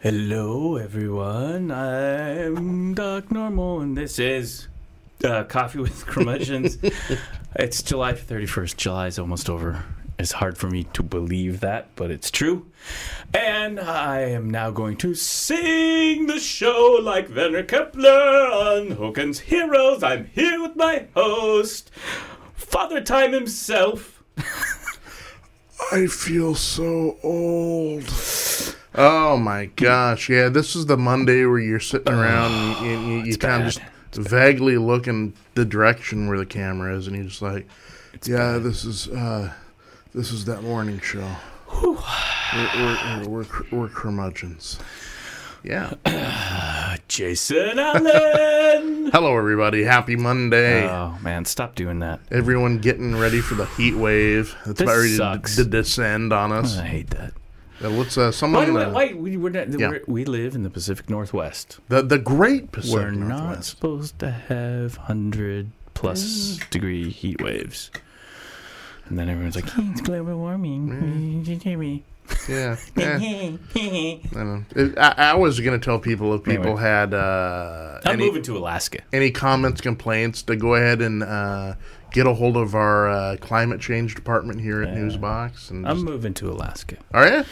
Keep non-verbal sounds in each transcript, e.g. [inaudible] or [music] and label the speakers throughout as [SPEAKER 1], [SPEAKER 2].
[SPEAKER 1] Hello, everyone. I'm Doc Normal, and this is uh, Coffee with [laughs] Curmudgeons. it's July 31st. July is almost over. It's hard for me to believe that, but it's true. And I am now going to sing the show like Werner Kepler on Hogan's Heroes. I'm here with my host, Father Time himself.
[SPEAKER 2] I feel so old. Oh my gosh! Yeah, this is the Monday where you're sitting around and
[SPEAKER 1] [sighs]
[SPEAKER 2] you, you, you kind
[SPEAKER 1] bad.
[SPEAKER 2] of just vaguely looking the direction where the camera is, and you're just like, "Yeah, this is uh, this is that morning show." We're we're, we're, we're, cr- we're curmudgeons. Yeah.
[SPEAKER 1] uh, Jason
[SPEAKER 2] [laughs]
[SPEAKER 1] Allen.
[SPEAKER 2] Hello, everybody. Happy Monday.
[SPEAKER 1] Oh, man, stop doing that.
[SPEAKER 2] Everyone getting ready for the heat wave that's
[SPEAKER 1] This
[SPEAKER 2] about ready to,
[SPEAKER 1] sucks.
[SPEAKER 2] to descend on us.
[SPEAKER 1] I hate that.
[SPEAKER 2] Uh, Let's uh, someone.
[SPEAKER 1] Why do
[SPEAKER 2] uh,
[SPEAKER 1] we, why, we, we're not,
[SPEAKER 2] yeah.
[SPEAKER 1] we're, we live in the Pacific Northwest.
[SPEAKER 2] The the Great Pacific
[SPEAKER 1] we're not
[SPEAKER 2] Northwest.
[SPEAKER 1] supposed to have 100 plus
[SPEAKER 2] Mm.
[SPEAKER 1] degree heat waves. And then everyone's like, "Hey, it's global [laughs]
[SPEAKER 2] Mm.
[SPEAKER 1] warming. Did you hear me?
[SPEAKER 2] [laughs] Yeah. Eh, I, don't know. It- I, I was gonna tell people if people
[SPEAKER 1] Anyway.
[SPEAKER 2] had uh,
[SPEAKER 1] I'm
[SPEAKER 2] any
[SPEAKER 1] moving to Alaska.
[SPEAKER 2] any comments, complaints, to go ahead and uh, get a hold of our uh, climate change department here at Newsbox. And
[SPEAKER 1] I'm
[SPEAKER 2] just,
[SPEAKER 1] moving to Alaska.
[SPEAKER 2] are you?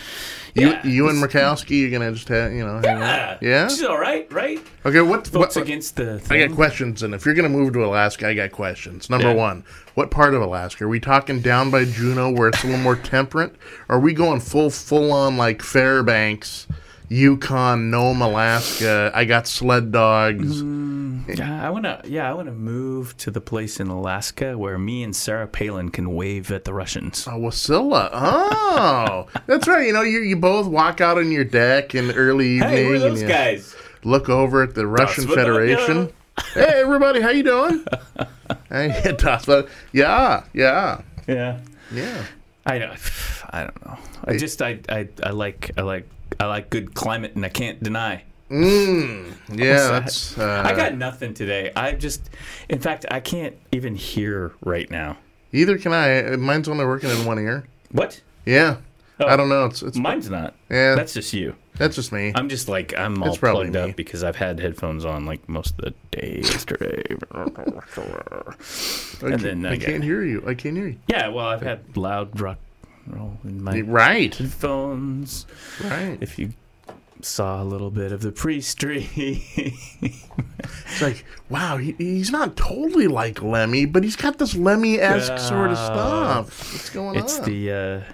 [SPEAKER 2] You,
[SPEAKER 1] Um, Yeah.
[SPEAKER 2] you and Murkowski, you're gonna just have you know. hang out? [laughs] Yeah.
[SPEAKER 1] She's all right, right?
[SPEAKER 2] Okay. What?
[SPEAKER 1] Votes
[SPEAKER 2] what
[SPEAKER 1] against the
[SPEAKER 2] I
[SPEAKER 1] thing.
[SPEAKER 2] got questions, and if you're going to move to Alaska, I got questions. Number
[SPEAKER 1] Yeah.
[SPEAKER 2] one, what part of Alaska are we talking? Down by Juneau, where it's a little more temperate? Are we going full, full on like Fairbanks, Yukon, Nome, Alaska? I got sled dogs.
[SPEAKER 1] Mm-hmm. Yeah, I want to. Yeah, I want to move to the place in Alaska where me and Sarah Palin can wave at the Russians.
[SPEAKER 2] Oh, Wasilla. Oh, that's right. You know, you, you both walk out on your deck in the early evening. and you
[SPEAKER 1] guys?
[SPEAKER 2] Look over at the Russian
[SPEAKER 1] Svidaniya.
[SPEAKER 2] Federation. Hey, everybody, how
[SPEAKER 1] [laughs]
[SPEAKER 2] you doing? hey, [laughs] Das- yeah, yeah,
[SPEAKER 1] Yeah,
[SPEAKER 2] yeah.
[SPEAKER 1] I don't. I don't know. I just. I. I. I like. I like. I like good climate, and I can't deny.
[SPEAKER 2] Mm, yeah,
[SPEAKER 1] that?
[SPEAKER 2] that's. Uh,
[SPEAKER 1] I got nothing today. I just. In fact, I can't even hear right now.
[SPEAKER 2] either can I. uh, Mine's only working in one ear.
[SPEAKER 1] What?
[SPEAKER 2] Yeah,
[SPEAKER 1] Oh.
[SPEAKER 2] I don't know. It's it's
[SPEAKER 1] Mine's not.
[SPEAKER 2] yeah.
[SPEAKER 1] That's just you.
[SPEAKER 2] that's just me.
[SPEAKER 1] I'm just like I'm all
[SPEAKER 2] It's probably
[SPEAKER 1] plugged
[SPEAKER 2] me.
[SPEAKER 1] up because I've had headphones on like most of the day
[SPEAKER 2] [laughs]
[SPEAKER 1] yesterday.
[SPEAKER 2] I
[SPEAKER 1] and
[SPEAKER 2] can't,
[SPEAKER 1] then
[SPEAKER 2] I
[SPEAKER 1] I
[SPEAKER 2] can't
[SPEAKER 1] got-
[SPEAKER 2] hear you. I can't hear you.
[SPEAKER 1] yeah, well, I've had loud rock and roll in my
[SPEAKER 2] Right,
[SPEAKER 1] headphones.
[SPEAKER 2] right.
[SPEAKER 1] If you saw a little bit of the [laughs] pre-stream,
[SPEAKER 2] It's like wow, he, he's not totally like Lemmy, but he's got this Lemmy-esque sort of stuff. What's going
[SPEAKER 1] it's
[SPEAKER 2] on?
[SPEAKER 1] the uh,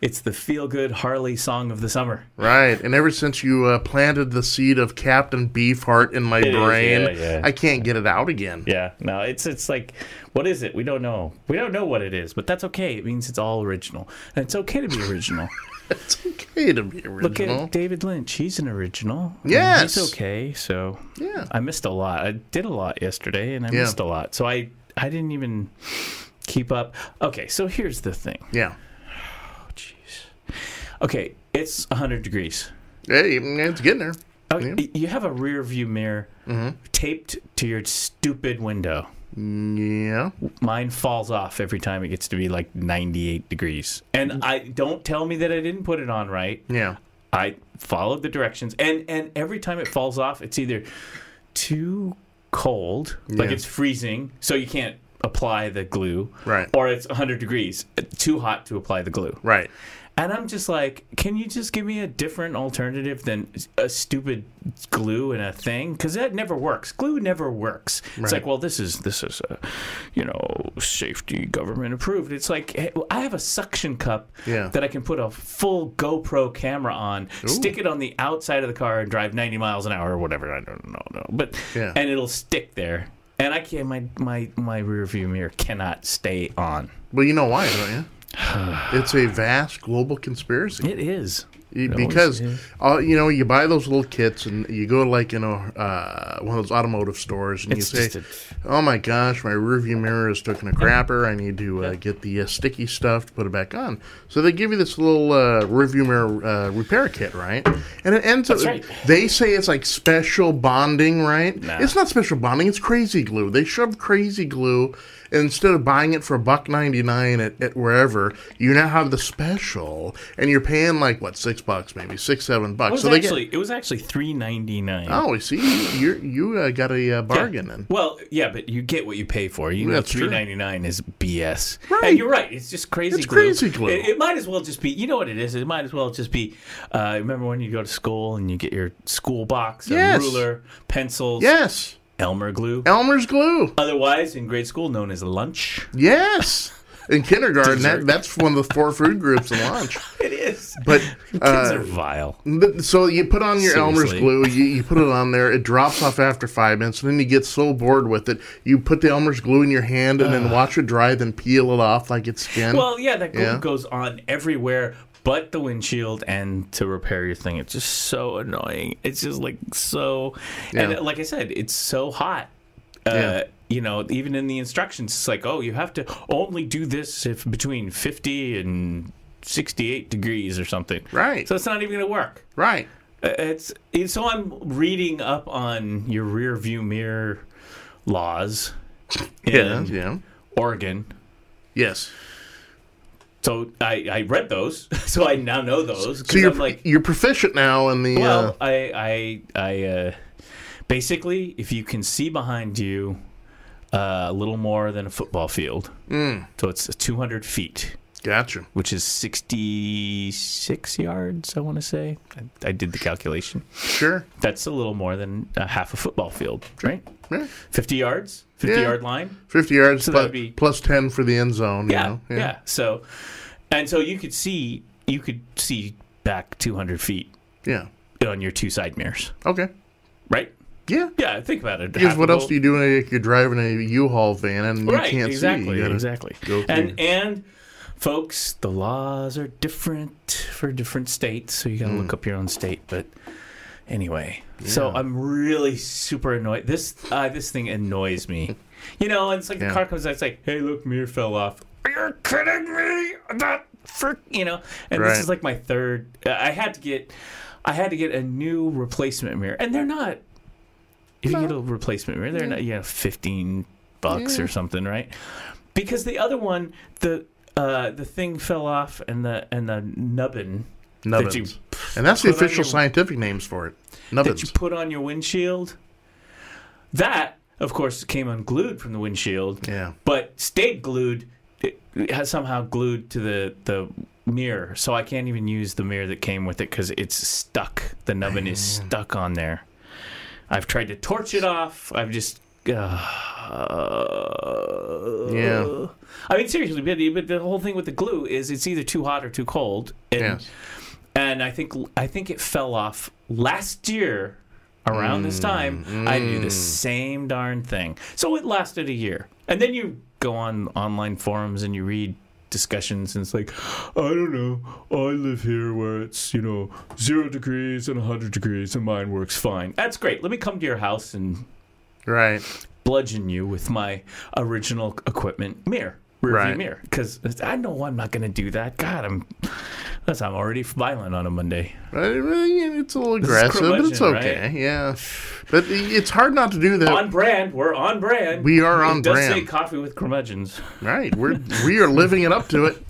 [SPEAKER 1] it's the feel-good Harley song of the summer.
[SPEAKER 2] Right, and ever since you uh, planted the seed of Captain Beefheart in my
[SPEAKER 1] is,
[SPEAKER 2] brain,
[SPEAKER 1] yeah, yeah.
[SPEAKER 2] I can't get it out again.
[SPEAKER 1] Yeah, no, it's it's like, what is it? We don't know. We don't know what it is, but that's okay. It means it's all original, and it's okay to be [laughs] original.
[SPEAKER 2] [laughs] It's okay to be
[SPEAKER 1] Look
[SPEAKER 2] original.
[SPEAKER 1] at David Lynch. He's an original. and
[SPEAKER 2] Yes.
[SPEAKER 1] He's okay. So
[SPEAKER 2] Yeah.
[SPEAKER 1] I missed a lot. I did a lot yesterday and I
[SPEAKER 2] Yeah.
[SPEAKER 1] missed a lot. So I, I didn't even keep up. Okay. So here's the thing.
[SPEAKER 2] yeah.
[SPEAKER 1] Oh, jeez. Okay. It's 100 degrees.
[SPEAKER 2] Hey, it's getting there.
[SPEAKER 1] Okay,
[SPEAKER 2] Yeah. Mm-hmm.
[SPEAKER 1] y- You have a rear view mirror taped to your stupid window.
[SPEAKER 2] Yeah.
[SPEAKER 1] Mine falls off every time it gets to be like 98 degrees.
[SPEAKER 2] Mm-hmm.
[SPEAKER 1] And I don't tell me that I didn't put it on right.
[SPEAKER 2] Yeah.
[SPEAKER 1] I followed the directions, and and every time it falls off, it's either too cold, like
[SPEAKER 2] Yeah.
[SPEAKER 1] it's freezing, so you can't apply the glue,
[SPEAKER 2] Right.
[SPEAKER 1] Or it's 100 degrees, too hot to apply the glue.
[SPEAKER 2] Right.
[SPEAKER 1] And I'm just like, can you just give me a different alternative than a stupid glue and a thing? Because that never works. Glue never works. It's like, well, this is this is a, you know, safety government approved. It's like hey, I have a suction cup
[SPEAKER 2] Yeah.
[SPEAKER 1] that I can put a full GoPro camera on, stick it on the outside of the car, and drive 90 miles an hour or whatever. I don't know, no, but
[SPEAKER 2] Yeah.
[SPEAKER 1] and it'll stick there. And I can't. My my my rear view mirror cannot stay on.
[SPEAKER 2] Well, you know why, don't
[SPEAKER 1] [sighs]
[SPEAKER 2] you? it's a vast global conspiracy
[SPEAKER 1] It is.
[SPEAKER 2] You-
[SPEAKER 1] always
[SPEAKER 2] because
[SPEAKER 1] is.
[SPEAKER 2] uh, you know you buy those little kits and you go to, like you know uh, one of those automotive stores and
[SPEAKER 1] It's
[SPEAKER 2] you
[SPEAKER 1] just
[SPEAKER 2] say,
[SPEAKER 1] a-
[SPEAKER 2] "Oh my gosh, my rearview mirror is taking a crapper. I need to uh, get the uh, sticky stuff to put it back on." So they give you this little uh, rearview mirror uh, repair kit, right? And it ends up
[SPEAKER 1] right.
[SPEAKER 2] they say it's like special bonding, right?
[SPEAKER 1] Nah.
[SPEAKER 2] It's not special bonding. It's crazy glue. They shove crazy glue. And instead of buying it for a buck ninety nine at, at wherever, you now have the special, and you're paying like what six bucks, maybe six, seven
[SPEAKER 1] It
[SPEAKER 2] bucks.
[SPEAKER 1] was
[SPEAKER 2] So they
[SPEAKER 1] actually it was actually three ninety nine.
[SPEAKER 2] get. Oh, see, you you uh, got a uh, bargain then.
[SPEAKER 1] Well, yeah, but you get what you pay for. You know,
[SPEAKER 2] That's true.
[SPEAKER 1] three ninety nine is BS.
[SPEAKER 2] Right.
[SPEAKER 1] And you're right. It's just crazy.
[SPEAKER 2] It's
[SPEAKER 1] glue.
[SPEAKER 2] crazy glue.
[SPEAKER 1] It, it might as well just be. You know what it is? It might as well just be. Uh, remember when you go to school and you get your school box, a
[SPEAKER 2] Yes.
[SPEAKER 1] ruler, pencils,
[SPEAKER 2] Yes,
[SPEAKER 1] Elmer glue,
[SPEAKER 2] Elmer's glue.
[SPEAKER 1] otherwise in grade school known as lunch.
[SPEAKER 2] Yes, in kindergarten, that,
[SPEAKER 1] Dessert.
[SPEAKER 2] that's one of the four food groups in lunch.
[SPEAKER 1] It is. But
[SPEAKER 2] But
[SPEAKER 1] kids
[SPEAKER 2] uh,
[SPEAKER 1] are vile.
[SPEAKER 2] Th- So you put on your Elmer's
[SPEAKER 1] Seriously.
[SPEAKER 2] glue, you, you put it on there, it drops off after five minutes, and then you get so bored with it, you put the Elmer's glue in your hand and then watch it dry, then peel it off like it's skin.
[SPEAKER 1] Well, yeah, that glue
[SPEAKER 2] Yeah.
[SPEAKER 1] goes on everywhere but the windshield and to repair your thing. It's just so annoying. It's just like so
[SPEAKER 2] Yeah.
[SPEAKER 1] and like I said, it's so hot. Uh
[SPEAKER 2] Yeah.
[SPEAKER 1] You know, even in the instructions, it's like, oh, you have to only do this if between 50 and 68 degrees or something.
[SPEAKER 2] Right.
[SPEAKER 1] So it's not even going to work.
[SPEAKER 2] right.
[SPEAKER 1] Uh, It's, it's so I'm reading up on your rear view mirror laws in
[SPEAKER 2] [laughs] Yeah. Yeah.
[SPEAKER 1] Oregon.
[SPEAKER 2] Yes.
[SPEAKER 1] So I, I read those, [laughs] so I now know those.
[SPEAKER 2] So
[SPEAKER 1] Because
[SPEAKER 2] you're
[SPEAKER 1] I'm like,
[SPEAKER 2] you're proficient now in the. uh,
[SPEAKER 1] well, I I I uh, basically, if you can see behind you uh, a little more than a football field, so it's 200 feet,
[SPEAKER 2] mm, gotcha.
[SPEAKER 1] which is 66 yards. I want to say I, I did the calculation.
[SPEAKER 2] Sure.
[SPEAKER 1] That's a little more than a half a football field, right?
[SPEAKER 2] Yeah.
[SPEAKER 1] 50 yards, 50
[SPEAKER 2] Yeah.
[SPEAKER 1] yard line.
[SPEAKER 2] Fifty yards
[SPEAKER 1] So
[SPEAKER 2] plus,
[SPEAKER 1] that'd be-
[SPEAKER 2] plus ten for the end zone. you
[SPEAKER 1] Yeah,
[SPEAKER 2] know?
[SPEAKER 1] yeah, So, and so you could see you could see back 200 feet
[SPEAKER 2] Yeah.
[SPEAKER 1] on your two side mirrors,
[SPEAKER 2] Okay.
[SPEAKER 1] right?
[SPEAKER 2] Yeah.
[SPEAKER 1] Yeah, think about it.
[SPEAKER 2] Because
[SPEAKER 1] Half
[SPEAKER 2] what
[SPEAKER 1] a
[SPEAKER 2] else
[SPEAKER 1] goal-
[SPEAKER 2] do you do if you're driving a U-Haul van and you
[SPEAKER 1] Right,
[SPEAKER 2] can't
[SPEAKER 1] exactly,
[SPEAKER 2] see? You gotta-
[SPEAKER 1] exactly.
[SPEAKER 2] go
[SPEAKER 1] And
[SPEAKER 2] through.
[SPEAKER 1] and folks, the laws are different for different states, so you got to
[SPEAKER 2] Hmm.
[SPEAKER 1] look up your own state. But anyway, so I'm really super annoyed. This uh, this thing annoys me. You know, and it's like
[SPEAKER 2] Yeah.
[SPEAKER 1] the car comes out, it's like, hey, look, mirror fell off. Are you kidding me? That frick, you know. And
[SPEAKER 2] Right.
[SPEAKER 1] this is like my third. uh, I had to get, I had to get a new replacement mirror, and they're not. If you get a replacement mirror, they're not. You know, fifteen bucks or something, right? Because the other one, the uh, the thing fell off, and the and the nubbin that you
[SPEAKER 2] Nubbins. And that's the
[SPEAKER 1] put on
[SPEAKER 2] official
[SPEAKER 1] your-
[SPEAKER 2] scientific names for it.
[SPEAKER 1] that you
[SPEAKER 2] Nubbins.
[SPEAKER 1] put on your windshield. That, of course, came unglued from the windshield,
[SPEAKER 2] yeah.
[SPEAKER 1] but stayed glued. It it has somehow glued to the the mirror, so I can't even use the mirror that came with it because it's stuck. The nubbin is stuck on there. I've tried to torch it off. I've just. Uh,
[SPEAKER 2] Yeah.
[SPEAKER 1] I mean, seriously, but the- but the whole thing with the glue is it's either too hot or too cold. And
[SPEAKER 2] Yes.
[SPEAKER 1] and I think I think it fell off last year around this time. I do the same darn thing. So it lasted a year, and then you go on online forums and you read discussions and it's like i don't know i live here where it's you know zero degrees and 100 degrees and mine works fine that's great let me come to your house and
[SPEAKER 2] Right.
[SPEAKER 1] bludgeon you with my original equipment mirror, rear
[SPEAKER 2] Right.
[SPEAKER 1] view mirror, because I know I'm not going to do that. God, I'm that's I'm already violent on a Monday.
[SPEAKER 2] Right, uh, well, yeah, It's a little
[SPEAKER 1] is
[SPEAKER 2] aggressive, but it's
[SPEAKER 1] curmudgeon,
[SPEAKER 2] okay. Yeah. But i- it's hard not to do that.
[SPEAKER 1] On brand, we're on brand.
[SPEAKER 2] we are on
[SPEAKER 1] it does say
[SPEAKER 2] brand.
[SPEAKER 1] coffee with curmudgeons.
[SPEAKER 2] Right. We're we are living it up
[SPEAKER 1] [laughs]
[SPEAKER 2] to it.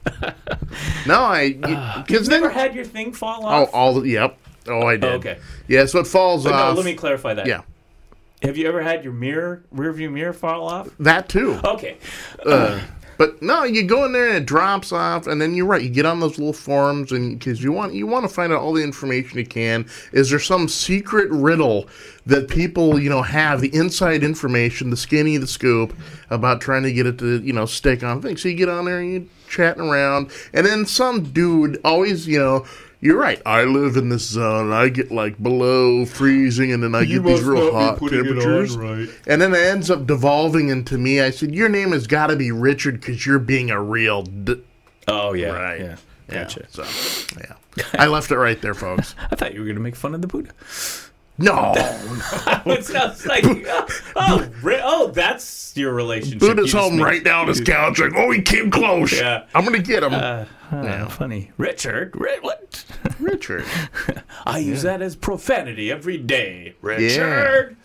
[SPEAKER 2] No, I because
[SPEAKER 1] Never
[SPEAKER 2] then
[SPEAKER 1] had your thing fall
[SPEAKER 2] oh
[SPEAKER 1] off.
[SPEAKER 2] all the- yep. Oh, I did.
[SPEAKER 1] okay.
[SPEAKER 2] Yeah, so it falls
[SPEAKER 1] No,
[SPEAKER 2] off.
[SPEAKER 1] let me clarify that.
[SPEAKER 2] yeah.
[SPEAKER 1] Have you ever had your mirror, rear view mirror, fall off?
[SPEAKER 2] That too.
[SPEAKER 1] Okay.
[SPEAKER 2] Uh, but no, you go in there and it drops off, and then you're right. You get on those little forums, and because you want you want to find out all the information you can. Is there some secret riddle that people you know have the inside information, the skinny, the scoop about trying to get it to you know stick on things? So you get on there and you chatting around, and then some dude always you know. You're right. I live in this zone. I get like below freezing, and then I get these real hot temperatures.
[SPEAKER 1] right.
[SPEAKER 2] And then it ends up devolving into me. I said, "Your name has got to be Richard because you're being a real d-
[SPEAKER 1] Oh yeah.
[SPEAKER 2] right."
[SPEAKER 1] Yeah.
[SPEAKER 2] Yeah,
[SPEAKER 1] Gotcha.
[SPEAKER 2] so, yeah, I left it right there, folks.
[SPEAKER 1] I thought you were gonna make fun of the
[SPEAKER 2] [laughs]
[SPEAKER 1] Buddha. [laughs]
[SPEAKER 2] No,
[SPEAKER 1] it sounds like oh, oh, re- oh, that's your relationship. You
[SPEAKER 2] Buddha's
[SPEAKER 1] just
[SPEAKER 2] home
[SPEAKER 1] make-
[SPEAKER 2] right now on his couch. Like, oh, he came close.
[SPEAKER 1] Yeah.
[SPEAKER 2] I'm gonna get him,
[SPEAKER 1] Ah,
[SPEAKER 2] Yeah.
[SPEAKER 1] Funny, Richard. Ri- what? [laughs]
[SPEAKER 2] Richard.
[SPEAKER 1] I use that as profanity every day, Richard.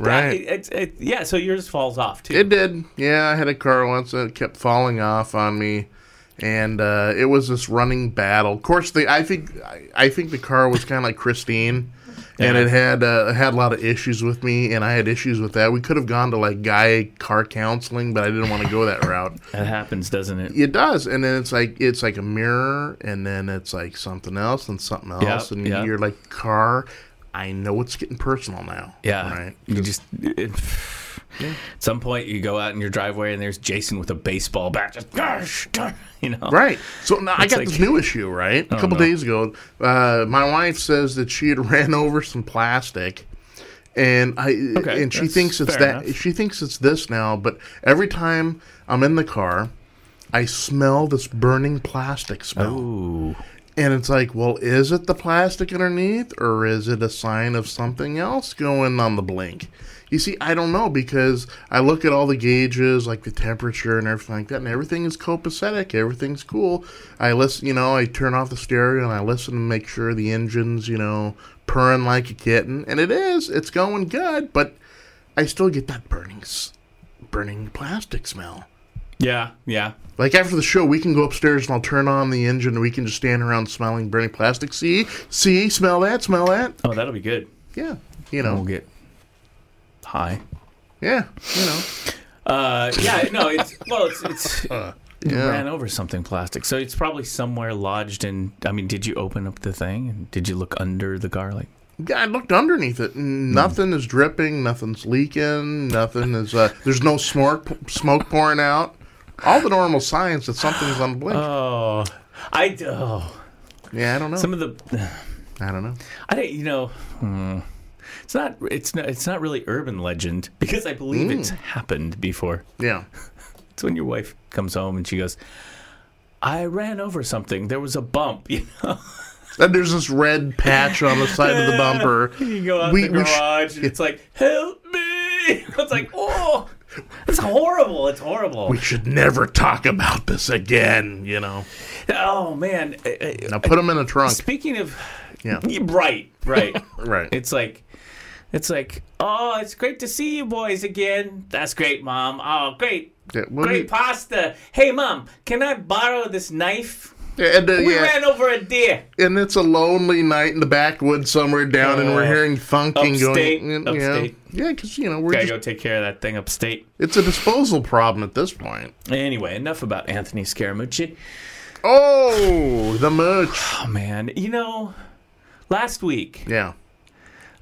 [SPEAKER 2] right.
[SPEAKER 1] It, it- it- yeah, so yours falls off too.
[SPEAKER 2] It did. Yeah, I had a car once that kept falling off on me. and uh, it was this running battle. Of course, the I think I, I think the car was kind of like Christine, and
[SPEAKER 1] Yeah.
[SPEAKER 2] it had uh, had a lot of issues with me, and I had issues with that. We could have gone to like guy car counseling, but I didn't want to go
[SPEAKER 1] [laughs]
[SPEAKER 2] that route.
[SPEAKER 1] That happens, doesn't it?
[SPEAKER 2] It does, and then it's like it's like a mirror, and then it's like something else, and something
[SPEAKER 1] Yep,
[SPEAKER 2] else, and
[SPEAKER 1] yep.
[SPEAKER 2] you're like car. I know it's getting personal now.
[SPEAKER 1] Yeah.
[SPEAKER 2] right.
[SPEAKER 1] You just. It, At some point, you go out in your driveway and there's Jason with a baseball bat, just gosh, [laughs] darn," you know.
[SPEAKER 2] Right. So now I
[SPEAKER 1] It's
[SPEAKER 2] got
[SPEAKER 1] like-
[SPEAKER 2] this new issue, right? A
[SPEAKER 1] no.
[SPEAKER 2] couple days ago, uh, my wife says that she had [laughs] ran over some plastic. And I
[SPEAKER 1] Okay,
[SPEAKER 2] and she
[SPEAKER 1] that's
[SPEAKER 2] thinks it's
[SPEAKER 1] fair
[SPEAKER 2] that
[SPEAKER 1] enough.
[SPEAKER 2] she thinks it's this now, but every time I'm in the car, I smell this burning plastic smell.
[SPEAKER 1] Ooh.
[SPEAKER 2] And it's like, well, is it the plastic underneath or is it a sign of something else going on the blink? You see, I don't know because I look at all the gauges, like the temperature and everything like that, and everything is copacetic. Everything's cool. I listen, you know, I turn off the stereo and I listen and make sure the engine's, you know, purring like a kitten. And it is. It's going good, but I still get that burning, s- burning plastic smell.
[SPEAKER 1] Yeah. Yeah.
[SPEAKER 2] Like after the show, we can go upstairs and I'll turn on the engine and we can just stand around smelling burning plastic. See, see, smell that, smell that.
[SPEAKER 1] Oh, that'll be good.
[SPEAKER 2] Yeah, you
[SPEAKER 1] We'll
[SPEAKER 2] know,
[SPEAKER 1] get high.
[SPEAKER 2] yeah, you know,
[SPEAKER 1] Uh, yeah. [laughs] No. It's well. It's it's ran
[SPEAKER 2] yeah.
[SPEAKER 1] over something plastic, so it's probably somewhere lodged in. I mean, did you open up the thing and did you look under the garlic?
[SPEAKER 2] Yeah, I looked underneath it. and Nothing is dripping. Nothing's leaking. Nothing is. Uh, there's no smoke smoke pouring out. All the normal signs that something's on the blink.
[SPEAKER 1] Oh, I oh
[SPEAKER 2] yeah, I don't know.
[SPEAKER 1] some of the
[SPEAKER 2] I don't know.
[SPEAKER 1] I don't you know. hmm. It's not. It's not. It's not really urban legend because I believe
[SPEAKER 2] Hmm.
[SPEAKER 1] it's happened before.
[SPEAKER 2] Yeah,
[SPEAKER 1] It's when your wife comes home and she goes, "I ran over something. There was a bump." [laughs] You know,
[SPEAKER 2] and there's this red patch on the side of
[SPEAKER 1] [laughs]
[SPEAKER 2] the bumper.
[SPEAKER 1] you go out
[SPEAKER 2] We-
[SPEAKER 1] in the
[SPEAKER 2] we sh-
[SPEAKER 1] garage and it's like, "Help me!" [laughs] It's like, oh, it's horrible. It's horrible.
[SPEAKER 2] We should never talk about this again. You know.
[SPEAKER 1] oh man. I- I-
[SPEAKER 2] Now put them in a trunk.
[SPEAKER 1] Speaking of,
[SPEAKER 2] Yeah.
[SPEAKER 1] Y- right, right. [laughs]
[SPEAKER 2] Right.
[SPEAKER 1] it's like, it's like, oh, it's great to see you boys again. That's great, mom. Oh, great,
[SPEAKER 2] Yeah, well,
[SPEAKER 1] great
[SPEAKER 2] we-
[SPEAKER 1] pasta. Hey, mom, can I borrow this knife?
[SPEAKER 2] yeah, and, uh,
[SPEAKER 1] We
[SPEAKER 2] yeah,
[SPEAKER 1] ran over a deer.
[SPEAKER 2] and it's a lonely night in the backwoods somewhere down, and we're
[SPEAKER 1] Oh.
[SPEAKER 2] hearing thunking
[SPEAKER 1] Upstate,
[SPEAKER 2] going. Yeah,
[SPEAKER 1] upstate.
[SPEAKER 2] yeah, because you know we're
[SPEAKER 1] Gotta
[SPEAKER 2] just,
[SPEAKER 1] go take care of that thing upstate.
[SPEAKER 2] it's a disposal problem at this point.
[SPEAKER 1] Anyway, enough about Anthony Scaramucci.
[SPEAKER 2] Oh, the merch.
[SPEAKER 1] Oh man, you know, last week,
[SPEAKER 2] Yeah,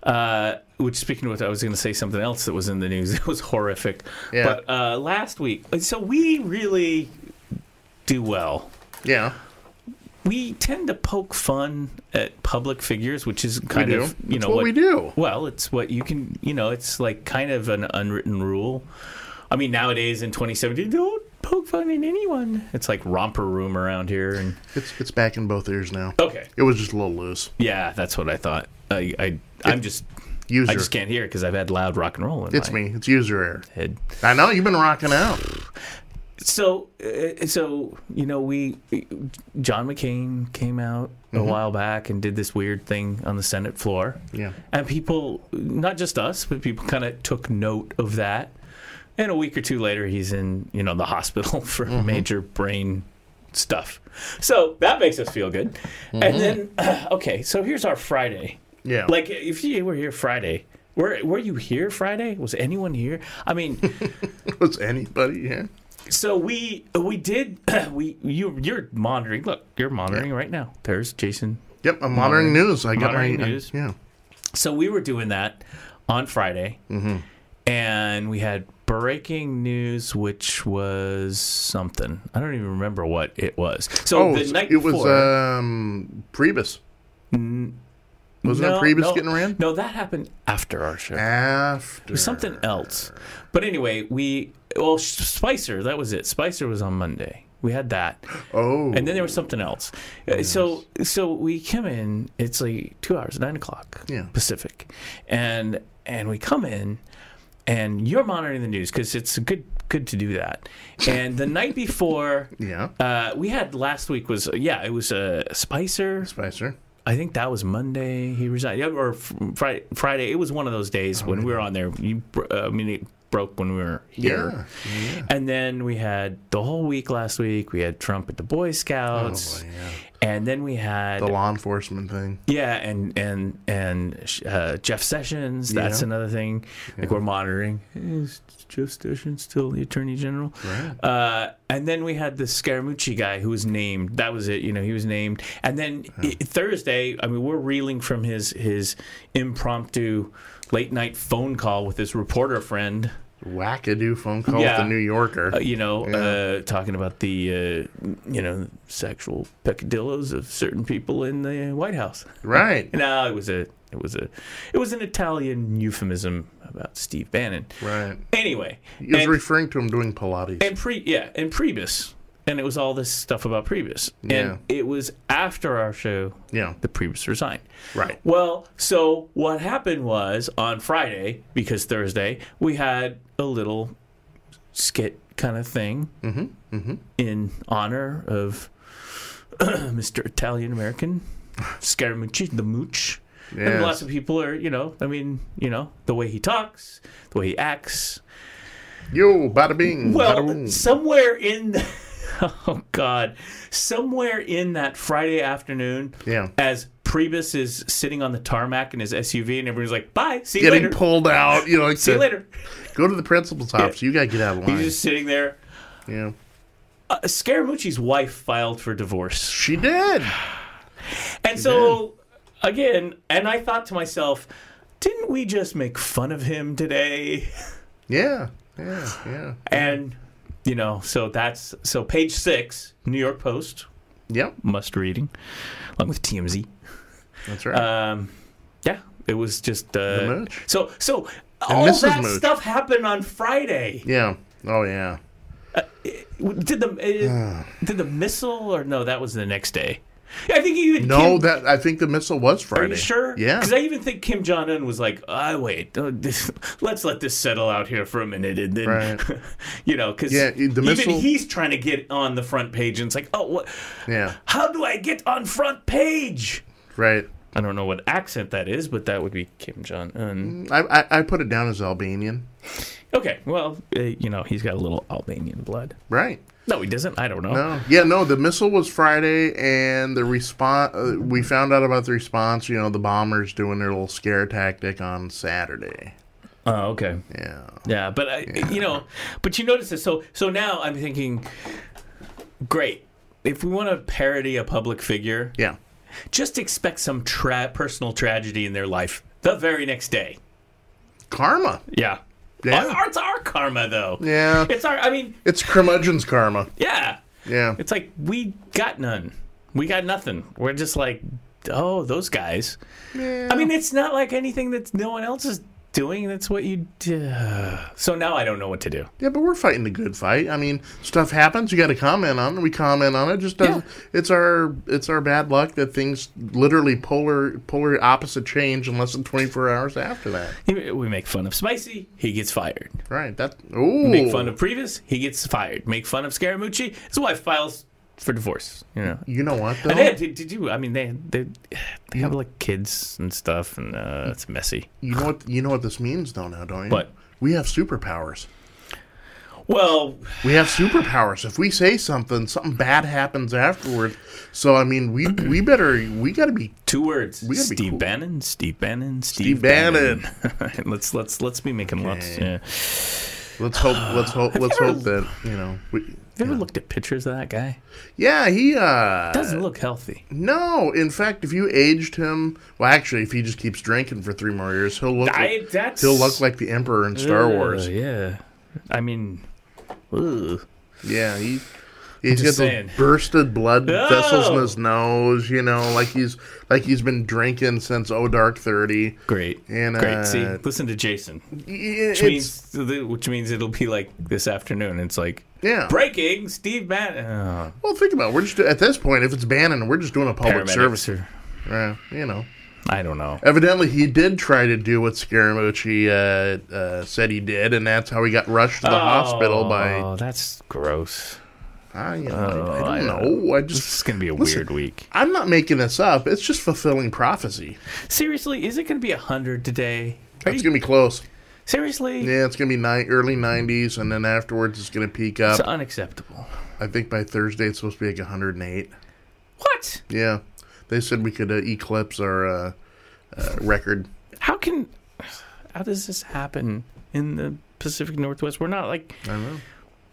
[SPEAKER 1] uh, which speaking of which, I was going to say something else that was in the news. [laughs] It was horrific.
[SPEAKER 2] Yeah.
[SPEAKER 1] But uh, last week, so we really do well
[SPEAKER 2] yeah,
[SPEAKER 1] we tend to poke fun at public figures, which is kind
[SPEAKER 2] do.
[SPEAKER 1] of you
[SPEAKER 2] It's
[SPEAKER 1] know
[SPEAKER 2] what we do.
[SPEAKER 1] Well, it's what you can you know it's like kind of an unwritten rule. I mean, nowadays in 2017, don't poke fun at anyone. It's like romper room around here, and
[SPEAKER 2] it's it's back in both ears now.
[SPEAKER 1] okay,
[SPEAKER 2] It was just a little loose.
[SPEAKER 1] yeah, that's what I thought. I, I I'm just
[SPEAKER 2] User,
[SPEAKER 1] I just can't hear because I've had loud rock and roll in
[SPEAKER 2] it's
[SPEAKER 1] my
[SPEAKER 2] me. It's user error.
[SPEAKER 1] head.
[SPEAKER 2] I know you've been rocking out.
[SPEAKER 1] So, uh, so you know, we John McCain came out a
[SPEAKER 2] Mm-hmm.
[SPEAKER 1] while back and did this weird thing on the Senate floor.
[SPEAKER 2] Yeah. [laughs]
[SPEAKER 1] And people, not just us, but people kind of took note of that. And a week or two later, he's in, you know, the hospital [laughs] for major brain stuff. So that makes us feel good. And then, [clears throat] okay, so here's our Friday.
[SPEAKER 2] Yeah,
[SPEAKER 1] Like, if you were here Friday, were, were you here Friday? Was anyone here? I mean,
[SPEAKER 2] was anybody here?
[SPEAKER 1] so we we did [clears throat] we you you're monitoring. Look, you're monitoring right now. There's Jason
[SPEAKER 2] Yep, I'm monitoring news. I got
[SPEAKER 1] monitoring
[SPEAKER 2] my I-
[SPEAKER 1] news.
[SPEAKER 2] yeah.
[SPEAKER 1] So we were doing that on Friday,
[SPEAKER 2] Mm-hmm.
[SPEAKER 1] and we had breaking news, which was something I don't even remember what it was. So
[SPEAKER 2] Oh,
[SPEAKER 1] the night
[SPEAKER 2] it
[SPEAKER 1] before,
[SPEAKER 2] was um Priebus. Wasn't
[SPEAKER 1] no,
[SPEAKER 2] that Priebus
[SPEAKER 1] no,
[SPEAKER 2] getting ran?
[SPEAKER 1] No, that happened after our show.
[SPEAKER 2] After
[SPEAKER 1] Something else, but anyway, we well S- Spicer. That was it. Spicer was on Monday. We had that,
[SPEAKER 2] Oh,
[SPEAKER 1] and then there was something else. Uh, So so we come in. It's like two hours, nine o'clock
[SPEAKER 2] Yeah.
[SPEAKER 1] Pacific, and and we come in, and you're monitoring the news because it's good good to do that. And the
[SPEAKER 2] [laughs]
[SPEAKER 1] night before,
[SPEAKER 2] yeah,
[SPEAKER 1] uh, we had last week was yeah it was uh, Spicer.
[SPEAKER 2] Spicer.
[SPEAKER 1] I think that was
[SPEAKER 2] Oh,
[SPEAKER 1] Monday he resigned yeah, or Friday. Friday it was one of those days when we were on there. You br- uh, I mean. It, broke when we were here.
[SPEAKER 2] Yeah. yeah.
[SPEAKER 1] And then we had the whole week last week. We had Trump at the Boy
[SPEAKER 2] Oh,
[SPEAKER 1] Scouts,
[SPEAKER 2] boy, yeah.
[SPEAKER 1] and then we had
[SPEAKER 2] The law enforcement thing.
[SPEAKER 1] yeah, and and and uh, Jeff Sessions. That's
[SPEAKER 2] Yeah.
[SPEAKER 1] another thing. Like we're monitoring. Is Jeff Sessions still the Attorney General?
[SPEAKER 2] Right.
[SPEAKER 1] Uh, and then we had the Scaramucci guy who was named. That was it. You know, he was named. And then i Thursday, I mean, we're reeling from his his impromptu late night phone call with his reporter friend.
[SPEAKER 2] Wackadoo phone call
[SPEAKER 1] Yeah.
[SPEAKER 2] with the New Yorker.
[SPEAKER 1] Uh, you know,
[SPEAKER 2] Yeah.
[SPEAKER 1] uh, talking about the uh, you know sexual peccadillos of certain people in the White House.
[SPEAKER 2] right.
[SPEAKER 1] No, it was a it was a it was an Italian euphemism about Steve Bannon.
[SPEAKER 2] Right.
[SPEAKER 1] Anyway,
[SPEAKER 2] He was
[SPEAKER 1] and,
[SPEAKER 2] referring to him doing Pilates.
[SPEAKER 1] and pre yeah and Priebus, and it was all this stuff about Priebus,
[SPEAKER 2] Yeah.
[SPEAKER 1] and it was after our show
[SPEAKER 2] yeah.
[SPEAKER 1] the Priebus resigned.
[SPEAKER 2] Right.
[SPEAKER 1] Well, so what happened was on Friday because Thursday we had a little skit kind of thing
[SPEAKER 2] Mm-hmm. Mm-hmm.
[SPEAKER 1] in honor of [clears throat] Mr. Italian
[SPEAKER 2] [laughs]
[SPEAKER 1] American Scaramucci the Mooch. And lots
[SPEAKER 2] Yes.
[SPEAKER 1] of people are, you know, I mean, you know, the way he talks, the way he acts.
[SPEAKER 2] Yo, bada bing, bada
[SPEAKER 1] Well,
[SPEAKER 2] boom.
[SPEAKER 1] somewhere in, [laughs] oh God, somewhere in that Friday afternoon,
[SPEAKER 2] Yeah.
[SPEAKER 1] as Priebus is sitting on the tarmac in his SUV, and everyone's like, "Bye, see you
[SPEAKER 2] Getting
[SPEAKER 1] later,
[SPEAKER 2] pulled out. You know, like
[SPEAKER 1] see you
[SPEAKER 2] the-
[SPEAKER 1] later."
[SPEAKER 2] Go to the principal's office. You gotta get out of line.
[SPEAKER 1] He's just sitting there.
[SPEAKER 2] yeah.
[SPEAKER 1] Uh, Scaramucci's wife filed for divorce.
[SPEAKER 2] She did.
[SPEAKER 1] And so again, and I thought to myself, didn't we just make fun of him today?
[SPEAKER 2] Yeah. Yeah. Yeah.
[SPEAKER 1] And you know, so that's so page six, New York Post,
[SPEAKER 2] Yep.
[SPEAKER 1] must reading, along with TMZ.
[SPEAKER 2] That's right.
[SPEAKER 1] Um, yeah, it was just uh,
[SPEAKER 2] Mooch.
[SPEAKER 1] so so. all
[SPEAKER 2] Mrs.
[SPEAKER 1] that
[SPEAKER 2] Mooch.
[SPEAKER 1] stuff happened on Friday.
[SPEAKER 2] yeah. Oh yeah.
[SPEAKER 1] Did the
[SPEAKER 2] Ah.
[SPEAKER 1] uh, did the missile or no? That was the next day. I think you even
[SPEAKER 2] No,
[SPEAKER 1] Kim-
[SPEAKER 2] that I think the missile was Friday.
[SPEAKER 1] Are you sure?
[SPEAKER 2] Yeah.
[SPEAKER 1] Because I even think Kim Jong Un was like, "I wait, uh, this- let's let this settle out here for a minute," and then,
[SPEAKER 2] Right.
[SPEAKER 1] [laughs] you know, because
[SPEAKER 2] Yeah, the
[SPEAKER 1] even
[SPEAKER 2] missile-
[SPEAKER 1] he's trying to get on the front page, and it's like, "Oh, what?
[SPEAKER 2] yeah.
[SPEAKER 1] How do I get on front page?"
[SPEAKER 2] Right.
[SPEAKER 1] I don't know what accent that is, but that would be Kim Jong Un.
[SPEAKER 2] I, I I put it down as Albanian.
[SPEAKER 1] Okay, well, uh, you know, he's got a little Albanian blood.
[SPEAKER 2] Right.
[SPEAKER 1] No, he doesn't. I don't know.
[SPEAKER 2] No. Yeah, no, the missile was Friday, and the response, uh, we found out about the response, you know, the bombers doing their little scare tactic on Saturday.
[SPEAKER 1] Oh, okay.
[SPEAKER 2] Yeah.
[SPEAKER 1] Yeah, but I, you know, but you notice this. So so now I'm thinking, great. If we want to parody a public figure,
[SPEAKER 2] Yeah.
[SPEAKER 1] just expect some tra- personal tragedy in their life the very next day.
[SPEAKER 2] Karma.
[SPEAKER 1] Yeah.
[SPEAKER 2] Yeah.
[SPEAKER 1] Our- It's our karma, though.
[SPEAKER 2] Yeah.
[SPEAKER 1] It's our, I mean,
[SPEAKER 2] It's curmudgeon's karma.
[SPEAKER 1] yeah.
[SPEAKER 2] Yeah.
[SPEAKER 1] It's like we got none. We got nothing. We're just like, oh, those guys.
[SPEAKER 2] Yeah.
[SPEAKER 1] I mean, it's not like anything that no one else is doing. That's what you do. [sighs] So now I don't know what to do.
[SPEAKER 2] Yeah, but we're fighting the good fight. I mean, stuff happens. You got to comment on it. We comment on it. Just doesn't. It's our it's our bad luck that things literally polar polar opposite change in less than twenty four hours after that.
[SPEAKER 1] We make fun of Spicy, he gets fired.
[SPEAKER 2] Right. That. Ooh.
[SPEAKER 1] Make fun of Previs, he gets fired. Make fun of Scaramucci, his wife files for divorce. You know,
[SPEAKER 2] You know what though?
[SPEAKER 1] And they did, did you? I mean, they they [sighs] they have like kids and stuff, and uh, it's messy.
[SPEAKER 2] You know what? You know what this means though now, don't you?
[SPEAKER 1] What?
[SPEAKER 2] We have superpowers.
[SPEAKER 1] Well,
[SPEAKER 2] We have superpowers. If we say something, something bad happens afterward. So I
[SPEAKER 1] [clears throat]
[SPEAKER 2] mean, we we better we got to be
[SPEAKER 1] two words:
[SPEAKER 2] We gotta be
[SPEAKER 1] Steve
[SPEAKER 2] cool.
[SPEAKER 1] Bannon, Steve Bannon, Steve,
[SPEAKER 2] Bannon.
[SPEAKER 1] Bannon. [laughs] let's let's let's be making lots.
[SPEAKER 2] Okay.
[SPEAKER 1] Yeah.
[SPEAKER 2] Let's hope. Let's hope.
[SPEAKER 1] Have
[SPEAKER 2] let's
[SPEAKER 1] you ever-
[SPEAKER 2] hope that you know. We,
[SPEAKER 1] Have you ever looked at pictures of that guy?
[SPEAKER 2] yeah, he uh
[SPEAKER 1] Doesn't look healthy.
[SPEAKER 2] No, in fact, if you aged him, well, actually, if he just keeps drinking for three more years, he'll look.
[SPEAKER 1] I-
[SPEAKER 2] like,
[SPEAKER 1] that's-
[SPEAKER 2] he'll look like the Emperor in Star
[SPEAKER 1] Ugh,
[SPEAKER 2] Wars.
[SPEAKER 1] Yeah. I mean, ugh.
[SPEAKER 2] Yeah, he he's
[SPEAKER 1] just
[SPEAKER 2] got those
[SPEAKER 1] saying.
[SPEAKER 2] bursted blood
[SPEAKER 1] No!
[SPEAKER 2] vessels in his nose. You know, like he's like he's been drinking since oh dark thirty.
[SPEAKER 1] great.
[SPEAKER 2] And, uh,
[SPEAKER 1] Great. See, listen to Jason,
[SPEAKER 2] Yeah,
[SPEAKER 1] which
[SPEAKER 2] it's,
[SPEAKER 1] means which means it'll be like this afternoon. It's like
[SPEAKER 2] yeah.
[SPEAKER 1] breaking Steve Bannon. Oh,
[SPEAKER 2] Well, think about it. we're just at this point. If it's Bannon, we're just doing a public
[SPEAKER 1] paramedics
[SPEAKER 2] service.
[SPEAKER 1] or-
[SPEAKER 2] Yeah, you know.
[SPEAKER 1] I don't know.
[SPEAKER 2] Evidently, he did try to do what Scaramucci uh, uh, said he did, and that's how he got rushed to the hospital by
[SPEAKER 1] Oh, that's gross.
[SPEAKER 2] I, you know, I- I,
[SPEAKER 1] Oh, I
[SPEAKER 2] don't
[SPEAKER 1] don't-
[SPEAKER 2] know. I
[SPEAKER 1] This is
[SPEAKER 2] just
[SPEAKER 1] gonna be a
[SPEAKER 2] Listen.
[SPEAKER 1] weird week.
[SPEAKER 2] I'm not making this up. It's just fulfilling prophecy.
[SPEAKER 1] Seriously, is it gonna be a hundred today? Are
[SPEAKER 2] It's
[SPEAKER 1] you
[SPEAKER 2] gonna be close.
[SPEAKER 1] Seriously?
[SPEAKER 2] Yeah, it's gonna be ni- early '90s, and then afterwards it's gonna peak up.
[SPEAKER 1] It's unacceptable.
[SPEAKER 2] I think by Thursday it's supposed to be like 108.
[SPEAKER 1] What?
[SPEAKER 2] Yeah, they said we could uh, eclipse our uh, uh, record.
[SPEAKER 1] How can. How does this happen in the Pacific Northwest? We're not like.
[SPEAKER 2] I don't know.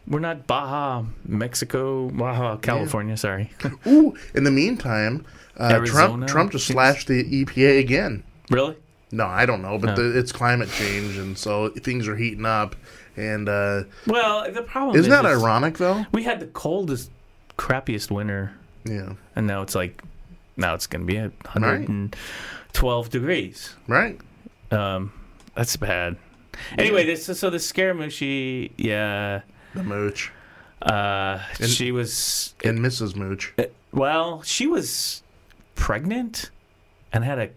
[SPEAKER 1] We're not Baja, Mexico, Baja, California. Sorry.
[SPEAKER 2] Ooh, in the meantime, uh,
[SPEAKER 1] Arizona,
[SPEAKER 2] Trump Trump just
[SPEAKER 1] I think.
[SPEAKER 2] slashed the EPA again.
[SPEAKER 1] really?
[SPEAKER 2] No, I don't know, but
[SPEAKER 1] No.
[SPEAKER 2] the, it's climate change, and so things are heating up. And uh,
[SPEAKER 1] Well, the problem
[SPEAKER 2] isn't
[SPEAKER 1] is,
[SPEAKER 2] that
[SPEAKER 1] is
[SPEAKER 2] ironic, though?
[SPEAKER 1] We had the coldest, crappiest winter,
[SPEAKER 2] Yeah,
[SPEAKER 1] and now it's like, now it's going to be at
[SPEAKER 2] Right.
[SPEAKER 1] 112 degrees.
[SPEAKER 2] right.
[SPEAKER 1] Um, that's bad. Anyway, this so the Scaramucci, yeah,
[SPEAKER 2] The mooch
[SPEAKER 1] uh,
[SPEAKER 2] And-
[SPEAKER 1] she was
[SPEAKER 2] and Mrs. Mooch.
[SPEAKER 1] well, she was pregnant and had a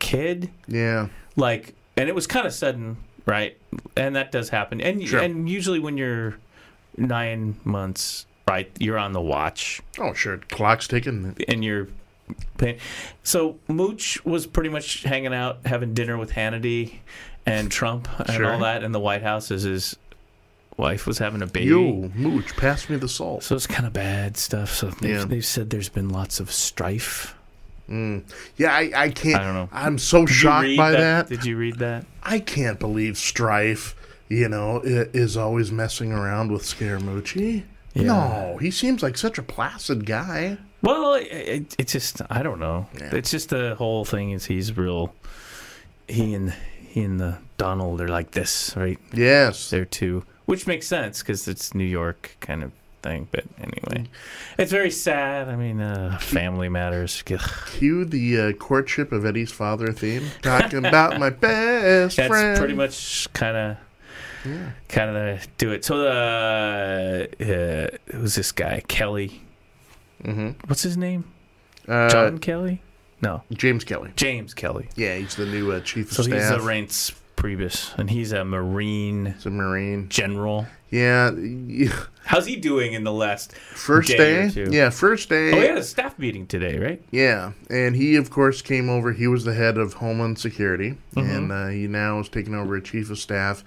[SPEAKER 1] kid,
[SPEAKER 2] Yeah,
[SPEAKER 1] like, and it was kind of sudden, right? And that does happen, and
[SPEAKER 2] Sure.
[SPEAKER 1] and usually when you're nine months, right, you're on the watch
[SPEAKER 2] oh sure, clock's ticking.
[SPEAKER 1] and you're. Paying. So Mooch was pretty much hanging out, having dinner with Hannity and Trump and
[SPEAKER 2] Sure.
[SPEAKER 1] all that in the White House as his wife was having a baby.
[SPEAKER 2] Yo, Mooch, pass me the salt.
[SPEAKER 1] So it's kind of bad stuff. So they've,
[SPEAKER 2] Yeah.
[SPEAKER 1] they've said there's been lots of strife.
[SPEAKER 2] Mm. Yeah, I, I can't.
[SPEAKER 1] I don't know.
[SPEAKER 2] I'm so
[SPEAKER 1] Did you
[SPEAKER 2] shocked
[SPEAKER 1] read
[SPEAKER 2] by that.
[SPEAKER 1] Did you read that?
[SPEAKER 2] I can't believe strife. You know, i- is always messing around with Scaramucci.
[SPEAKER 1] Yeah.
[SPEAKER 2] No, he seems like such a placid guy.
[SPEAKER 1] Well, it, it, it's just I don't know.
[SPEAKER 2] Yeah.
[SPEAKER 1] It's just the whole thing is he's real. He and he and the Donald are like this, right?
[SPEAKER 2] Yes,
[SPEAKER 1] They're two, which makes sense because it's New York kind of thing. But
[SPEAKER 2] Mm.
[SPEAKER 1] anyway, it's very sad. I mean, uh, family
[SPEAKER 2] [laughs]
[SPEAKER 1] matters. Ugh.
[SPEAKER 2] cue the uh, courtship of Eddie's father theme. Talking
[SPEAKER 1] [laughs]
[SPEAKER 2] about my best
[SPEAKER 1] That's
[SPEAKER 2] friend.
[SPEAKER 1] pretty much kind of
[SPEAKER 2] Yeah.
[SPEAKER 1] kind of do it. So the uh, who's this guy? Kelly.
[SPEAKER 2] hmm
[SPEAKER 1] What's his name?
[SPEAKER 2] Uh,
[SPEAKER 1] John Kelly? No,
[SPEAKER 2] James Kelly.
[SPEAKER 1] James Kelly.
[SPEAKER 2] Yeah, he's the new uh, chief of
[SPEAKER 1] So he's
[SPEAKER 2] staff.
[SPEAKER 1] a Reince Priebus, and he's a Marine
[SPEAKER 2] he's a Marine.
[SPEAKER 1] general.
[SPEAKER 2] Yeah. y- [laughs]
[SPEAKER 1] How's he doing in the last?
[SPEAKER 2] First
[SPEAKER 1] Day or
[SPEAKER 2] day.
[SPEAKER 1] two.
[SPEAKER 2] yeah, first day.
[SPEAKER 1] Oh, we had a staff meeting today, right?
[SPEAKER 2] Yeah, and he of course came over. He was the head of Homeland Security,
[SPEAKER 1] Mm-hmm.
[SPEAKER 2] and uh, he now is taking over as chief of staff.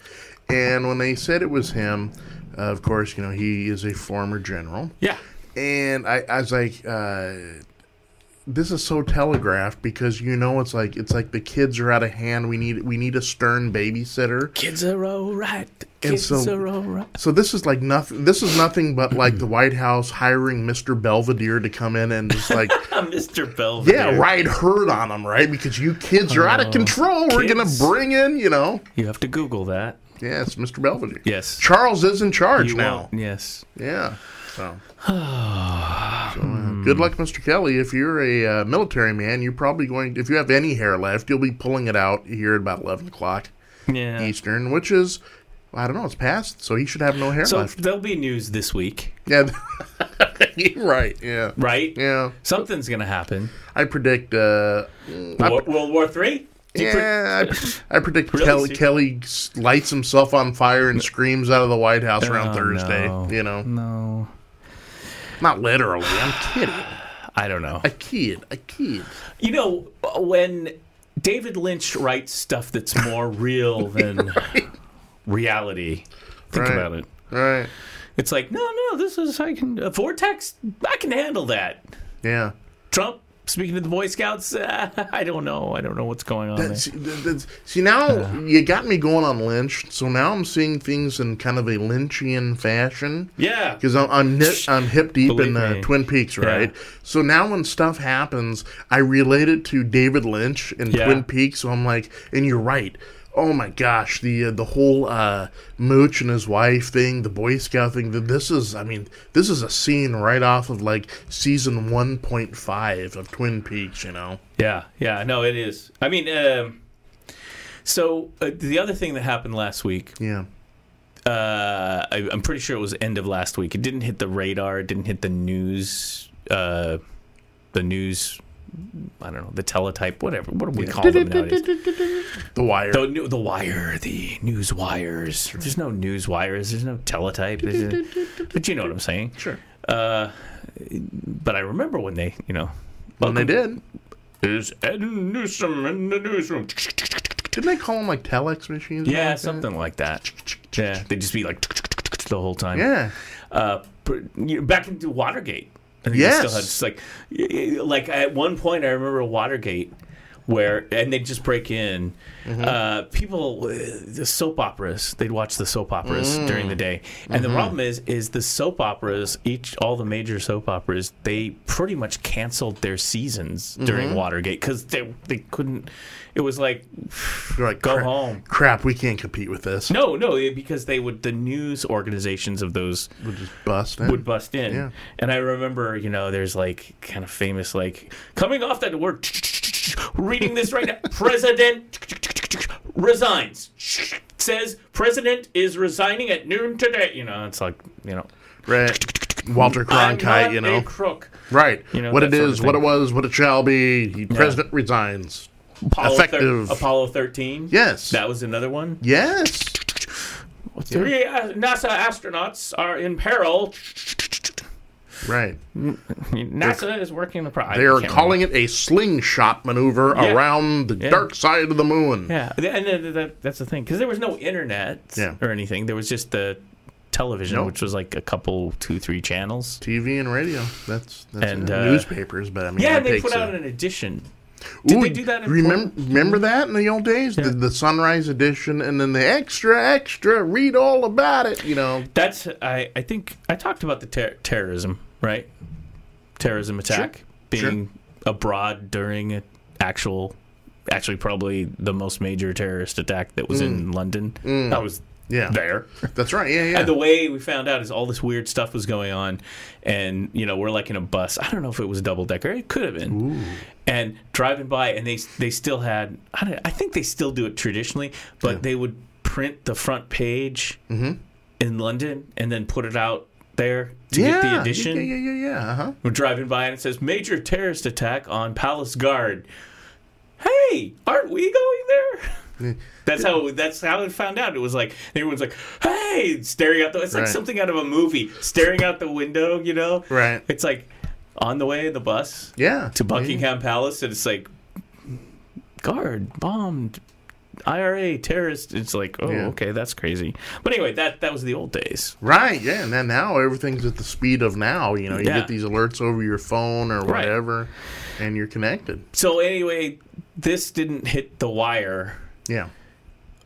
[SPEAKER 2] And when they said it was him, uh, of course, you know he is a former general.
[SPEAKER 1] Yeah.
[SPEAKER 2] And I, I was like, uh, this is so telegraphed because you know it's like it's like the kids are out of hand. We need we need a stern babysitter.
[SPEAKER 1] Kids are all right.
[SPEAKER 2] And
[SPEAKER 1] Kids
[SPEAKER 2] so-
[SPEAKER 1] are all right. [laughs]
[SPEAKER 2] So this is like nothing. This is nothing but like the White House hiring Mr. Belvedere to come in and
[SPEAKER 1] [laughs]
[SPEAKER 2] just like
[SPEAKER 1] Mr. Ah, Belvedere.
[SPEAKER 2] Yeah, ride herd on them, right? Because you kids are out of control. We're going
[SPEAKER 1] Oh, kids.
[SPEAKER 2] to bring in, you know.
[SPEAKER 1] You have to Google that.
[SPEAKER 2] Yeah, it's Mr. Belvedere.
[SPEAKER 1] Yes.
[SPEAKER 2] Charles is in charge
[SPEAKER 1] You
[SPEAKER 2] now.
[SPEAKER 1] won't- Yes.
[SPEAKER 2] Yeah. So.
[SPEAKER 1] [sighs]
[SPEAKER 2] So, uh, good luck, Mr. Kelly. If you're a uh, military man, you're probably going. If you have any hair left, you'll be pulling it out here at about eleven o'clock
[SPEAKER 1] Yeah.
[SPEAKER 2] Eastern, which is, I don't know, it's past, so he should have no hair
[SPEAKER 1] so
[SPEAKER 2] left.
[SPEAKER 1] there'll be news this week,
[SPEAKER 2] Yeah, [laughs] you're right. Yeah,
[SPEAKER 1] right?
[SPEAKER 2] yeah.
[SPEAKER 1] Something's gonna happen.
[SPEAKER 2] I predict. Uh, I-
[SPEAKER 1] Wor- World War Three.
[SPEAKER 2] Yeah, I, I predict
[SPEAKER 1] Really?
[SPEAKER 2] Kelly,
[SPEAKER 1] So-
[SPEAKER 2] Kelly s- lights himself on fire and screams out of the White House around
[SPEAKER 1] Oh,
[SPEAKER 2] Thursday.
[SPEAKER 1] no.
[SPEAKER 2] You know,
[SPEAKER 1] No.
[SPEAKER 2] not literally. I'm kidding.
[SPEAKER 1] I don't know.
[SPEAKER 2] A kid. A kid.
[SPEAKER 1] You know, when David Lynch writes stuff that's more real
[SPEAKER 2] [laughs]
[SPEAKER 1] than reality, think
[SPEAKER 2] Right.
[SPEAKER 1] about it.
[SPEAKER 2] All right.
[SPEAKER 1] It's like, no, no, this is, I can, a vortex, I can handle that.
[SPEAKER 2] Yeah.
[SPEAKER 1] Trump, speaking to the Boy Scouts, [laughs] uh, I don't know. I don't know what's going on
[SPEAKER 2] That's, that- that's, see, now you got me going on Lynch. So now I'm seeing things in kind of a Lynchian fashion.
[SPEAKER 1] there. Yeah.
[SPEAKER 2] Because I'm I'm,
[SPEAKER 1] [laughs]
[SPEAKER 2] nip, I'm hip deep
[SPEAKER 1] Believe
[SPEAKER 2] in uh,
[SPEAKER 1] me.
[SPEAKER 2] Twin Peaks, right?
[SPEAKER 1] Yeah.
[SPEAKER 2] So now when stuff happens, I relate it to David Lynch and
[SPEAKER 1] Yeah.
[SPEAKER 2] Twin Peaks. So I'm like, and you're right. Oh my gosh, the uh, the whole uh, Mooch and his wife thing, the Boy Scout thing. That this is, I mean, this is a scene right off of like season 1.5 of Twin Peaks. You know,
[SPEAKER 1] Yeah. Yeah. No, it is. I mean, um, so uh, the other thing that happened last week,
[SPEAKER 2] yeah,
[SPEAKER 1] uh, I, I'm pretty sure it was end of last week. It didn't hit the radar. It didn't hit the news. Uh, the news. I don't know the teletype, whatever. What do we call them nowadays?
[SPEAKER 2] The Wire.
[SPEAKER 1] The, new- the wire, the news wires. There's no news wires. There's no teletype. There's a- but you know what I'm saying.
[SPEAKER 2] Sure.
[SPEAKER 1] Uh, but I remember when they, you know,
[SPEAKER 2] Well, they did.
[SPEAKER 1] is Ed Newsom in the newsroom?
[SPEAKER 2] Didn't they call them like telex machines? or
[SPEAKER 1] Yeah,
[SPEAKER 2] like that?
[SPEAKER 1] something like that. Yeah, they'd just be like [laughs] the whole time.
[SPEAKER 2] Yeah.
[SPEAKER 1] Uh, pr- you- back into Watergate. I think they
[SPEAKER 2] Yes.
[SPEAKER 1] still had just like, y- y- like at one point I remember Watergate where and they'd just break in. Uh, people, uh, the soap operas. They'd watch the soap operas during the day. And the problem is, is the soap operas. Each all the major soap operas. They pretty much canceled their seasons during Watergate because they they couldn't. It was like [sighs]
[SPEAKER 2] They're like,
[SPEAKER 1] Go
[SPEAKER 2] "Crap-
[SPEAKER 1] home."
[SPEAKER 2] Crap, we can't compete with this.
[SPEAKER 1] no, no, because they would the news organizations of those
[SPEAKER 2] We'll just bust in.
[SPEAKER 1] would bust in.
[SPEAKER 2] Yeah.
[SPEAKER 1] And I remember, you know, there's like kind of famous, like coming off that word, reading this right now. President resigns. Says president is resigning at noon today. You know, it's like you know,
[SPEAKER 2] right. Walter
[SPEAKER 1] I'm
[SPEAKER 2] Cronkite,
[SPEAKER 1] not
[SPEAKER 2] you
[SPEAKER 1] a
[SPEAKER 2] know.
[SPEAKER 1] crook.
[SPEAKER 2] Right.
[SPEAKER 1] You know,
[SPEAKER 2] what
[SPEAKER 1] that
[SPEAKER 2] it
[SPEAKER 1] sort of
[SPEAKER 2] is, what it
[SPEAKER 1] thing.
[SPEAKER 2] was, what it shall be. The president resigns.
[SPEAKER 1] Apollo thir-
[SPEAKER 2] Effective.
[SPEAKER 1] Apollo 13.
[SPEAKER 2] Yes.
[SPEAKER 1] that was another one.
[SPEAKER 2] Yes.
[SPEAKER 1] Three uh, NASA astronauts are in peril.
[SPEAKER 2] Right.
[SPEAKER 1] NASA is working the project.
[SPEAKER 2] They are calling it a slingshot maneuver
[SPEAKER 1] Yeah.
[SPEAKER 2] around the dark side of the moon.
[SPEAKER 1] Yeah, th- and th- that, that's the thing because there was no internet
[SPEAKER 2] Yeah.
[SPEAKER 1] or anything. There was just the television,
[SPEAKER 2] Nope.
[SPEAKER 1] which was like a couple, two, three channels.
[SPEAKER 2] TV and radio. That's, that's
[SPEAKER 1] And,
[SPEAKER 2] it.
[SPEAKER 1] uh,
[SPEAKER 2] newspapers, but I mean,
[SPEAKER 1] Yeah,
[SPEAKER 2] that
[SPEAKER 1] and they
[SPEAKER 2] takes
[SPEAKER 1] put
[SPEAKER 2] a-
[SPEAKER 1] out an edition. Did they do that in
[SPEAKER 2] remember, remember that in the old days? The, the sunrise edition and then the extra, extra, read all about it, you know.
[SPEAKER 1] That's I, I think I talked about the ter- terrorism, right? Terrorism attack being abroad during an actual, actually probably the most major terrorist attack that was in London. That was
[SPEAKER 2] Mm. Yeah.
[SPEAKER 1] there.
[SPEAKER 2] That's right. Yeah, yeah.
[SPEAKER 1] And the way we found out is all this weird stuff was going on, and you know we're like in a bus. I don't know if it was a double decker. It could have been. And driving by, and they they still had. I, don't, I think they still do it traditionally, but they would print the front page
[SPEAKER 2] Mm-hmm.
[SPEAKER 1] in London and then put it out there to
[SPEAKER 2] yeah.
[SPEAKER 1] get the edition.
[SPEAKER 2] Yeah, yeah, yeah, yeah. Uh-huh.
[SPEAKER 1] We're driving by, and it says major terrorist attack on Palace Guard. Hey, aren't we going there? [laughs]
[SPEAKER 2] uh-huh.
[SPEAKER 1] That's how. That's how it found out. It was like everyone's like, "Hey!" Staring out the. It's like
[SPEAKER 2] Right.
[SPEAKER 1] something out of a movie. Staring out the window, you know.
[SPEAKER 2] Right. Mm-hmm.
[SPEAKER 1] It's like on the way in the bus
[SPEAKER 2] Yeah.
[SPEAKER 1] to Buckingham Palace, and it's like guard bombed, IRA terrorist. It's like, oh,
[SPEAKER 2] Yeah.
[SPEAKER 1] okay, that's crazy. But anyway, that that was the old days.
[SPEAKER 2] Right, yeah, and then now everything's at the speed of now. You know, you
[SPEAKER 1] Yeah.
[SPEAKER 2] get these alerts over your phone or
[SPEAKER 1] Right.
[SPEAKER 2] whatever, and you're connected.
[SPEAKER 1] So anyway, this didn't hit the wire.
[SPEAKER 2] Yeah,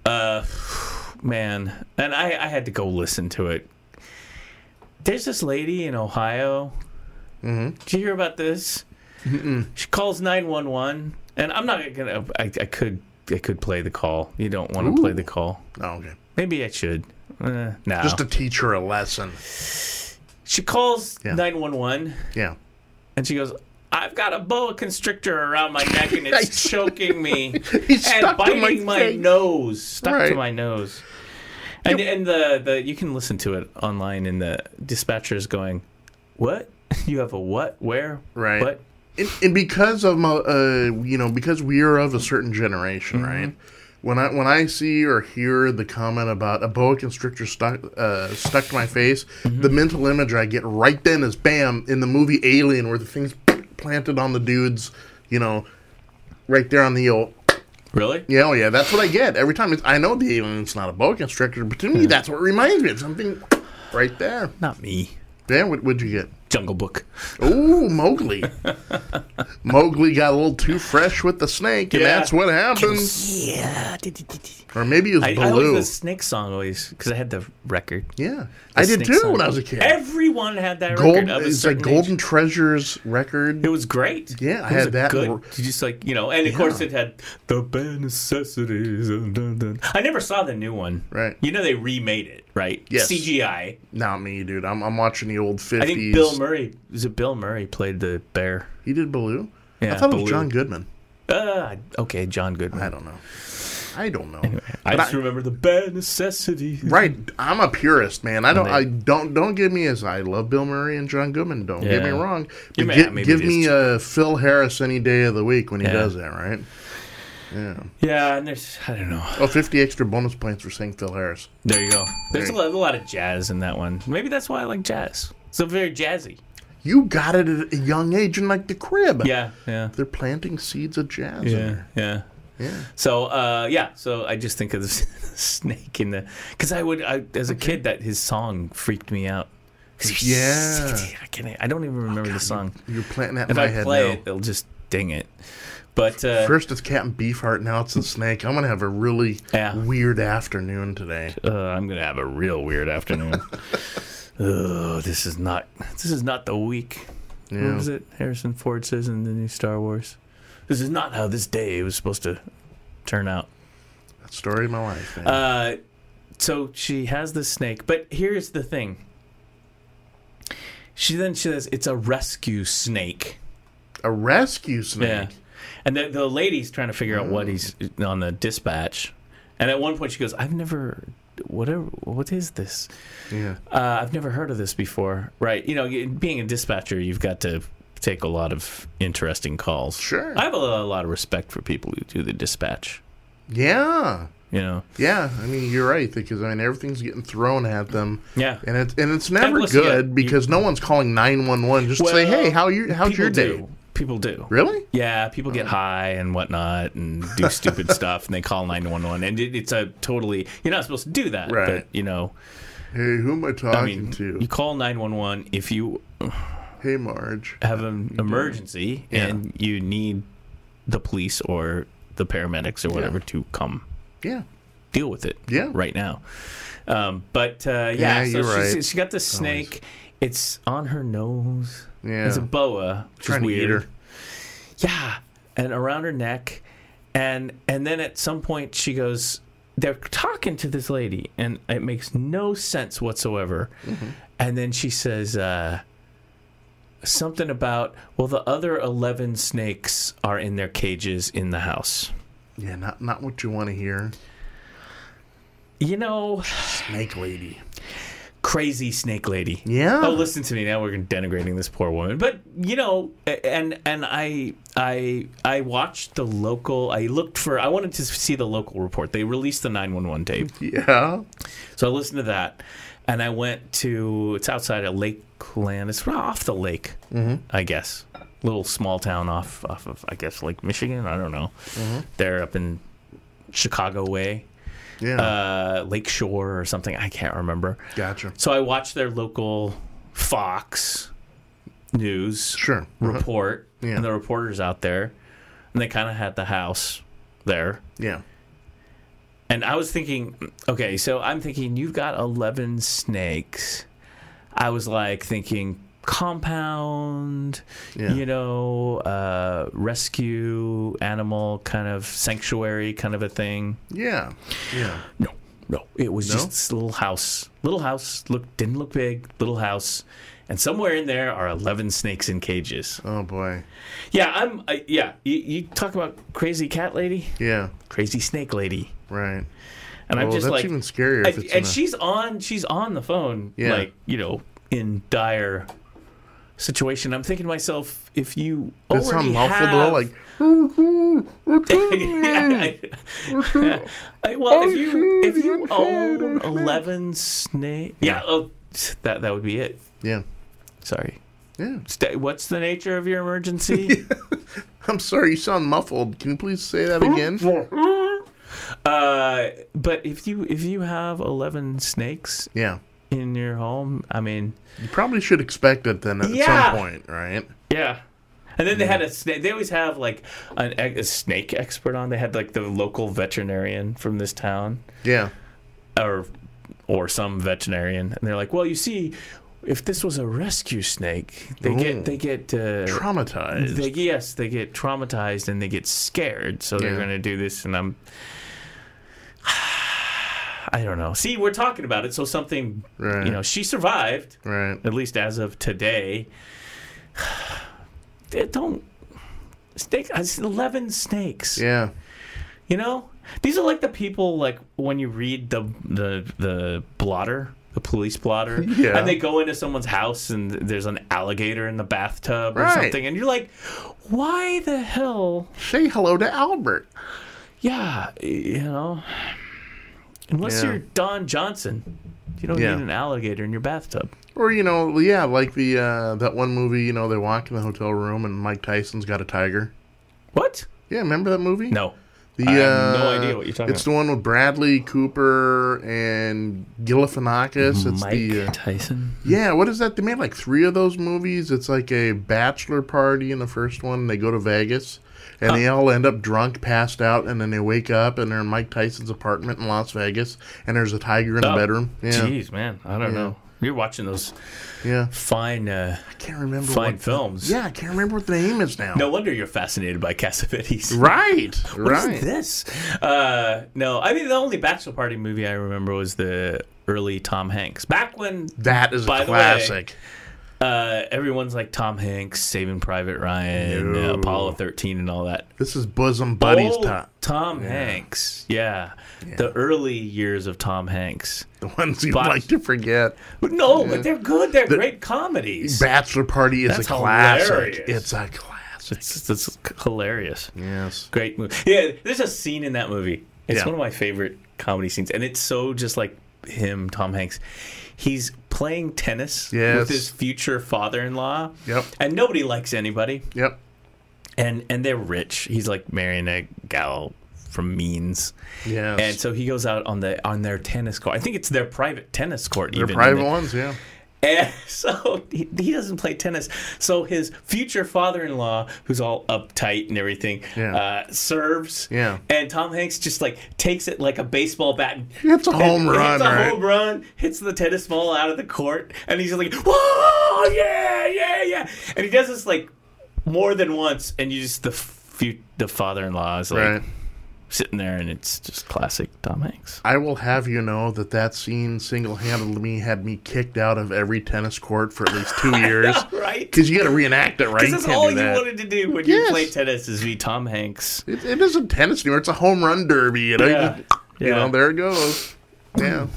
[SPEAKER 1] uh [sighs] man and i i had to go listen to it there's this lady in ohio
[SPEAKER 2] Mm-hmm.
[SPEAKER 1] did you hear about this she calls 911 and i'm not gonna I, I could i could play the call you don't want to play
[SPEAKER 2] Ooh.
[SPEAKER 1] the call
[SPEAKER 2] oh, okay.
[SPEAKER 1] maybe i should uh, no
[SPEAKER 2] Just to teach her a lesson.
[SPEAKER 1] she calls
[SPEAKER 2] Yeah.
[SPEAKER 1] 911
[SPEAKER 2] Yeah,
[SPEAKER 1] and she goes I've got a boa constrictor around my neck
[SPEAKER 2] [laughs]
[SPEAKER 1] and
[SPEAKER 2] Nice.
[SPEAKER 1] it's choking me
[SPEAKER 2] [laughs] He's
[SPEAKER 1] and
[SPEAKER 2] stuck to my
[SPEAKER 1] biting my,
[SPEAKER 2] face.
[SPEAKER 1] nose, stuck to
[SPEAKER 2] Right.
[SPEAKER 1] my nose. And and the, the you can listen to it online, and the dispatcher is going, "What? [laughs] You have a what? Where?
[SPEAKER 2] Right.
[SPEAKER 1] What?
[SPEAKER 2] and, and because of my, uh, you know, because we are of a certain generation, right? When I when I see or hear the comment about a boa constrictor stuck uh, stuck to my face, the mental image I get right then is bam in the movie Alien, where the thing's planted on the dude's, you know, right there on the old
[SPEAKER 1] Really?
[SPEAKER 2] Yeah, oh yeah, that's what I get every time. It's, I know the alien's not a boa constrictor, but to me, that's what reminds me of something right there.
[SPEAKER 1] Not me.
[SPEAKER 2] Dan, what, what'd you get?
[SPEAKER 1] Jungle Book. [laughs]
[SPEAKER 2] Ooh, Mowgli. Mowgli got a little too fresh with the snake, and
[SPEAKER 1] Yeah.
[SPEAKER 2] that's
[SPEAKER 1] [laughs]
[SPEAKER 2] what happens.
[SPEAKER 1] Yeah.
[SPEAKER 2] Or maybe it was
[SPEAKER 1] I, I like
[SPEAKER 2] Baloo.
[SPEAKER 1] the Snake song always because I had the record.
[SPEAKER 2] yeah, I did
[SPEAKER 1] Snake
[SPEAKER 2] too
[SPEAKER 1] song.
[SPEAKER 2] when I was a kid.
[SPEAKER 1] Everyone had that
[SPEAKER 2] Gold,
[SPEAKER 1] record. Of a
[SPEAKER 2] it's like
[SPEAKER 1] certain age.
[SPEAKER 2] Golden Treasures record.
[SPEAKER 1] It was great.
[SPEAKER 2] Yeah,
[SPEAKER 1] it
[SPEAKER 2] I
[SPEAKER 1] was
[SPEAKER 2] had
[SPEAKER 1] a
[SPEAKER 2] that
[SPEAKER 1] Good,
[SPEAKER 2] in-
[SPEAKER 1] you just like you know, and of course
[SPEAKER 2] Yeah.
[SPEAKER 1] it had the bare necessities. and dun dun. I never saw the new one.
[SPEAKER 2] Right.
[SPEAKER 1] You know they remade it, right?
[SPEAKER 2] Yes.
[SPEAKER 1] CGI.
[SPEAKER 2] Not me, dude. I'm, I'm watching the old
[SPEAKER 1] I
[SPEAKER 2] fifties.
[SPEAKER 1] think Bill Murray. Is it Bill Murray played the bear?
[SPEAKER 2] He did Baloo.
[SPEAKER 1] Yeah,
[SPEAKER 2] I thought it
[SPEAKER 1] Baloo.
[SPEAKER 2] was John Goodman.
[SPEAKER 1] Uh, okay, John Goodman.
[SPEAKER 2] I don't know. I don't know.
[SPEAKER 1] I
[SPEAKER 2] But
[SPEAKER 1] just remember the bare necessities.
[SPEAKER 2] Right, I'm a purist, man. I don't,
[SPEAKER 1] they-
[SPEAKER 2] I don't, don't give me as I love Bill Murray and John Goodman. Don't get me
[SPEAKER 1] Yeah.
[SPEAKER 2] wrong.
[SPEAKER 1] You
[SPEAKER 2] But
[SPEAKER 1] may-
[SPEAKER 2] gi-
[SPEAKER 1] maybe
[SPEAKER 2] give
[SPEAKER 1] it is
[SPEAKER 2] me
[SPEAKER 1] true.
[SPEAKER 2] uh, Phil Harris any day of the week when he
[SPEAKER 1] Yeah.
[SPEAKER 2] does that, right? Yeah.
[SPEAKER 1] Yeah, and there's I don't know.
[SPEAKER 2] Oh, 50 extra bonus points for saying Phil Harris.
[SPEAKER 1] There you go. There's a
[SPEAKER 2] There
[SPEAKER 1] lot, a lot of jazz in that one. Maybe that's why I like jazz. So very jazzy.
[SPEAKER 2] You got it at a young age in like the crib.
[SPEAKER 1] Yeah, yeah,
[SPEAKER 2] They're planting seeds of jazz in
[SPEAKER 1] yeah,
[SPEAKER 2] there.
[SPEAKER 1] yeah.
[SPEAKER 2] Yeah.
[SPEAKER 1] So uh, yeah, so I just think of the [laughs] snake in the because I would I, as a kid that his song freaked me out. Oh, 'Cause he- [laughs]
[SPEAKER 2] Yeah.
[SPEAKER 1] I can't. I don't even remember the song.
[SPEAKER 2] You're planting that in
[SPEAKER 1] If
[SPEAKER 2] my
[SPEAKER 1] I
[SPEAKER 2] head
[SPEAKER 1] play
[SPEAKER 2] now.
[SPEAKER 1] it, it'll just ding it. But uh,
[SPEAKER 2] First it's Captain Beefheart, now it's the snake. I'm gonna have a really
[SPEAKER 1] Yeah.
[SPEAKER 2] weird afternoon today.
[SPEAKER 1] uh, I'm gonna have a real weird afternoon. [laughs] Ugh, this is not this is not the week. What
[SPEAKER 2] Yeah.
[SPEAKER 1] was it? Harrison Ford says in the new Star Wars. This is not how this day was supposed to turn out.
[SPEAKER 2] That story of my life. Man.
[SPEAKER 1] Uh, so she has the snake, but here's the thing. She then says it's a rescue snake.
[SPEAKER 2] a rescue snake.
[SPEAKER 1] And the, the lady's trying to figure out what he's on the dispatch. And at one point she goes, I've never, whatever, what is this?
[SPEAKER 2] Yeah.
[SPEAKER 1] Uh, I've never heard of this before. Right. You know, you- being a dispatcher, you've got to take a lot of interesting calls.
[SPEAKER 2] Sure.
[SPEAKER 1] I have a, a lot of respect for people who do the dispatch,
[SPEAKER 2] Yeah.
[SPEAKER 1] you know?
[SPEAKER 2] Yeah. I mean you're right, because I mean everything's getting thrown at them.
[SPEAKER 1] Yeah.
[SPEAKER 2] And it's and it's never
[SPEAKER 1] listen,
[SPEAKER 2] good
[SPEAKER 1] yeah, you-
[SPEAKER 2] because no one's calling nine one one just to say,
[SPEAKER 1] Well,
[SPEAKER 2] Hey, how you how's
[SPEAKER 1] people
[SPEAKER 2] your day?
[SPEAKER 1] Do. People do.
[SPEAKER 2] Really?
[SPEAKER 1] Yeah, people
[SPEAKER 2] Um,
[SPEAKER 1] get high and whatnot and do
[SPEAKER 2] [laughs]
[SPEAKER 1] stupid stuff, and they call nine one one, and it, it's a totally you're not supposed to do that,
[SPEAKER 2] Right.
[SPEAKER 1] But you know,
[SPEAKER 2] Hey, who am I talking
[SPEAKER 1] I mean,
[SPEAKER 2] to?
[SPEAKER 1] you call nine one one if you
[SPEAKER 2] hey Marge.
[SPEAKER 1] have an emergency
[SPEAKER 2] Yeah.
[SPEAKER 1] and you need the police or the paramedics or whatever to come
[SPEAKER 2] Yeah.
[SPEAKER 1] deal with it
[SPEAKER 2] Yeah.
[SPEAKER 1] right now. Um, but uh, yeah,
[SPEAKER 2] Yeah,
[SPEAKER 1] so
[SPEAKER 2] you're
[SPEAKER 1] she,
[SPEAKER 2] right.
[SPEAKER 1] she got the snake. It's on her nose.
[SPEAKER 2] Yeah.
[SPEAKER 1] It's a boa. Which
[SPEAKER 2] Trying
[SPEAKER 1] is
[SPEAKER 2] to eat
[SPEAKER 1] weird.
[SPEAKER 2] her.
[SPEAKER 1] Yeah, and around her neck, and and then at some point she goes. They're talking to this lady, and it makes no sense whatsoever. And then she says uh, something about, "Well, the other eleven snakes are in their cages in the house."
[SPEAKER 2] Yeah, not not what you want to hear.
[SPEAKER 1] You know, [sighs]
[SPEAKER 2] Snake lady.
[SPEAKER 1] crazy snake lady.
[SPEAKER 2] Yeah.
[SPEAKER 1] Oh, listen to me. Now we're denigrating this poor woman. But you know, a- and and I I I watched the local. I looked for. I wanted to see the local report. They released the nine one one tape,
[SPEAKER 2] Yeah.
[SPEAKER 1] so I listened to that, and I went to. It's outside of Lakeland. It's right off the lake,
[SPEAKER 2] Mm-hmm.
[SPEAKER 1] I guess. Little small town off off of I guess Lake Michigan. I don't know. They're up in Chicago way,
[SPEAKER 2] Yeah.
[SPEAKER 1] uh, Lake Shore or something. I can't remember.
[SPEAKER 2] gotcha.
[SPEAKER 1] So I watched their local Fox News
[SPEAKER 2] Sure.
[SPEAKER 1] report,
[SPEAKER 2] Uh-huh. Yeah.
[SPEAKER 1] and the reporters out there, and they kind of had the house there.
[SPEAKER 2] Yeah.
[SPEAKER 1] And I was thinking, okay, so I'm thinking you've got 11 snakes. I was like thinking compound,
[SPEAKER 2] Yeah.
[SPEAKER 1] you know, uh, rescue animal kind of sanctuary kind of a thing.
[SPEAKER 2] Yeah. Yeah.
[SPEAKER 1] No, no. It was
[SPEAKER 2] No?
[SPEAKER 1] just this little house. Little house. Look, didn't look big. Little house. And somewhere in there are eleven snakes in cages.
[SPEAKER 2] Oh boy.
[SPEAKER 1] Yeah, I'm. I, yeah, you, you talk about crazy cat lady,
[SPEAKER 2] Yeah.
[SPEAKER 1] crazy snake lady,
[SPEAKER 2] Right.
[SPEAKER 1] and I'm
[SPEAKER 2] well,
[SPEAKER 1] just
[SPEAKER 2] Oh, that's
[SPEAKER 1] like,
[SPEAKER 2] even scarier if
[SPEAKER 1] and,
[SPEAKER 2] it's
[SPEAKER 1] and
[SPEAKER 2] in a-
[SPEAKER 1] she's on. She's on the phone.
[SPEAKER 2] Yeah.
[SPEAKER 1] Like you know, in dire situation. I'm thinking to myself, if you
[SPEAKER 2] Does it
[SPEAKER 1] already
[SPEAKER 2] sound mouthful
[SPEAKER 1] have,
[SPEAKER 2] though? Like,
[SPEAKER 1] I- I- [laughs] well, if you if you own eleven snake, yeah, oh, that that would be it.
[SPEAKER 2] yeah,
[SPEAKER 1] Sorry.
[SPEAKER 2] yeah.
[SPEAKER 1] Sta what's the nature of your [laughs] emergency?
[SPEAKER 2] I'm sorry, you sound muffled. Can you please say that again?
[SPEAKER 1] [laughs] uh, but if you if you have eleven snakes
[SPEAKER 2] yeah,
[SPEAKER 1] in your home, I mean,
[SPEAKER 2] you probably should expect it then at
[SPEAKER 1] Yeah.
[SPEAKER 2] some point, right?
[SPEAKER 1] yeah. And then they had a snake. They always have like an, ex- a snake expert on. They had like the local veterinarian from this town.
[SPEAKER 2] Yeah,
[SPEAKER 1] or or some veterinarian, and they're like, "Well, you see, if this was a rescue snake, they
[SPEAKER 2] Ooh.
[SPEAKER 1] get they get uh,
[SPEAKER 2] traumatized.
[SPEAKER 1] they yes they get traumatized and they get scared, so they're
[SPEAKER 2] Yeah.
[SPEAKER 1] going to do this." And I'm, [sighs] I don't know. See, we're talking about it, so something
[SPEAKER 2] Right.
[SPEAKER 1] you know, she survived
[SPEAKER 2] right.
[SPEAKER 1] at least as of today. [sighs] They don't snake. It's Eleven snakes.
[SPEAKER 2] Yeah,
[SPEAKER 1] You know, these are like the people like when you read the the the blotter, the police blotter,
[SPEAKER 2] [laughs] Yeah.
[SPEAKER 1] and they go into someone's house and there's an alligator in the bathtub or
[SPEAKER 2] Right.
[SPEAKER 1] something, and you're like, why the hell?
[SPEAKER 2] say hello to Albert.
[SPEAKER 1] Yeah, you know, unless
[SPEAKER 2] Yeah.
[SPEAKER 1] you're Don Johnson, you don't
[SPEAKER 2] Yeah.
[SPEAKER 1] need an alligator in your bathtub.
[SPEAKER 2] Or you know, yeah, like the uh, that one movie. You know, they walk in the hotel room and Mike Tyson's got a tiger.
[SPEAKER 1] What?
[SPEAKER 2] Yeah, remember that movie?
[SPEAKER 1] No.
[SPEAKER 2] The,
[SPEAKER 1] I have no
[SPEAKER 2] uh,
[SPEAKER 1] idea what you're talking
[SPEAKER 2] It's the one with Bradley Cooper and Gilifianakis. It's
[SPEAKER 1] Mike
[SPEAKER 2] the uh,
[SPEAKER 1] Tyson.
[SPEAKER 2] yeah. What is that? They made like three of those movies. It's like a bachelor party in the first one. They go to Vegas and they all end up drunk, passed out, and then they wake up and they're in Mike Tyson's apartment in Las Vegas. And there's a tiger in
[SPEAKER 1] Oh,
[SPEAKER 2] the bedroom. Yeah,
[SPEAKER 1] Jeez, man, I don't
[SPEAKER 2] Yeah.
[SPEAKER 1] know. You're watching those
[SPEAKER 2] yeah.
[SPEAKER 1] fine, uh,
[SPEAKER 2] I can't remember.
[SPEAKER 1] fine
[SPEAKER 2] what,
[SPEAKER 1] films.
[SPEAKER 2] Yeah, I can't remember what the name is now.
[SPEAKER 1] No wonder you're fascinated by Cassavetes.
[SPEAKER 2] Right.
[SPEAKER 1] What
[SPEAKER 2] right.
[SPEAKER 1] is this? Uh, no, I mean the only bachelor party movie I remember was the early Tom Hanks. Back when
[SPEAKER 2] That is
[SPEAKER 1] By
[SPEAKER 2] a
[SPEAKER 1] the way,
[SPEAKER 2] classic.
[SPEAKER 1] uh, everyone's like Tom Hanks, Saving Private Ryan,
[SPEAKER 2] No.
[SPEAKER 1] uh, Apollo 13, and all that.
[SPEAKER 2] this is bosom buddies
[SPEAKER 1] Old
[SPEAKER 2] time.
[SPEAKER 1] Tom Hanks, yeah. the early years of Tom Hanks.
[SPEAKER 2] The ones you'd
[SPEAKER 1] But-
[SPEAKER 2] like to forget.
[SPEAKER 1] But no, but they're good. They're great comedies.
[SPEAKER 2] Bachelor Party is
[SPEAKER 1] That's
[SPEAKER 2] a classic.
[SPEAKER 1] hilarious.
[SPEAKER 2] It's a classic.
[SPEAKER 1] It's, it's- it's hilarious.
[SPEAKER 2] Yes.
[SPEAKER 1] Great movie. Yeah, there's a scene in that movie. It's
[SPEAKER 2] Yeah.
[SPEAKER 1] one of my favorite comedy scenes, and it's so just like him, Tom Hanks. He's playing tennis
[SPEAKER 2] Yes.
[SPEAKER 1] with his future father-in-law.
[SPEAKER 2] Yep.
[SPEAKER 1] And nobody likes anybody,
[SPEAKER 2] Yep.
[SPEAKER 1] and and they're rich. He's like marrying a gal from Means,
[SPEAKER 2] Yes.
[SPEAKER 1] and so he goes out on the on their tennis court. I think it's their private tennis court.
[SPEAKER 2] They're
[SPEAKER 1] even.
[SPEAKER 2] private
[SPEAKER 1] And-
[SPEAKER 2] ones, yeah.
[SPEAKER 1] and [laughs] so he, he doesn't play tennis. So his future father-in-law, who's all uptight and everything,
[SPEAKER 2] Yeah.
[SPEAKER 1] uh, serves.
[SPEAKER 2] Yeah.
[SPEAKER 1] And Tom Hanks just like takes it like a baseball bat. and-
[SPEAKER 2] It's a home
[SPEAKER 1] [laughs]
[SPEAKER 2] run,
[SPEAKER 1] Hits a
[SPEAKER 2] right?
[SPEAKER 1] home run. Hits the tennis ball out of the court, and he's like, "Whoa, yeah, yeah, yeah!" And he does this like more than once, and you just the fu- the father-in-law is like
[SPEAKER 2] Right.
[SPEAKER 1] sitting there, and it's just classic Tom Hanks.
[SPEAKER 2] I will have you know that that scene single-handedly had me kicked out of every tennis court for at least
[SPEAKER 1] [laughs]
[SPEAKER 2] two years.
[SPEAKER 1] Right?
[SPEAKER 2] Because you got to reenact it, right? You
[SPEAKER 1] Because that's
[SPEAKER 2] can't
[SPEAKER 1] all you
[SPEAKER 2] do that.
[SPEAKER 1] wanted to do when you
[SPEAKER 2] Yes.
[SPEAKER 1] played tennis is be Tom Hanks.
[SPEAKER 2] It, it isn't tennis anymore. It's a home run derby. You know,
[SPEAKER 1] Yeah.
[SPEAKER 2] You-
[SPEAKER 1] Yeah.
[SPEAKER 2] you know, there it goes. Yeah.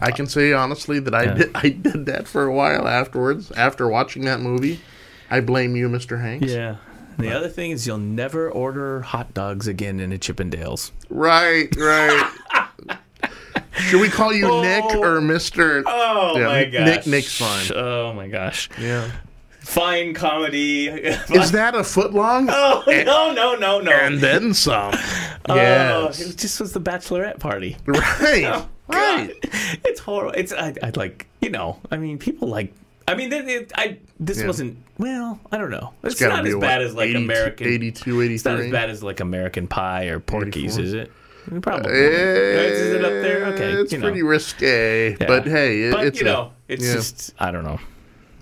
[SPEAKER 2] I can say honestly that I
[SPEAKER 1] Yeah.
[SPEAKER 2] did I did that for a while afterwards after watching that movie. I blame you, Mr. Hanks.
[SPEAKER 1] Yeah. And the other thing is you'll never order hot dogs again in a Chippendales.
[SPEAKER 2] Right,
[SPEAKER 1] [laughs]
[SPEAKER 2] right. Should we call you Nick
[SPEAKER 1] Oh.
[SPEAKER 2] or Mr.
[SPEAKER 1] Oh
[SPEAKER 2] Yeah,
[SPEAKER 1] my
[SPEAKER 2] Nick-
[SPEAKER 1] gosh.
[SPEAKER 2] Nick's fine.
[SPEAKER 1] Oh my gosh.
[SPEAKER 2] yeah.
[SPEAKER 1] Fine
[SPEAKER 2] [laughs]
[SPEAKER 1] comedy.
[SPEAKER 2] Is that a foot long?
[SPEAKER 1] oh no no no no.
[SPEAKER 2] And
[SPEAKER 1] [laughs]
[SPEAKER 2] then some.
[SPEAKER 1] Oh,
[SPEAKER 2] yes.
[SPEAKER 1] it just was the bachelorette party.
[SPEAKER 2] Right.
[SPEAKER 1] Oh, God,
[SPEAKER 2] right.
[SPEAKER 1] It's horrible. It's I, I like you know. I mean, people like. I mean, it, it, I this
[SPEAKER 2] Yeah.
[SPEAKER 1] wasn't well. I don't know. It's,
[SPEAKER 2] gotta
[SPEAKER 1] not
[SPEAKER 2] be
[SPEAKER 1] as
[SPEAKER 2] what,
[SPEAKER 1] bad as like
[SPEAKER 2] 82
[SPEAKER 1] American.
[SPEAKER 2] 82,
[SPEAKER 1] It's not as
[SPEAKER 2] 83.
[SPEAKER 1] bad as like American Pie or Porky's,
[SPEAKER 2] 84.
[SPEAKER 1] is it? Probably.
[SPEAKER 2] Is
[SPEAKER 1] it up there? Okay,
[SPEAKER 2] It's
[SPEAKER 1] you know.
[SPEAKER 2] pretty risque, but hey, it,
[SPEAKER 1] but
[SPEAKER 2] it's
[SPEAKER 1] you
[SPEAKER 2] a-
[SPEAKER 1] know, it's
[SPEAKER 2] yeah.
[SPEAKER 1] just I don't know.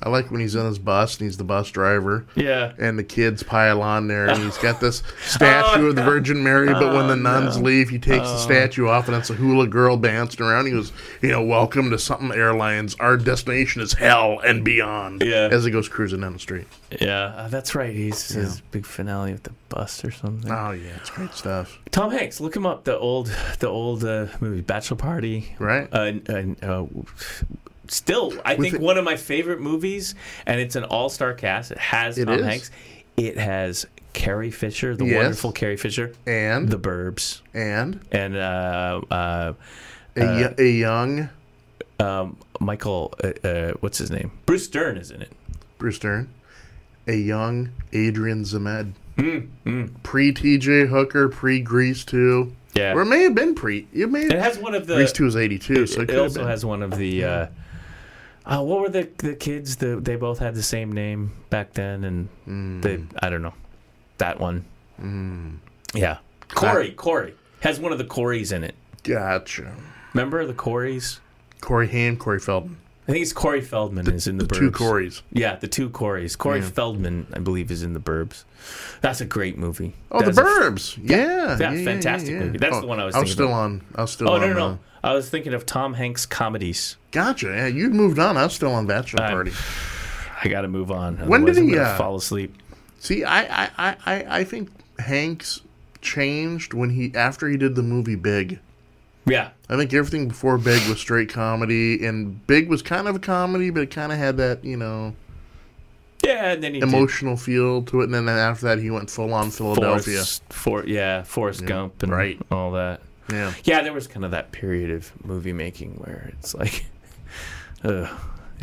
[SPEAKER 2] I like when he's on his bus and he's the bus driver.
[SPEAKER 1] Yeah.
[SPEAKER 2] And the kids pile on there, and he's
[SPEAKER 1] [laughs]
[SPEAKER 2] got this [laughs] statue
[SPEAKER 1] Oh,
[SPEAKER 2] of the Virgin Mary. But when the nuns leave, he takes the statue off, and it's a hula girl dancing around. He goes, "You know, welcome to something airlines. Our destination is hell and beyond."
[SPEAKER 1] Yeah.
[SPEAKER 2] As he goes cruising down the street.
[SPEAKER 1] Yeah, uh, that's right. He's his big finale with the bus or something.
[SPEAKER 2] Oh yeah, it's great stuff,
[SPEAKER 1] Tom Hanks, look him up. The old, the old uh, movie, Bachelor Party.
[SPEAKER 2] right?
[SPEAKER 1] Uh, and- and, uh, still, I
[SPEAKER 2] With
[SPEAKER 1] think
[SPEAKER 2] it-
[SPEAKER 1] one of my favorite movies, and it's an all-star cast. It has
[SPEAKER 2] It
[SPEAKER 1] Tom
[SPEAKER 2] is.
[SPEAKER 1] Hanks. It has Carrie Fisher, the
[SPEAKER 2] Yes.
[SPEAKER 1] wonderful Carrie Fisher,
[SPEAKER 2] and
[SPEAKER 1] The Burbs,
[SPEAKER 2] and
[SPEAKER 1] and uh, uh,
[SPEAKER 2] a, y- a young
[SPEAKER 1] um, Michael. Uh, uh, what's his name? Bruce Stern is in it.
[SPEAKER 2] Bruce Stern, a young Adrian Zemed.
[SPEAKER 1] Hmm,
[SPEAKER 2] Pre TJ Hooker, pre Grease 2.
[SPEAKER 1] Yeah.
[SPEAKER 2] Or it may have been pre. You may
[SPEAKER 1] It
[SPEAKER 2] have,
[SPEAKER 1] has one of the.
[SPEAKER 2] Grease 2 is 82, so it,
[SPEAKER 1] It
[SPEAKER 2] could have
[SPEAKER 1] also
[SPEAKER 2] been.
[SPEAKER 1] has one of the. Uh, uh, what were the the kids? The, they both had the same name back then, and
[SPEAKER 2] Hmm.
[SPEAKER 1] they I don't know that one. Yeah, Corey. Corey has one of the Coreys in it.
[SPEAKER 2] Gotcha.
[SPEAKER 1] Remember the Coreys?
[SPEAKER 2] Corey Haim, Corey Feldman.
[SPEAKER 1] I think it's Corey Feldman is in the, Burbs.
[SPEAKER 2] Two Corys.
[SPEAKER 1] Yeah, the two Coreys. Corey Feldman, I believe, is in the Burbs. That's a great movie.
[SPEAKER 2] Oh,
[SPEAKER 1] That's
[SPEAKER 2] The
[SPEAKER 1] a f-
[SPEAKER 2] Burbs. yeah.
[SPEAKER 1] yeah,
[SPEAKER 2] yeah, yeah,
[SPEAKER 1] fantastic
[SPEAKER 2] yeah.
[SPEAKER 1] movie. That's
[SPEAKER 2] Oh,
[SPEAKER 1] the one I was
[SPEAKER 2] I was
[SPEAKER 1] thinking
[SPEAKER 2] still on. I was still
[SPEAKER 1] oh
[SPEAKER 2] on.
[SPEAKER 1] no, no,
[SPEAKER 2] uh,
[SPEAKER 1] no! I was thinking of Tom Hanks comedies.
[SPEAKER 2] gotcha. Yeah, you'd moved on. I was still on Bachelor
[SPEAKER 1] Uh,
[SPEAKER 2] Party.
[SPEAKER 1] I got to move on.
[SPEAKER 2] When did
[SPEAKER 1] otherwise I'm
[SPEAKER 2] he,
[SPEAKER 1] gonna
[SPEAKER 2] uh,
[SPEAKER 1] fall asleep?
[SPEAKER 2] See, I, I, I, I, I think Hanks changed when he after he did the movie Big.
[SPEAKER 1] Yeah,
[SPEAKER 2] I think everything before Big was straight comedy, and Big was kind of a comedy, but it kind of had that you know
[SPEAKER 1] yeah, and then he did
[SPEAKER 2] emotional feel to it. And then after that, he went full on Philadelphia.
[SPEAKER 1] Forrest, for, yeah, Forrest Gump and
[SPEAKER 2] right.
[SPEAKER 1] all that.
[SPEAKER 2] Yeah,
[SPEAKER 1] Yeah, there was kind of that period of movie making where it's like, [laughs] uh,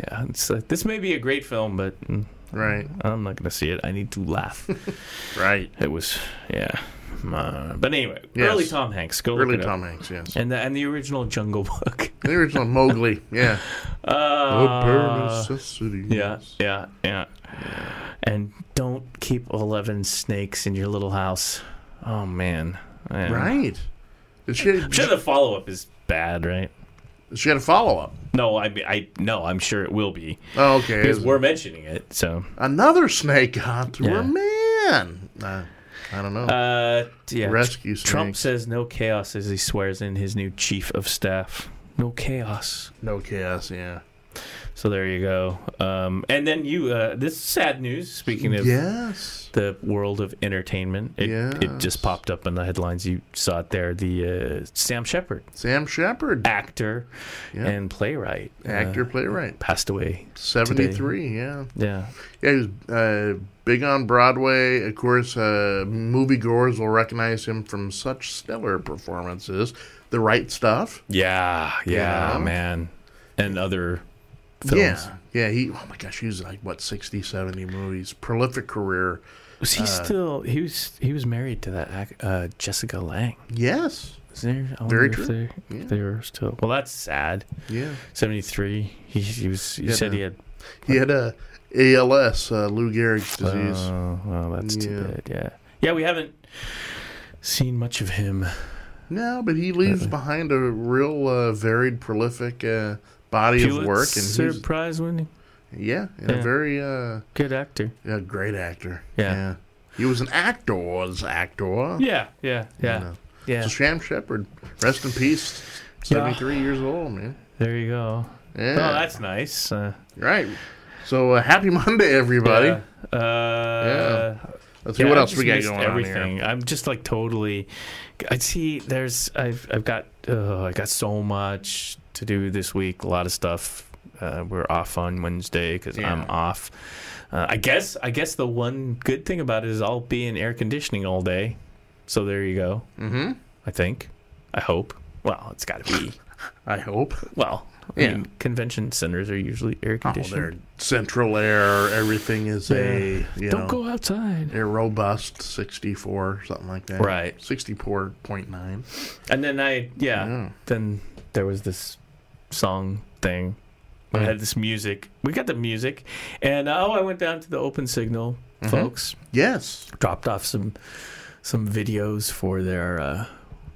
[SPEAKER 1] yeah, it's like, this may be a great film, but mm,
[SPEAKER 2] right, [laughs]
[SPEAKER 1] I'm not going to see it. I need to laugh.
[SPEAKER 2] right.
[SPEAKER 1] it was, yeah. Uh, but anyway,
[SPEAKER 2] Yes.
[SPEAKER 1] early Tom Hanks. Go
[SPEAKER 2] Early
[SPEAKER 1] look it up.
[SPEAKER 2] Tom Hanks, yes.
[SPEAKER 1] And the, and the original Jungle Book. [laughs]
[SPEAKER 2] The original Mowgli, yeah.
[SPEAKER 1] Uh,
[SPEAKER 2] necessities.
[SPEAKER 1] yeah, yeah, yeah. And don't keep 11 snakes in your little house. Oh, man. Yeah.
[SPEAKER 2] Right. Did she,
[SPEAKER 1] I'm sure the follow up is bad, right?
[SPEAKER 2] she had a follow up.
[SPEAKER 1] No, I, I no, I'm sure it will be
[SPEAKER 2] Oh, okay.
[SPEAKER 1] because
[SPEAKER 2] Is-
[SPEAKER 1] we're mentioning it. So,
[SPEAKER 2] Another snake hunt.
[SPEAKER 1] Yeah.
[SPEAKER 2] We're man. Uh, I don't know.
[SPEAKER 1] uh, yeah.
[SPEAKER 2] Rescue snakes.
[SPEAKER 1] Trump says no chaos as he swears in his new chief of staff. No chaos.
[SPEAKER 2] no chaos, yeah.
[SPEAKER 1] So there you go. Um, and then you, uh, this is sad news. Speaking of
[SPEAKER 2] Yes.
[SPEAKER 1] the world of entertainment, it, it
[SPEAKER 2] Yes.
[SPEAKER 1] just popped up in the headlines. You saw it there. The uh, Sam Shepard,
[SPEAKER 2] Sam Shepard,
[SPEAKER 1] Uh, actor
[SPEAKER 2] Yeah.
[SPEAKER 1] and playwright, uh,
[SPEAKER 2] actor, playwright.
[SPEAKER 1] passed away.
[SPEAKER 2] 73, yeah.
[SPEAKER 1] Yeah,
[SPEAKER 2] Yeah, he was uh, big on Broadway. Of course, uh, moviegoers will recognize him from such stellar performances. The Right Stuff.
[SPEAKER 1] yeah, yeah,
[SPEAKER 2] Yeah.
[SPEAKER 1] man, and other films.
[SPEAKER 2] Yeah. Yeah, he, oh my gosh, he was like, what, 60, 70 movies. Prolific career.
[SPEAKER 1] Was
[SPEAKER 2] Uh,
[SPEAKER 1] he still? He was. He was married to that ac- uh, Jessica Lang.
[SPEAKER 2] Yes.
[SPEAKER 1] Is there? I wonder
[SPEAKER 2] Very true.
[SPEAKER 1] If they,
[SPEAKER 2] Yeah.
[SPEAKER 1] if they were still. Well, that's sad.
[SPEAKER 2] Yeah.
[SPEAKER 1] Seventy three. He, he was. You
[SPEAKER 2] Yeah,
[SPEAKER 1] said
[SPEAKER 2] no.
[SPEAKER 1] he had.
[SPEAKER 2] He had uh, a ALS, uh, Lou Gehrig's disease.
[SPEAKER 1] Oh, well, that's too
[SPEAKER 2] Yeah.
[SPEAKER 1] bad. Yeah. Yeah, we haven't seen much of him.
[SPEAKER 2] no, but he leaves
[SPEAKER 1] Uh-uh.
[SPEAKER 2] behind a real uh, varied, prolific uh, body of work, and
[SPEAKER 1] Pulitzer
[SPEAKER 2] he's,
[SPEAKER 1] Prize winning.
[SPEAKER 2] yeah, and
[SPEAKER 1] Yeah.
[SPEAKER 2] a very uh,
[SPEAKER 1] Good actor.
[SPEAKER 2] yeah, great actor.
[SPEAKER 1] Yeah.
[SPEAKER 2] he was an actor's actor.
[SPEAKER 1] Yeah. Yeah. Yeah.
[SPEAKER 2] You know.
[SPEAKER 1] Yeah.
[SPEAKER 2] So Sam Shepard, rest in peace.
[SPEAKER 1] Yeah.
[SPEAKER 2] Seventy-three years old, man.
[SPEAKER 1] There you go.
[SPEAKER 2] Yeah,
[SPEAKER 1] Oh, that's nice. Uh,
[SPEAKER 2] right. So uh, happy Monday, everybody.
[SPEAKER 1] yeah. Uh,
[SPEAKER 2] Yeah. Let's see
[SPEAKER 1] Yeah,
[SPEAKER 2] what
[SPEAKER 1] I
[SPEAKER 2] else we
[SPEAKER 1] just
[SPEAKER 2] got
[SPEAKER 1] missed
[SPEAKER 2] going on
[SPEAKER 1] everything.
[SPEAKER 2] here.
[SPEAKER 1] I'm just like totally. I see. There's. I've. I've got. Uh, I got so much to do this week. A lot of stuff. Uh, we're off on Wednesday because
[SPEAKER 2] Yeah.
[SPEAKER 1] I'm off. Uh, I guess. I guess the one good thing about it is I'll be in air conditioning all day. So there you go.
[SPEAKER 2] Mm-hmm.
[SPEAKER 1] I think. I hope. Well, it's got to be.
[SPEAKER 2] I hope.
[SPEAKER 1] Well, I
[SPEAKER 2] Yeah.
[SPEAKER 1] mean, convention centers are usually air
[SPEAKER 2] Oh, they're
[SPEAKER 1] conditioned.
[SPEAKER 2] central air. Everything is a you
[SPEAKER 1] Don't
[SPEAKER 2] know,
[SPEAKER 1] go outside.
[SPEAKER 2] a robust 64 something like that
[SPEAKER 1] Right.
[SPEAKER 2] 64.9
[SPEAKER 1] And then I, yeah,
[SPEAKER 2] Yeah.
[SPEAKER 1] then there was this song thing. I
[SPEAKER 2] Mm.
[SPEAKER 1] had this music. We got the music, and oh, I went down to the Open Signal
[SPEAKER 2] Mhm.
[SPEAKER 1] folks,
[SPEAKER 2] yes
[SPEAKER 1] dropped off some some videos for their uh,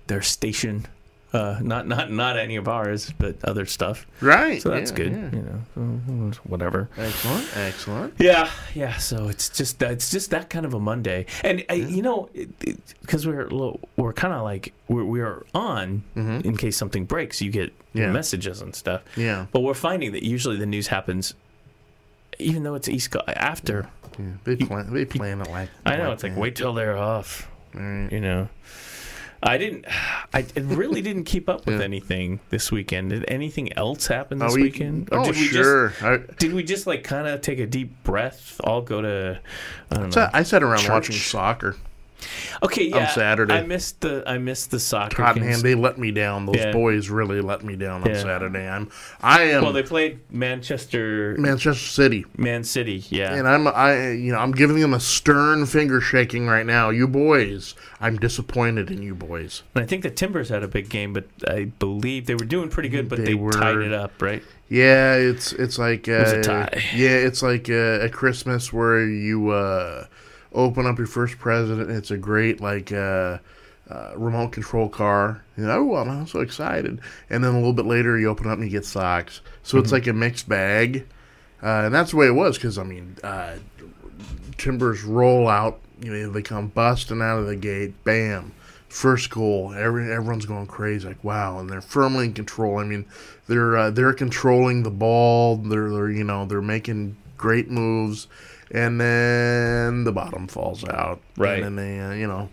[SPEAKER 1] their station. Uh, not not not any of ours, but other stuff.
[SPEAKER 2] right
[SPEAKER 1] So that's
[SPEAKER 2] Yeah,
[SPEAKER 1] good,
[SPEAKER 2] yeah.
[SPEAKER 1] you know. mm, Whatever.
[SPEAKER 2] excellent excellent
[SPEAKER 1] Yeah, yeah. So it's just that it's just that kind of a Monday, and I, you know, because we're lo- we're kind of like we're we're on
[SPEAKER 2] hmm
[SPEAKER 1] in case something breaks, you get
[SPEAKER 2] Yeah.
[SPEAKER 1] messages and stuff.
[SPEAKER 2] yeah
[SPEAKER 1] But we're finding that usually the news happens, even though it's East Co- after.
[SPEAKER 2] yeah they plan they plan it like
[SPEAKER 1] I know it's like
[SPEAKER 2] that.
[SPEAKER 1] wait till they're off.
[SPEAKER 2] All right.
[SPEAKER 1] You know, I didn't. I I really didn't keep up with
[SPEAKER 2] Yeah.
[SPEAKER 1] anything this weekend. Did anything else happen
[SPEAKER 2] Are
[SPEAKER 1] this
[SPEAKER 2] we-
[SPEAKER 1] weekend? Or
[SPEAKER 2] oh
[SPEAKER 1] did we
[SPEAKER 2] sure I,
[SPEAKER 1] Just, did we just like kind of take a deep breath? All go to. I don't
[SPEAKER 2] so
[SPEAKER 1] know.
[SPEAKER 2] I sat around
[SPEAKER 1] Church.
[SPEAKER 2] watching soccer
[SPEAKER 1] Okay, yeah.
[SPEAKER 2] on Saturday.
[SPEAKER 1] I missed the I missed the soccer.
[SPEAKER 2] Tottenham
[SPEAKER 1] games.
[SPEAKER 2] they let me down those
[SPEAKER 1] Yeah.
[SPEAKER 2] boys really let me down on
[SPEAKER 1] Yeah.
[SPEAKER 2] Saturday I'm I am
[SPEAKER 1] Well, they played Manchester,
[SPEAKER 2] Manchester City
[SPEAKER 1] Man City. Yeah.
[SPEAKER 2] and I'm I you know I'm giving them a stern finger shaking right now you boys I'm disappointed in you boys
[SPEAKER 1] And I think the Timbers had a big game, but I believe they were doing pretty good, but they,
[SPEAKER 2] Mm, They were-
[SPEAKER 1] tied it up, right?
[SPEAKER 2] Yeah, it's it's like uh,
[SPEAKER 1] was a tie.
[SPEAKER 2] Yeah, it's like uh, a Christmas where you uh, open up your first present. It's a great like uh, uh, remote control car. You know, oh, well, I'm so excited. And then a little bit later, you open up and you get socks. So
[SPEAKER 1] Mm-hmm.
[SPEAKER 2] it's like a mixed bag, uh, and that's the way it was. Because I mean, uh, Timbers roll out. You know, they come busting out of the gate. Bam. First goal, every, everyone's going crazy, like wow, and they're firmly in control. I mean, they're uh, they're controlling the ball. They're, they're you know they're making great moves, and then the bottom falls out.
[SPEAKER 1] Right.
[SPEAKER 2] And then they uh, you know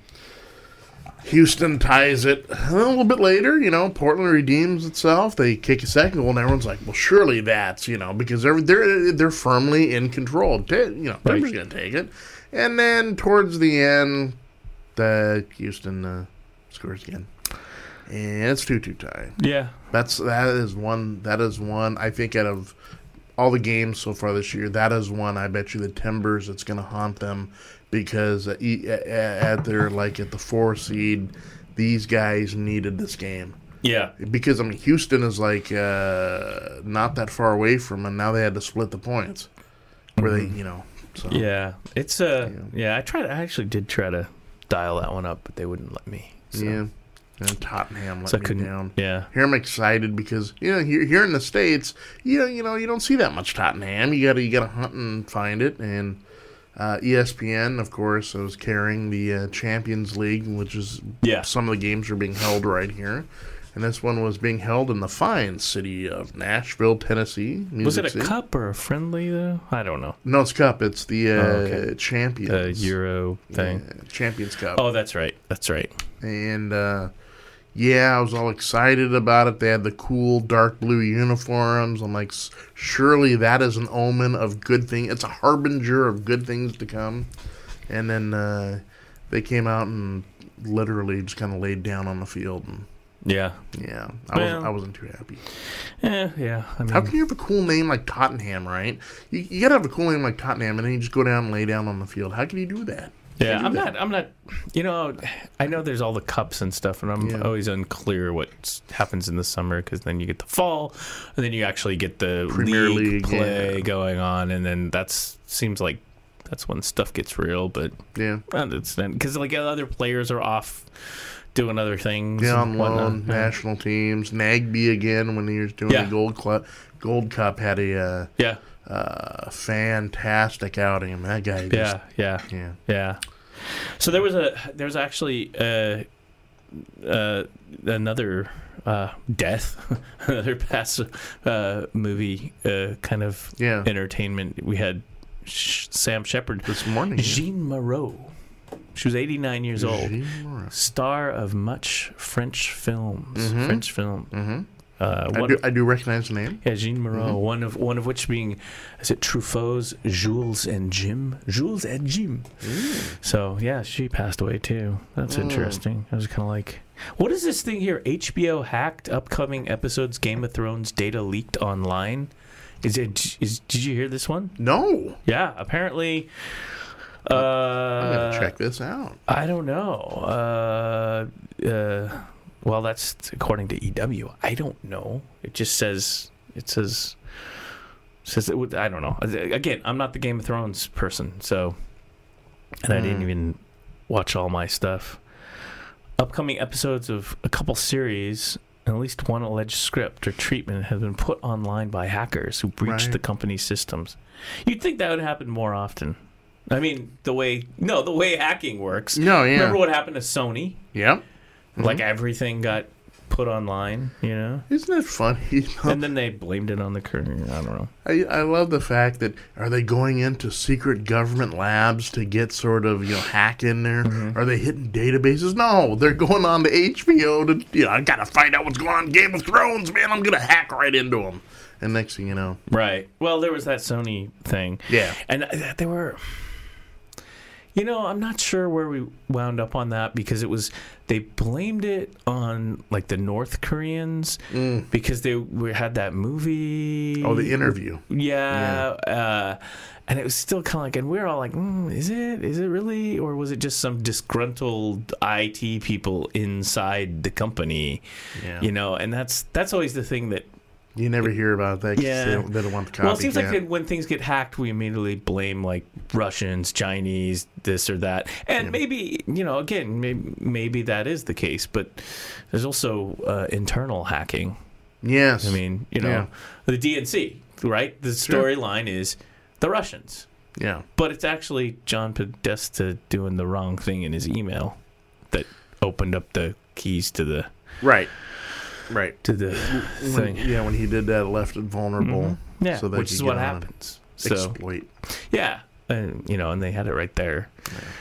[SPEAKER 2] Houston ties it uh, a little bit later. You know, Portland redeems itself. They kick a second goal, and everyone's like, "Well, surely that's you know because they're they're they're firmly in control. Ta- You know, Denver's going to take it." And then towards the end, the Houston uh, scores again, and it's two-two tie.
[SPEAKER 1] Yeah.
[SPEAKER 2] That's that is one that is one I think out of all the games so far this year, that is one I bet you the Timbers it's going to haunt them because at, at their like at the four seed, these guys needed this game
[SPEAKER 1] Yeah.
[SPEAKER 2] because I mean Houston is like uh, not that far away from, and now they had to split the points where they you know so
[SPEAKER 1] Mm-hmm. Yeah. It's uh yeah, I tried I actually did try to dial that one up, but they wouldn't let me. So.
[SPEAKER 2] yeah. And Tottenham let
[SPEAKER 1] So I
[SPEAKER 2] me
[SPEAKER 1] couldn't-
[SPEAKER 2] down.
[SPEAKER 1] Yeah.
[SPEAKER 2] Here I'm excited because you know here, here in the states, you know you know you don't see that much Tottenham. You gotta you gotta hunt and find it. And uh, ESPN, of course, I was carrying the uh, Champions League, which is
[SPEAKER 1] Yeah.
[SPEAKER 2] some of the games are being held right here. And this one was being held in the fine city of Nashville, Tennessee.
[SPEAKER 1] Was it
[SPEAKER 2] Music
[SPEAKER 1] a
[SPEAKER 2] City.
[SPEAKER 1] cup or a friendly though? I don't know.
[SPEAKER 2] No, it's cup. It's the uh,
[SPEAKER 1] Oh, okay.
[SPEAKER 2] Champions
[SPEAKER 1] The Euro thing.
[SPEAKER 2] Yeah, Champions Cup.
[SPEAKER 1] Oh, that's right. That's right.
[SPEAKER 2] And uh, yeah, I was all excited about it. They had the cool dark blue uniforms. I'm like, "S- surely that is an omen of good thing. It's a harbinger of good things to come. And then uh, they came out and literally just kind of laid down on the field. And
[SPEAKER 1] Yeah.
[SPEAKER 2] yeah, I wasn't,
[SPEAKER 1] Well.
[SPEAKER 2] I wasn't too happy.
[SPEAKER 1] Yeah, yeah. I mean,
[SPEAKER 2] How can you have a cool name like Tottenham, right? You, you gotta have a cool name like Tottenham, and then you just go down and lay down on the field. How can you do that?
[SPEAKER 1] yeah,
[SPEAKER 2] do
[SPEAKER 1] I'm
[SPEAKER 2] that.
[SPEAKER 1] not. I'm not. You know, I know there's all the cups and stuff, and I'm
[SPEAKER 2] Yeah.
[SPEAKER 1] always unclear what s- happens in the summer because then you get the fall, and then you actually get the
[SPEAKER 2] Premier
[SPEAKER 1] league,
[SPEAKER 2] League,
[SPEAKER 1] play
[SPEAKER 2] yeah.
[SPEAKER 1] going on, and then that's seems like that's when stuff gets real. But
[SPEAKER 2] Yeah.
[SPEAKER 1] well, it's because like other players are off doing other things.
[SPEAKER 2] Yeah,
[SPEAKER 1] and
[SPEAKER 2] on
[SPEAKER 1] whatnot.
[SPEAKER 2] loan,
[SPEAKER 1] Yeah.
[SPEAKER 2] national teams, Nagby again when he was doing
[SPEAKER 1] Yeah.
[SPEAKER 2] the Gold Club, Gold Cup had a
[SPEAKER 1] Yeah,
[SPEAKER 2] uh, uh, fantastic outing. That guy, just,
[SPEAKER 1] yeah, yeah.
[SPEAKER 2] yeah,
[SPEAKER 1] Yeah. So there was a there was actually uh, uh, another uh, death, [laughs] another past uh, movie uh, kind of
[SPEAKER 2] yeah,
[SPEAKER 1] entertainment. We had Sh- Sam Shepard,
[SPEAKER 2] This morning, yeah.
[SPEAKER 1] Jean Moreau. She was 89 years old,
[SPEAKER 2] Jean Morris.
[SPEAKER 1] star of much French films.
[SPEAKER 2] Mhm.
[SPEAKER 1] French film.
[SPEAKER 2] Mhm.
[SPEAKER 1] Uh,
[SPEAKER 2] I
[SPEAKER 1] one-
[SPEAKER 2] do, Mm-hmm. I do recognize the name.
[SPEAKER 1] yeah, Jean Moreau. One of one of which being, is it Truffaut's Jules and Jim? Jules and Jim. So yeah, she passed away too. That's
[SPEAKER 2] Mm.
[SPEAKER 1] interesting. I was kind of like, what is this thing here? HBO hacked upcoming episodes. Game of Thrones data leaked online. Is it? Is did you hear this one?
[SPEAKER 2] No,
[SPEAKER 1] Yeah, apparently.
[SPEAKER 2] I'm
[SPEAKER 1] Uh,
[SPEAKER 2] gonna check this out.
[SPEAKER 1] I don't know. Uh, uh, well, that's according to EW. I don't know. It just says it says says it would, I don't know. Again, I'm not the Game of Thrones person, so and I didn't
[SPEAKER 2] Hmm.
[SPEAKER 1] even watch all my stuff. Upcoming episodes of a couple series and at least one alleged script or treatment have been put online by hackers who breached
[SPEAKER 2] Right.
[SPEAKER 1] the company's systems. You'd think that would happen more often. I mean, the way no, the way hacking works.
[SPEAKER 2] No, yeah, Mm-hmm.
[SPEAKER 1] Remember what happened to Sony?
[SPEAKER 2] yep.
[SPEAKER 1] Like everything got put online, you know?
[SPEAKER 2] Isn't it funny?
[SPEAKER 1] And then they blamed it on the curtain. I don't know.
[SPEAKER 2] I, I love the fact that are they going into secret government labs to get sort of you know hack in there?
[SPEAKER 1] Mm-hmm.
[SPEAKER 2] Are they hitting databases? No, they're going on to HBO to you know I gotta find out what's going on in Game of Thrones, man. I'm gonna hack right into them. And next thing you know,
[SPEAKER 1] Right. Well, there was that Sony thing.
[SPEAKER 2] yeah,
[SPEAKER 1] And I- they were You know, I'm not sure where we wound up on that because it was they blamed it on like the North Koreans because they we had that movie.
[SPEAKER 2] mm, oh the interview,
[SPEAKER 1] Yeah. Uh, and it was still kind of like, and we were all like, mm, is it? Is it really? Or was it just some disgruntled IT people inside the company?
[SPEAKER 2] yeah,
[SPEAKER 1] You
[SPEAKER 2] you,
[SPEAKER 1] know, and that's that's always the thing that.
[SPEAKER 2] never hear about that. 'cause
[SPEAKER 1] Yeah.
[SPEAKER 2] they don't, they don't want the copycat.
[SPEAKER 1] Well, it seems like that when things get hacked, we immediately blame like Russians, Chinese, this or that, and maybe you know, again, maybe, maybe that is the case, but there's also uh, internal hacking.
[SPEAKER 2] yes,
[SPEAKER 1] I mean, you know, the DNC, right? The storyline is the Russians.
[SPEAKER 2] yeah,
[SPEAKER 1] But it's actually John Podesta doing the wrong thing in his email that opened up the keys to the
[SPEAKER 2] right, right.
[SPEAKER 1] to the
[SPEAKER 2] When,
[SPEAKER 1] thing.
[SPEAKER 2] yeah, when he did that, it left it vulnerable.
[SPEAKER 1] Mm-hmm. Yeah,
[SPEAKER 2] so they
[SPEAKER 1] which
[SPEAKER 2] could
[SPEAKER 1] is what
[SPEAKER 2] get on and
[SPEAKER 1] happens. So
[SPEAKER 2] Exploit.
[SPEAKER 1] yeah, and you know, and they had it right there.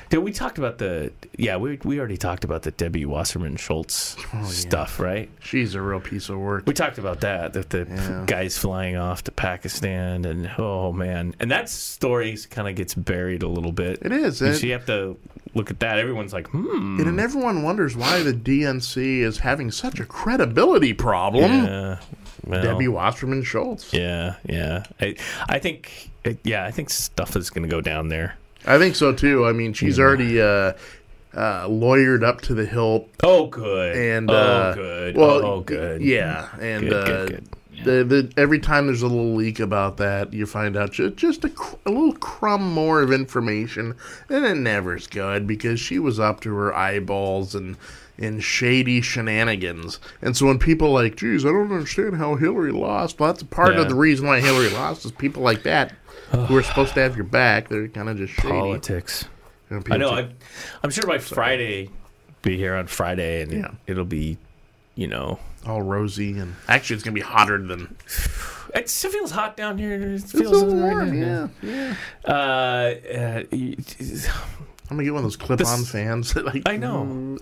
[SPEAKER 1] Dude, we talked about the yeah. We we already talked about the Debbie Wasserman Schultz
[SPEAKER 2] Oh, yeah.
[SPEAKER 1] stuff, right?
[SPEAKER 2] She's a real piece of work.
[SPEAKER 1] We talked about that that the
[SPEAKER 2] Yeah.
[SPEAKER 1] guys flying off to Pakistan and oh man, and that story kind of gets buried a little bit.
[SPEAKER 2] It is.
[SPEAKER 1] And
[SPEAKER 2] It-
[SPEAKER 1] so you have to look at that. Everyone's like, hmm.
[SPEAKER 2] And then everyone wonders why the DNC is having such a credibility problem.
[SPEAKER 1] Yeah. Well,
[SPEAKER 2] Debbie Wasserman Schultz.
[SPEAKER 1] Yeah, yeah. I, I think, yeah, I think stuff is going to go down there.
[SPEAKER 2] I think so too. I mean, she's
[SPEAKER 1] Yeah.
[SPEAKER 2] already uh, uh, lawyered up to the hilt,
[SPEAKER 1] Oh, good.
[SPEAKER 2] and
[SPEAKER 1] oh,
[SPEAKER 2] uh,
[SPEAKER 1] good.
[SPEAKER 2] Well,
[SPEAKER 1] oh, good.
[SPEAKER 2] Yeah, and
[SPEAKER 1] Good,
[SPEAKER 2] uh,
[SPEAKER 1] good, good.
[SPEAKER 2] The, the, every time there's a little leak about that, you find out just, just a, cr- a little crumb more of information, and it never's good because she was up to her eyeballs and in shady shenanigans. And so when people like, geez, I don't understand how Hillary lost. Well, that's part
[SPEAKER 1] Yeah.
[SPEAKER 2] of the reason why Hillary lost is people like that who are supposed to have your back. They're kind of just shady.
[SPEAKER 1] Politics.
[SPEAKER 2] And
[SPEAKER 1] I
[SPEAKER 2] people
[SPEAKER 1] know.
[SPEAKER 2] say,
[SPEAKER 1] I, I'm sure by Friday, be here on Friday, and
[SPEAKER 2] Yeah.
[SPEAKER 1] it'll be, you know,
[SPEAKER 2] all rosy and actually it's gonna be hotter than
[SPEAKER 1] it still feels hot down here. It
[SPEAKER 2] it's a
[SPEAKER 1] feels
[SPEAKER 2] little warm.
[SPEAKER 1] yeah.
[SPEAKER 2] Yeah, yeah.
[SPEAKER 1] Uh, uh, y-
[SPEAKER 2] I'm gonna get one of those clip-on
[SPEAKER 1] This-
[SPEAKER 2] fans. that, like,
[SPEAKER 1] I know.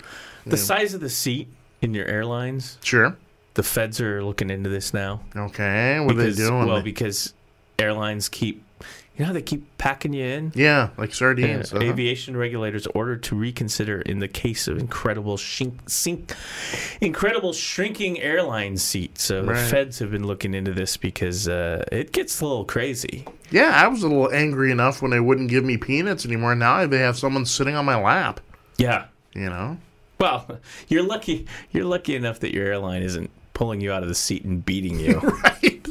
[SPEAKER 1] the
[SPEAKER 2] Mm, Yeah.
[SPEAKER 1] size of the seat in your airlines.
[SPEAKER 2] Sure.
[SPEAKER 1] The feds are looking into this now.
[SPEAKER 2] Okay. What
[SPEAKER 1] because,
[SPEAKER 2] are they doing?
[SPEAKER 1] Well, because airlines keep, you know, how they keep packing you in.
[SPEAKER 2] yeah, like
[SPEAKER 1] Uh, [laughs]
[SPEAKER 2] sardines. uh-huh.
[SPEAKER 1] Aviation regulators ordered to reconsider in the case of incredible shink, sink, incredible shrinking airline seat. So the
[SPEAKER 2] Right.
[SPEAKER 1] feds have been looking into this because uh, it gets a little crazy.
[SPEAKER 2] Yeah, I was a little angry enough when they wouldn't give me peanuts anymore. Now they have someone sitting on my lap.
[SPEAKER 1] Yeah.
[SPEAKER 2] You know. [laughs]
[SPEAKER 1] Well, [laughs] you're lucky. You're lucky enough that your airline isn't pulling you out of the seat and beating you.
[SPEAKER 2] Right.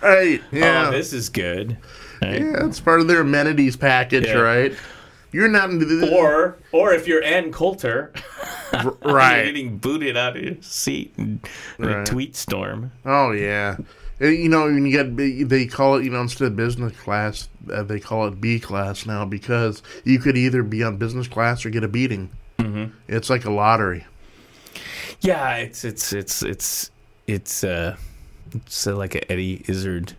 [SPEAKER 2] right. [laughs] Yeah.
[SPEAKER 1] Oh, this is good. Right?
[SPEAKER 2] yeah. It's part of their amenities package,
[SPEAKER 1] Yeah.
[SPEAKER 2] right? You're not into the
[SPEAKER 1] Or, or if you're Ann Coulter, you're
[SPEAKER 2] [laughs] right.
[SPEAKER 1] getting booted out of your seat in, in a
[SPEAKER 2] Right.
[SPEAKER 1] tweet storm.
[SPEAKER 2] Oh yeah, Uh, you know when you get B- they call it you know instead of business class uh, they call it B class now because you could either be on business class or get a beating. Mm-hmm. It's like a lottery.
[SPEAKER 1] Yeah, it's it's it's it's it's uh it's uh, like a Eddie Izzard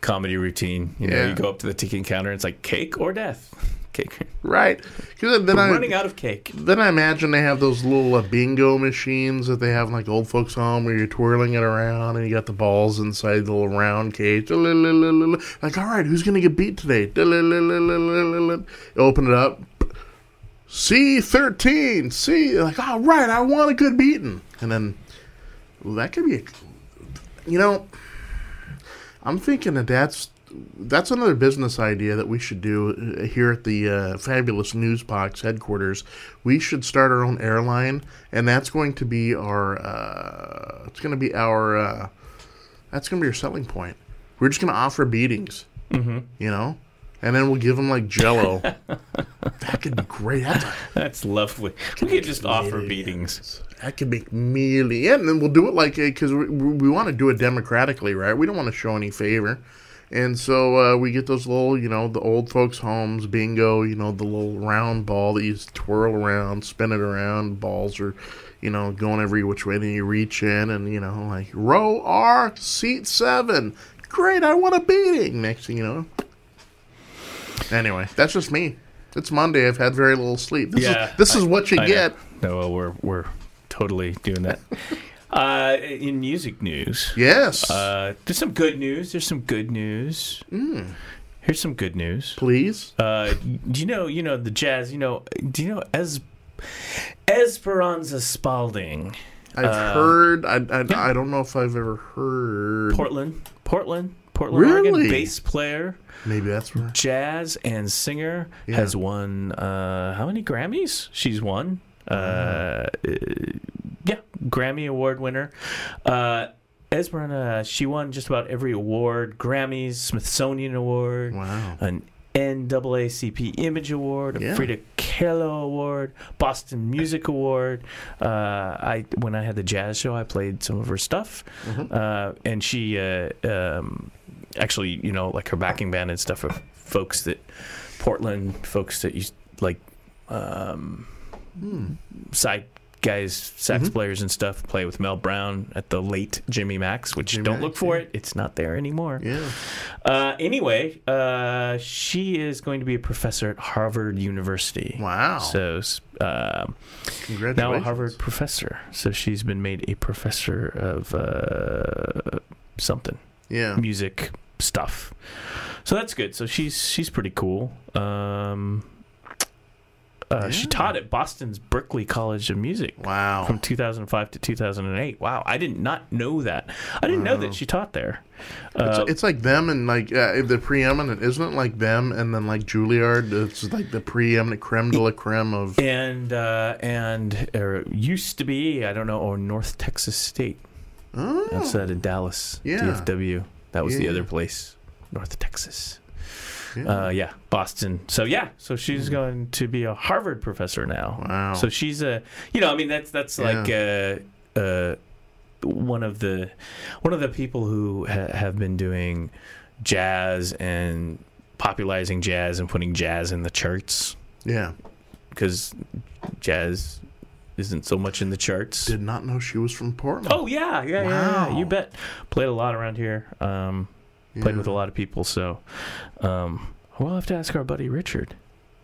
[SPEAKER 1] comedy routine. You know,
[SPEAKER 2] Yeah.
[SPEAKER 1] you go up to the ticket counter, it's like cake or death. Cake.
[SPEAKER 2] Right. Because then I
[SPEAKER 1] running out of cake. [laughs]
[SPEAKER 2] then I imagine they have those little uh, bingo machines that they have in like old folks home where you're twirling it around and you got the balls inside the little round cage. [laughs] Like, all right, who's gonna get beat today? [laughs] Open it up. C thirteen. C like, all right, I want a good beating. And then well, that could be, a, you know, I'm thinking that that's that's another business idea that we should do uh, here at the uh, fabulous Newsbox headquarters. We should start our own airline, and that's going to be our uh, it's going to be our uh, that's going to be our selling point. We're just going to offer beatings, mm-hmm. you know, and then we'll give them like Jello. that could be great. That's a
[SPEAKER 1] That's lovely. We could just offer beatings.
[SPEAKER 2] that could make millions. And then we'll do it like because we, we want to do it democratically, right? We don't want to show any favor. And so uh, we get those little, you know, the old folks' homes bingo, you know, the little round ball that you just twirl around, spin it around. Balls are, you know, going every which way. Then you reach in and, you know, like row R, seat seven. Great, I want a beating. Next thing you know. Anyway, that's just me. It's Monday. I've had very little sleep. This
[SPEAKER 1] Yeah,
[SPEAKER 2] is this is what you
[SPEAKER 1] I know.
[SPEAKER 2] get.
[SPEAKER 1] No, well, we're we're totally doing that. uh, in music news,
[SPEAKER 2] Yes.
[SPEAKER 1] uh, there's some good news. There's some good news. Here's some good news.
[SPEAKER 2] Please?
[SPEAKER 1] Uh, do you know you know the jazz? You know do you know Es Esperanza Spalding,
[SPEAKER 2] I've
[SPEAKER 1] Uh,
[SPEAKER 2] heard. I, I, I don't know if I've ever heard.
[SPEAKER 1] Portland, Portland, Portland, Oregon,
[SPEAKER 2] Really?
[SPEAKER 1] bass player,
[SPEAKER 2] Maybe that's where.
[SPEAKER 1] jazz and singer
[SPEAKER 2] Yeah.
[SPEAKER 1] has won uh, how many Grammys? She's won. Uh, uh, yeah, Grammy award winner. Uh, Esperanza, she won just about every award: Grammys, Smithsonian Award,
[SPEAKER 2] Wow.
[SPEAKER 1] an NAACP Image Award, a
[SPEAKER 2] Yeah.
[SPEAKER 1] Frida Kahlo Award, Boston Music Award. Uh, I when I had the jazz show, I played some of her stuff,
[SPEAKER 2] Mm-hmm.
[SPEAKER 1] uh, and she uh, um, actually, you know, like her backing band and stuff are folks that Portland folks that used like um,
[SPEAKER 2] Hmm,
[SPEAKER 1] side guys, sax
[SPEAKER 2] Mm-hmm.
[SPEAKER 1] players and stuff play with Mel Brown at the late Jimmy Max, which
[SPEAKER 2] Jimmy
[SPEAKER 1] don't
[SPEAKER 2] Max,
[SPEAKER 1] look for
[SPEAKER 2] yeah.
[SPEAKER 1] it; it's not there anymore.
[SPEAKER 2] Yeah.
[SPEAKER 1] Uh, anyway, uh, she is going to be a professor at Harvard University.
[SPEAKER 2] Wow.
[SPEAKER 1] So, s- um now a
[SPEAKER 2] Congratulations.
[SPEAKER 1] Harvard professor. So she's been made a professor of uh, something,
[SPEAKER 2] Yeah.
[SPEAKER 1] music stuff. So that's good. So she's she's pretty cool. Um, Uh, She taught at Boston's Berklee College of Music
[SPEAKER 2] Wow.
[SPEAKER 1] from 2005 to 2008. Wow, I did not know that. I didn't know that she taught there. uh,
[SPEAKER 2] It's, it's like them and like uh, if the preeminent, isn't it? Like them and then like Juilliard. It's like the preeminent creme de la creme of.
[SPEAKER 1] and uh, and or used to be I don't know or North Texas State
[SPEAKER 2] oh,
[SPEAKER 1] outside of Dallas
[SPEAKER 2] Yeah.
[SPEAKER 1] DFW that was the
[SPEAKER 2] Yeah.
[SPEAKER 1] other place North Texas
[SPEAKER 2] Yeah. Mm.
[SPEAKER 1] uh, yeah Boston so yeah so she's going to be a Harvard professor now
[SPEAKER 2] Wow.
[SPEAKER 1] so she's a you know I mean that's that's like uh, uh, one of the one of the people who ha- have been doing jazz and popularizing jazz and putting jazz in the charts
[SPEAKER 2] yeah.
[SPEAKER 1] because jazz isn't so much in the charts.
[SPEAKER 2] Did not know she was from Portland.
[SPEAKER 1] oh yeah, yeah, yeah, yeah.
[SPEAKER 2] Wow.
[SPEAKER 1] You bet. Played a lot around here. Um, played
[SPEAKER 2] Yeah.
[SPEAKER 1] with a lot of people. So, um, we'll have to ask our buddy Richard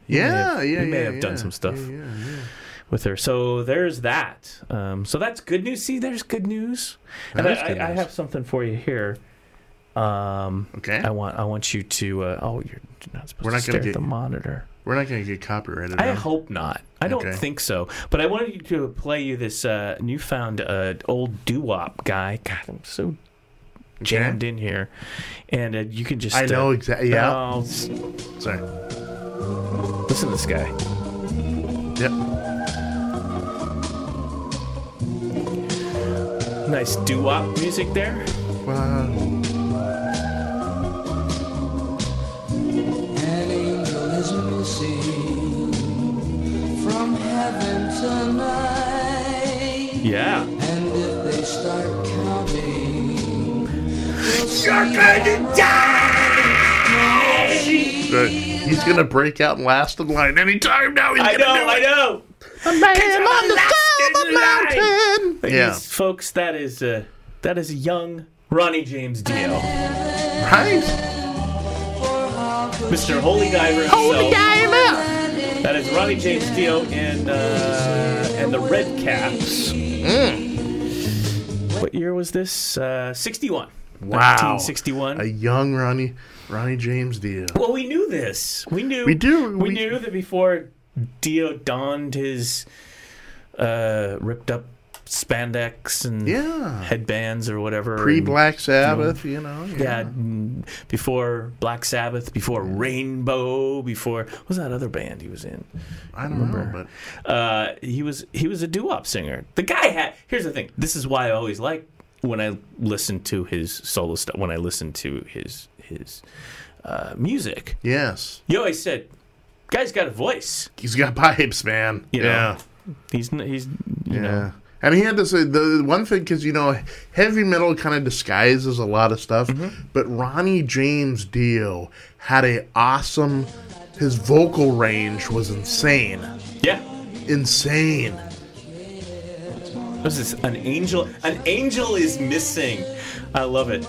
[SPEAKER 1] He may
[SPEAKER 2] Yeah,
[SPEAKER 1] have-
[SPEAKER 2] yeah,
[SPEAKER 1] he may
[SPEAKER 2] yeah,
[SPEAKER 1] have done
[SPEAKER 2] yeah,
[SPEAKER 1] some stuff.
[SPEAKER 2] Yeah, yeah, yeah.
[SPEAKER 1] with her. So there's that. Um, so that's good news. See, there's good news. And I,
[SPEAKER 2] That is good
[SPEAKER 1] I, I
[SPEAKER 2] news.
[SPEAKER 1] have something for you here. Um,
[SPEAKER 2] Okay.
[SPEAKER 1] I want I want you to. Uh, oh, you're not supposed
[SPEAKER 2] We're
[SPEAKER 1] to
[SPEAKER 2] not gonna
[SPEAKER 1] stare at
[SPEAKER 2] get-
[SPEAKER 1] the monitor.
[SPEAKER 2] We're not going to get copyrighted.
[SPEAKER 1] I
[SPEAKER 2] are we?
[SPEAKER 1] hope not. I don't
[SPEAKER 2] Okay.
[SPEAKER 1] think so. But I wanted you to play you this uh, newfound uh, old doo wop guy. God, I'm so jammed in here, and uh, you can just.
[SPEAKER 2] I know
[SPEAKER 1] Uh,
[SPEAKER 2] exactly. Yeah.
[SPEAKER 1] oh, s-
[SPEAKER 2] Sorry.
[SPEAKER 1] listen to this guy.
[SPEAKER 2] Yep.
[SPEAKER 1] Nice doo wop music there.
[SPEAKER 2] Wow.
[SPEAKER 3] An angel is received from heaven tonight.
[SPEAKER 1] Yeah.
[SPEAKER 3] And if they start counting,
[SPEAKER 1] You're gonna die.
[SPEAKER 2] But he's going to break out last in line anytime now. He's
[SPEAKER 1] I
[SPEAKER 2] going
[SPEAKER 1] know.
[SPEAKER 2] to do
[SPEAKER 1] I
[SPEAKER 2] it.
[SPEAKER 1] know.
[SPEAKER 2] A man
[SPEAKER 1] I'm
[SPEAKER 2] on the
[SPEAKER 1] last
[SPEAKER 2] top
[SPEAKER 1] in line.
[SPEAKER 2] of the mountain. Yeah.
[SPEAKER 1] Yes, folks. That is uh, that is young Ronnie James Dio,
[SPEAKER 2] Right?
[SPEAKER 1] Mr. Holy Diver himself.
[SPEAKER 2] Holy diver.
[SPEAKER 1] That is Ronnie James Dio in uh, and the Red Caps. What year was this? Uh, 61.
[SPEAKER 2] Mm. Wow.
[SPEAKER 1] 1961.
[SPEAKER 2] A young Ronnie, Ronnie James Dio.
[SPEAKER 1] well, we knew this. We knew.
[SPEAKER 2] We do,
[SPEAKER 1] We,
[SPEAKER 2] we-
[SPEAKER 1] knew that before Dio donned his uh, ripped up spandex and
[SPEAKER 2] Yeah.
[SPEAKER 1] headbands or whatever.
[SPEAKER 2] Pre
[SPEAKER 1] and-
[SPEAKER 2] Black Sabbath, you know.
[SPEAKER 1] Yeah, mm, before Black Sabbath, before Rainbow, before what was that other band he was in?
[SPEAKER 2] I don't know, but
[SPEAKER 1] uh, he was he was a doo-wop singer. The guy had here's the thing. This is why I always like when I listen to his solo stuff. When I listen to his his uh, music,
[SPEAKER 2] yes.
[SPEAKER 1] you always said, "Guy's got a voice."
[SPEAKER 2] He's got pipes, man.
[SPEAKER 1] You know,
[SPEAKER 2] yeah.
[SPEAKER 1] He's n- he's you
[SPEAKER 2] Yeah.
[SPEAKER 1] know
[SPEAKER 2] And he had to say the one thing because you know heavy metal kind of disguises a lot of stuff,
[SPEAKER 1] Mm-hmm.
[SPEAKER 2] but Ronnie James Dio had a awesome. His vocal range was insane,
[SPEAKER 1] yeah.
[SPEAKER 2] insane.
[SPEAKER 1] This is an angel. An angel is missing. I love it.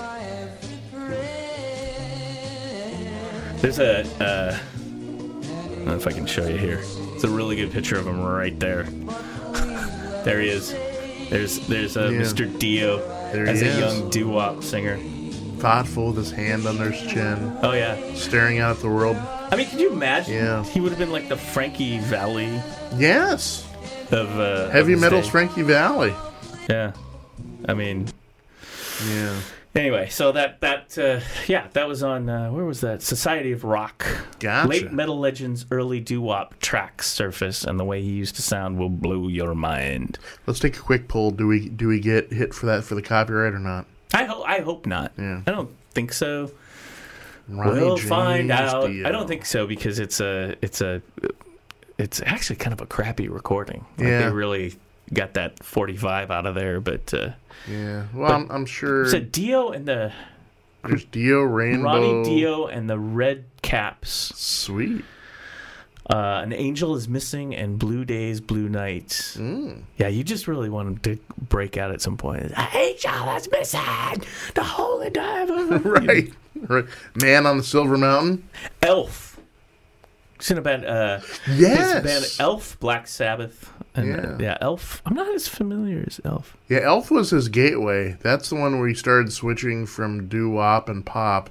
[SPEAKER 1] There's a. Uh, I don't know if I can show you here. It's a really good picture of him right there. [laughs] there he is. There's there's uh,
[SPEAKER 2] Yeah.
[SPEAKER 1] Mr. Dio
[SPEAKER 2] There
[SPEAKER 1] as
[SPEAKER 2] he
[SPEAKER 1] a
[SPEAKER 2] is.
[SPEAKER 1] young doo-wop singer.
[SPEAKER 2] Thoughtful with his hand under his chin,
[SPEAKER 1] Oh yeah.
[SPEAKER 2] staring out at the world.
[SPEAKER 1] I mean, could you imagine?
[SPEAKER 2] Yeah.
[SPEAKER 1] He would have been like the Frankie Valley
[SPEAKER 2] Yes,
[SPEAKER 1] of uh,
[SPEAKER 2] heavy
[SPEAKER 1] of his
[SPEAKER 2] metal
[SPEAKER 1] day.
[SPEAKER 2] Frankie Valley.
[SPEAKER 1] Yeah. I mean,
[SPEAKER 2] Yeah,
[SPEAKER 1] Anyway, so that that uh, yeah, that was on uh, where was that Society of Rock?
[SPEAKER 2] Gotcha.
[SPEAKER 1] Late metal legends, early doo wop tracks surface, and the way he used to sound will blow your mind.
[SPEAKER 2] let's take a quick poll. Do we do we get hit for that for the copyright or not?
[SPEAKER 1] I hope I hope not.
[SPEAKER 2] Yeah.
[SPEAKER 1] I don't think so.
[SPEAKER 2] Ronnie
[SPEAKER 1] we'll find
[SPEAKER 2] James
[SPEAKER 1] out.
[SPEAKER 2] Dio.
[SPEAKER 1] I don't think so because it's a it's a it's actually kind of a crappy recording. Like,
[SPEAKER 2] Yeah.
[SPEAKER 1] they really got that forty five out of there, but uh,
[SPEAKER 2] Yeah. Well, I'm, I'm sure
[SPEAKER 1] so Dio and the
[SPEAKER 2] there's Dio Rainbow.
[SPEAKER 1] Ronnie Dio and the Red Caps.
[SPEAKER 2] Sweet.
[SPEAKER 1] Uh, an angel is missing and blue days, blue nights. Mm. Yeah, you just really want him to break out at some point. An angel is missing, the holy diver.
[SPEAKER 2] [laughs] Right. Right. Man on the Silver Mountain.
[SPEAKER 1] Elf. Seen about uh, his band
[SPEAKER 2] Yes.
[SPEAKER 1] Elf, Black Sabbath, and yeah.
[SPEAKER 2] Yeah.
[SPEAKER 1] yeah, Elf. I'm not as familiar as Elf.
[SPEAKER 2] yeah, Elf was his gateway. That's the one where he started switching from doo wop and pop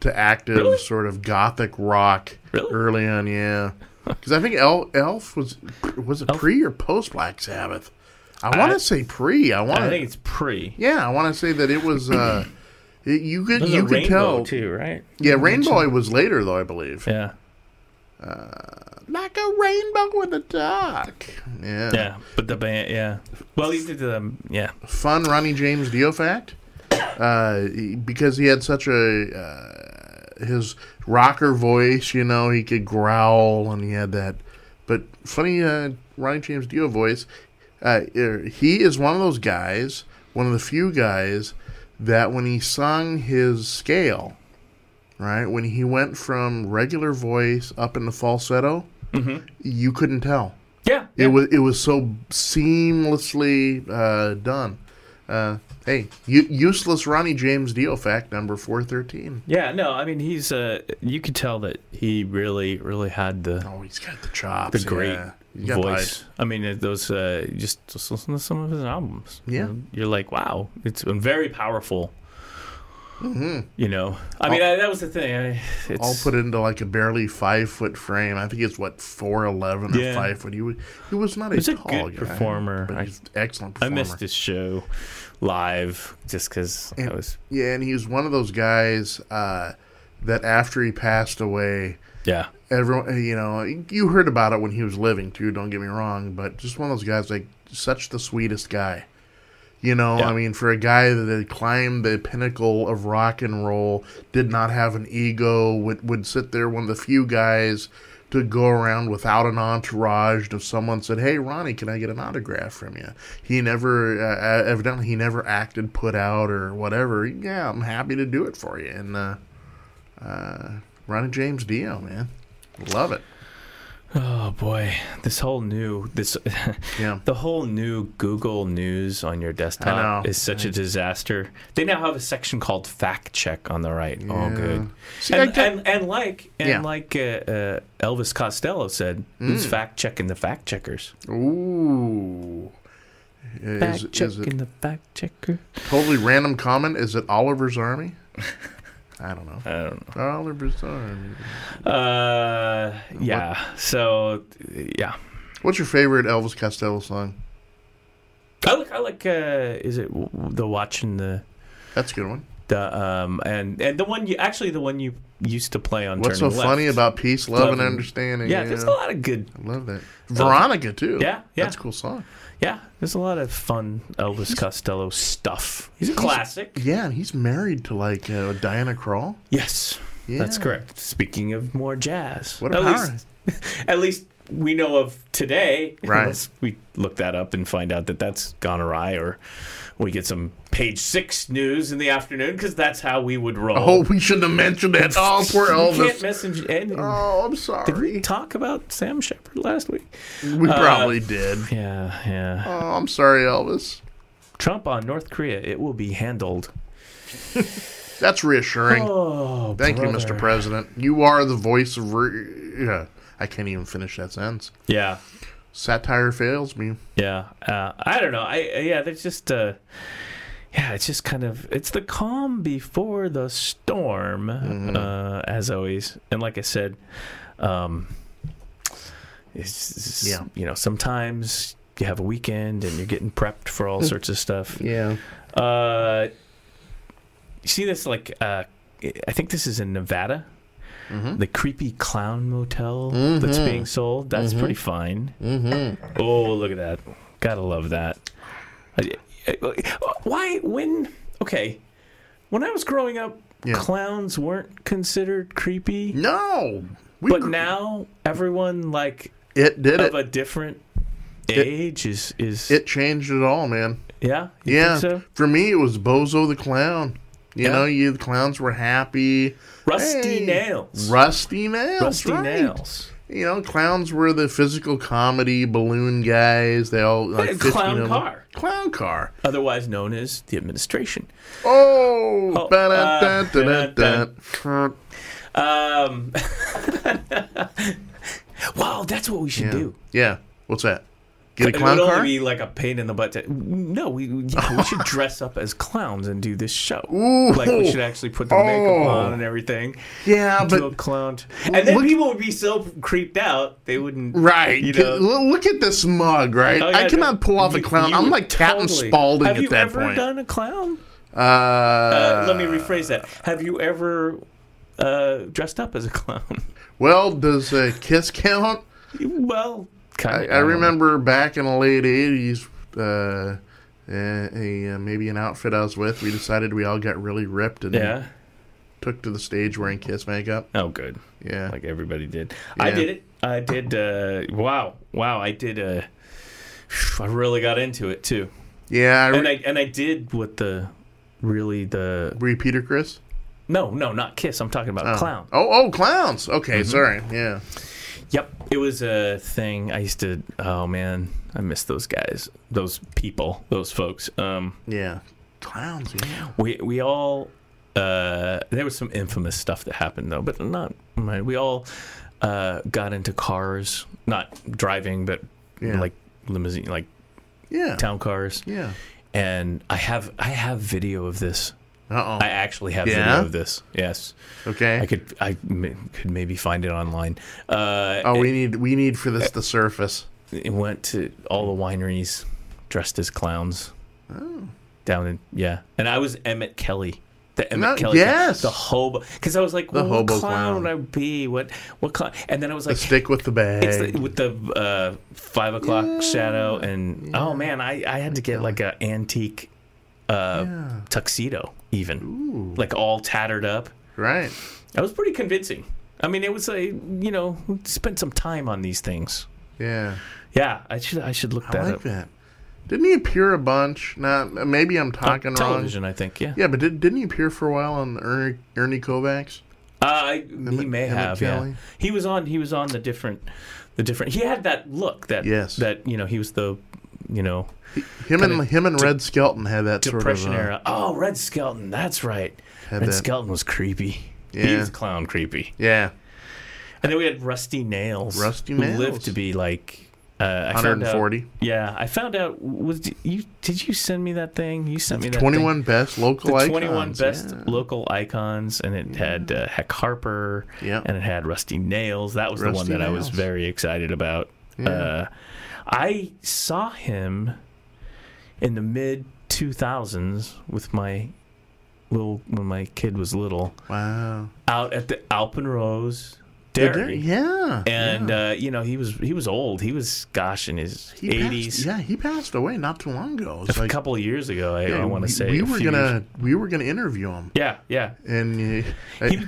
[SPEAKER 2] to active
[SPEAKER 1] Really?
[SPEAKER 2] sort of gothic rock
[SPEAKER 1] Really?
[SPEAKER 2] early on. Yeah. Because I think El- Elf was was it pre or post Black Sabbath? I want
[SPEAKER 1] I-
[SPEAKER 2] to say pre. I want.
[SPEAKER 1] I
[SPEAKER 2] to
[SPEAKER 1] think it's pre.
[SPEAKER 2] Yeah, I want to say that it
[SPEAKER 1] [clears throat]
[SPEAKER 2] was. Uh, it- you could
[SPEAKER 1] There's
[SPEAKER 2] you
[SPEAKER 1] a
[SPEAKER 2] could
[SPEAKER 1] rainbow
[SPEAKER 2] tell.
[SPEAKER 1] too, right?
[SPEAKER 2] Yeah, Rainbow was later though, I believe.
[SPEAKER 1] Yeah,
[SPEAKER 2] Like a rainbow in the dark. Yeah.
[SPEAKER 1] yeah. But the band, yeah. Well, he did the yeah.
[SPEAKER 2] Fun Ronnie James Dio fact. Uh, he- because he had such a uh, his rocker voice, you know, he could growl and he had that. But funny uh, Ronnie James Dio voice. Uh, er, he is one of those guys, one of the few guys that when he sung his scale, right when he went from regular voice up into falsetto, you couldn't tell.
[SPEAKER 1] Mm-hmm. Yeah,
[SPEAKER 2] It was it was so seamlessly uh, done. Uh, hey, u- useless Ronnie James Dio fact number four thirteen.
[SPEAKER 1] yeah. No, I mean he's uh, you could tell that he really, really had the
[SPEAKER 2] Oh, he's got the chops.
[SPEAKER 1] the great
[SPEAKER 2] yeah. He's got
[SPEAKER 1] voice. I mean uh, those uh, just just listen to some of his albums.
[SPEAKER 2] Yeah.
[SPEAKER 1] you're like wow, it's very powerful. You know, I mean I, that was the thing. I, it's,
[SPEAKER 2] All mm-hmm. put into like a barely five foot frame. I think it's what four eleven or
[SPEAKER 1] Yeah.
[SPEAKER 2] five foot. He was he was not a
[SPEAKER 1] He's a
[SPEAKER 2] tall
[SPEAKER 1] good
[SPEAKER 2] guy,
[SPEAKER 1] performer.
[SPEAKER 2] but
[SPEAKER 1] I-
[SPEAKER 2] he's an excellent.
[SPEAKER 1] I
[SPEAKER 2] Performer.
[SPEAKER 1] missed his show live just because I
[SPEAKER 2] And-
[SPEAKER 1] was
[SPEAKER 2] Yeah, and he was one of those guys uh, that after he passed away,
[SPEAKER 1] yeah.
[SPEAKER 2] everyone you know you heard about it when he was living too don't get me wrong but just one of those guys like such the sweetest guy you know
[SPEAKER 1] Yeah.
[SPEAKER 2] i mean for a guy that had climbed the pinnacle of rock and roll did not have an ego would, would sit there one of the few guys to go around without an entourage if someone said hey ronnie can i get an autograph from you he never uh, evidently he never acted put out or whatever yeah i'm happy to do it for you and uh, uh, ronnie james dio man Love it.
[SPEAKER 1] Oh boy, this whole new this [laughs]
[SPEAKER 2] Yeah.
[SPEAKER 1] the whole new Google News on your
[SPEAKER 2] I
[SPEAKER 1] desktop
[SPEAKER 2] know.
[SPEAKER 1] is such a disaster. They now have a section called fact check on the right. Oh, good.
[SPEAKER 2] See, I
[SPEAKER 1] and,
[SPEAKER 2] get-
[SPEAKER 1] and, and like and
[SPEAKER 2] Yeah. Mm.
[SPEAKER 1] like uh, uh, Elvis Costello said, who's fact checking the fact checkers?
[SPEAKER 2] Ooh. Is,
[SPEAKER 1] Fact
[SPEAKER 2] is
[SPEAKER 1] checking
[SPEAKER 2] it
[SPEAKER 1] the fact checker.
[SPEAKER 2] totally random comment? Is it Oliver's Army? I don't know.
[SPEAKER 1] I don't
[SPEAKER 2] Oliver's Army.
[SPEAKER 1] know. Uh, yeah. So yeah,
[SPEAKER 2] What's your favorite Elvis Costello song?
[SPEAKER 1] I like I like. Uh, is it w- w- the watching the
[SPEAKER 2] That's a good one.
[SPEAKER 1] the um and and the one you actually the one you used to play on.
[SPEAKER 2] What's so
[SPEAKER 1] Turning Left.
[SPEAKER 2] funny about peace, love,
[SPEAKER 1] Love
[SPEAKER 2] and
[SPEAKER 1] and-
[SPEAKER 2] understanding?
[SPEAKER 1] Yeah, there's a lot of good.
[SPEAKER 2] I love that. Veronica too.
[SPEAKER 1] Yeah, yeah.
[SPEAKER 2] That's a cool song.
[SPEAKER 1] Yeah, there's a lot of fun Elvis Costello stuff. He's a classic.
[SPEAKER 2] Yeah, and he's married to like uh, Diana Krall.
[SPEAKER 1] Yes,
[SPEAKER 2] Yeah.
[SPEAKER 1] that's correct. Speaking of more jazz,
[SPEAKER 2] What a
[SPEAKER 1] at
[SPEAKER 2] power.
[SPEAKER 1] least [laughs] at least we know of today.
[SPEAKER 2] [laughs] Right.
[SPEAKER 1] Unless we look that up and find out that that's gone awry, or we get some page six news in the afternoon because that's how we would roll.
[SPEAKER 2] Oh, [laughs] we shouldn't have mentioned that. Oh, poor
[SPEAKER 1] you can't
[SPEAKER 2] Elvis.
[SPEAKER 1] message. And
[SPEAKER 2] Oh, I'm sorry.
[SPEAKER 1] did we Uh, talk about Sam Shepard last week?
[SPEAKER 2] we probably did.
[SPEAKER 1] Yeah, yeah.
[SPEAKER 2] Oh, I'm sorry, Elvis.
[SPEAKER 1] Trump on North Korea. It will be handled.
[SPEAKER 2] That's reassuring.
[SPEAKER 1] Oh,
[SPEAKER 2] Thank you, Mr. President. You are the voice of. Re- yeah, I can't even finish that sentence.
[SPEAKER 1] Yeah.
[SPEAKER 2] Satire fails me.
[SPEAKER 1] Yeah, uh, I don't know. I yeah, there's just uh, yeah, it's just kind of it's the calm before the storm, uh, as always. And like I said, um, it's, it's-
[SPEAKER 2] Yeah.
[SPEAKER 1] you know sometimes you have a weekend and you're getting prepped for all sorts of stuff.
[SPEAKER 2] Yeah.
[SPEAKER 1] Uh, you see this like uh, I think this is in Nevada. The creepy clown motel that's being sold. That's pretty fine. Mm-hmm. Oh, look at that! Gotta love that. I- I- Why? When? Okay. When I was growing up,
[SPEAKER 2] Yeah.
[SPEAKER 1] clowns weren't considered creepy,
[SPEAKER 2] No. We
[SPEAKER 1] but
[SPEAKER 2] gr-
[SPEAKER 1] now everyone like
[SPEAKER 2] it did
[SPEAKER 1] of
[SPEAKER 2] it.
[SPEAKER 1] a different age is is
[SPEAKER 2] It changed it all, man.
[SPEAKER 1] yeah you
[SPEAKER 2] yeah.
[SPEAKER 1] think so?
[SPEAKER 2] For me, it was Bozo the Clown. You
[SPEAKER 1] Yeah.
[SPEAKER 2] know, you the clowns were happy.
[SPEAKER 1] rusty
[SPEAKER 2] Hey,
[SPEAKER 1] nails
[SPEAKER 2] Rusty nails.
[SPEAKER 1] rusty
[SPEAKER 2] right.
[SPEAKER 1] nails.
[SPEAKER 2] You know, clowns were the physical comedy balloon guys. They all like
[SPEAKER 1] Yeah,
[SPEAKER 2] 15
[SPEAKER 1] clown
[SPEAKER 2] of them.
[SPEAKER 1] car.
[SPEAKER 2] Clown car.
[SPEAKER 1] otherwise known as the administration.
[SPEAKER 2] Oh.
[SPEAKER 1] Oh,
[SPEAKER 2] ba-da-da,
[SPEAKER 1] uh,
[SPEAKER 2] da-da-da.
[SPEAKER 1] Um, [laughs] wow, that's what we should
[SPEAKER 2] Yeah.
[SPEAKER 1] do.
[SPEAKER 2] Yeah. What's that? Get a
[SPEAKER 1] It
[SPEAKER 2] clown
[SPEAKER 1] would
[SPEAKER 2] car?
[SPEAKER 1] only be like a pain in the butt. To, no, we yeah, we
[SPEAKER 2] [laughs]
[SPEAKER 1] should dress up as clowns and do this show.
[SPEAKER 2] Ooh.
[SPEAKER 1] Like we should actually put the
[SPEAKER 2] Oh.
[SPEAKER 1] makeup on and everything.
[SPEAKER 2] yeah,
[SPEAKER 1] do a
[SPEAKER 2] but
[SPEAKER 1] clown, t- and then
[SPEAKER 2] look-
[SPEAKER 1] people would be so creeped out they wouldn't.
[SPEAKER 2] right.
[SPEAKER 1] You
[SPEAKER 2] Can-
[SPEAKER 1] know.
[SPEAKER 2] lo- look at this mug, right?
[SPEAKER 1] Oh, yeah,
[SPEAKER 2] I cannot
[SPEAKER 1] no,
[SPEAKER 2] pull off a
[SPEAKER 1] you-
[SPEAKER 2] clown.
[SPEAKER 1] you
[SPEAKER 2] I'm
[SPEAKER 1] would
[SPEAKER 2] like Captain
[SPEAKER 1] totally-
[SPEAKER 2] Spaulding
[SPEAKER 1] Have
[SPEAKER 2] at
[SPEAKER 1] you
[SPEAKER 2] that
[SPEAKER 1] ever
[SPEAKER 2] point.
[SPEAKER 1] done a clown?
[SPEAKER 2] uh,
[SPEAKER 1] Uh, let me rephrase that. Have you ever uh, dressed up as a clown? [laughs]
[SPEAKER 2] Well, does a kiss count?
[SPEAKER 1] well, kind
[SPEAKER 2] I, I remember back in the late '80s, uh, a, a, maybe an outfit I was with. We decided we all got really ripped and
[SPEAKER 1] Yeah.
[SPEAKER 2] took to the stage wearing kiss makeup.
[SPEAKER 1] Oh, good.
[SPEAKER 2] Yeah,
[SPEAKER 1] Like everybody did. I
[SPEAKER 2] Yeah.
[SPEAKER 1] did it. I did. Uh, wow, wow. I did. Uh, I really got into it too,
[SPEAKER 2] yeah. I re-
[SPEAKER 1] and I and I did with the really the
[SPEAKER 2] were you Peter Chris?
[SPEAKER 1] no no not kiss. I'm talking about
[SPEAKER 2] Oh.
[SPEAKER 1] clown. Mm-hmm.
[SPEAKER 2] Oh, oh, clowns. Okay, sorry. Yeah.
[SPEAKER 1] Yep, it was a thing. I used to. Oh man, I miss those guys, those people, those folks. Um,
[SPEAKER 2] Yeah. Clowns, yeah.
[SPEAKER 1] we we all. Uh, there was some infamous stuff that happened though, but not. my- We all uh, got into cars, not driving, but
[SPEAKER 2] Yeah.
[SPEAKER 1] like limousine, like
[SPEAKER 2] Yeah.
[SPEAKER 1] town cars.
[SPEAKER 2] Yeah.
[SPEAKER 1] And I have I have video of this.
[SPEAKER 2] Uh
[SPEAKER 1] I actually have
[SPEAKER 2] Yeah?
[SPEAKER 1] video of this. Yes,
[SPEAKER 2] oh. Okay.
[SPEAKER 1] I could I m- could maybe find it online. Uh,
[SPEAKER 2] oh, we need we need for this the surface.
[SPEAKER 1] it went to all the wineries dressed as clowns.
[SPEAKER 2] Oh.
[SPEAKER 1] Down in yeah, and I was Emmett Kelly. The Emmett
[SPEAKER 2] No,
[SPEAKER 1] Kelly,
[SPEAKER 2] yes.
[SPEAKER 1] the hobo, because I was like, well, what
[SPEAKER 2] hobo
[SPEAKER 1] clown, would I
[SPEAKER 2] clown.
[SPEAKER 1] be? What what clown? And then I was
[SPEAKER 2] The
[SPEAKER 1] like,
[SPEAKER 2] stick with the bag.
[SPEAKER 1] [laughs] it's the, with the uh, five o'clock shadow, and oh man, I I had to get like a antique uh,
[SPEAKER 2] Yeah.
[SPEAKER 1] tuxedo, even
[SPEAKER 2] Ooh.
[SPEAKER 1] like all tattered up.
[SPEAKER 2] Right.
[SPEAKER 1] That was pretty convincing. I mean, it was a you know spent some time on these things.
[SPEAKER 2] Yeah.
[SPEAKER 1] Yeah, I should I should look
[SPEAKER 2] I
[SPEAKER 1] that
[SPEAKER 2] like
[SPEAKER 1] up.
[SPEAKER 2] that. Didn't he appear a bunch? Nah, maybe I'm
[SPEAKER 1] On
[SPEAKER 2] talking wrong.
[SPEAKER 1] television, I think. Yeah,
[SPEAKER 2] Yeah, but did, didn't he appear for a while on Ernie, Ernie Kovacs?
[SPEAKER 1] Uh, I, he may
[SPEAKER 2] Emmett
[SPEAKER 1] have. Yeah,
[SPEAKER 2] Kelly?
[SPEAKER 1] he was on. He was on the different, the different. He had that look. That
[SPEAKER 2] Yes.
[SPEAKER 1] That you know he was the, you know,
[SPEAKER 2] Him
[SPEAKER 1] Kinda
[SPEAKER 2] and him and Red Skelton had that sort of.
[SPEAKER 1] depression
[SPEAKER 2] uh,
[SPEAKER 1] era. Oh, Red Skelton. That's right.
[SPEAKER 2] Had
[SPEAKER 1] Red
[SPEAKER 2] that-
[SPEAKER 1] Skelton was creepy. He
[SPEAKER 2] Yeah.
[SPEAKER 1] was clown creepy.
[SPEAKER 2] Yeah.
[SPEAKER 1] And then we had Rusty Nails.
[SPEAKER 2] Rusty
[SPEAKER 1] who
[SPEAKER 2] Nails.
[SPEAKER 1] lived to be like. Uh, I found out-
[SPEAKER 2] 140.
[SPEAKER 1] Yeah, I found out. Was you? Did you send me that thing? You sent me that. thing.
[SPEAKER 2] 21 best local
[SPEAKER 1] the
[SPEAKER 2] icons.
[SPEAKER 1] 21 best
[SPEAKER 2] yeah. Mm.
[SPEAKER 1] local icons and it had uh, heck harper
[SPEAKER 2] Yeah.
[SPEAKER 1] and it had rusty nails that was the one
[SPEAKER 2] Rusty
[SPEAKER 1] that i was
[SPEAKER 2] Nails.
[SPEAKER 1] very excited about uh, i saw him in the mid 2000s with my little when my kid was little
[SPEAKER 2] Wow.
[SPEAKER 1] out at the alpenrose
[SPEAKER 2] The
[SPEAKER 1] dairy
[SPEAKER 2] dairy- Oh, Yeah.
[SPEAKER 1] and
[SPEAKER 2] yeah.
[SPEAKER 1] uh, you know he was he was old he was gosh in his
[SPEAKER 2] He
[SPEAKER 1] 80s
[SPEAKER 2] Passed, yeah, he passed away not too long ago. It's
[SPEAKER 1] a
[SPEAKER 2] like,
[SPEAKER 1] couple of years ago i,
[SPEAKER 2] yeah,
[SPEAKER 1] I want
[SPEAKER 2] we-
[SPEAKER 1] to say
[SPEAKER 2] we
[SPEAKER 1] a
[SPEAKER 2] were
[SPEAKER 1] few
[SPEAKER 2] gonna
[SPEAKER 1] years-
[SPEAKER 2] we were gonna interview him,
[SPEAKER 1] yeah
[SPEAKER 2] [laughs]
[SPEAKER 1] yeah
[SPEAKER 2] and uh, I-
[SPEAKER 1] he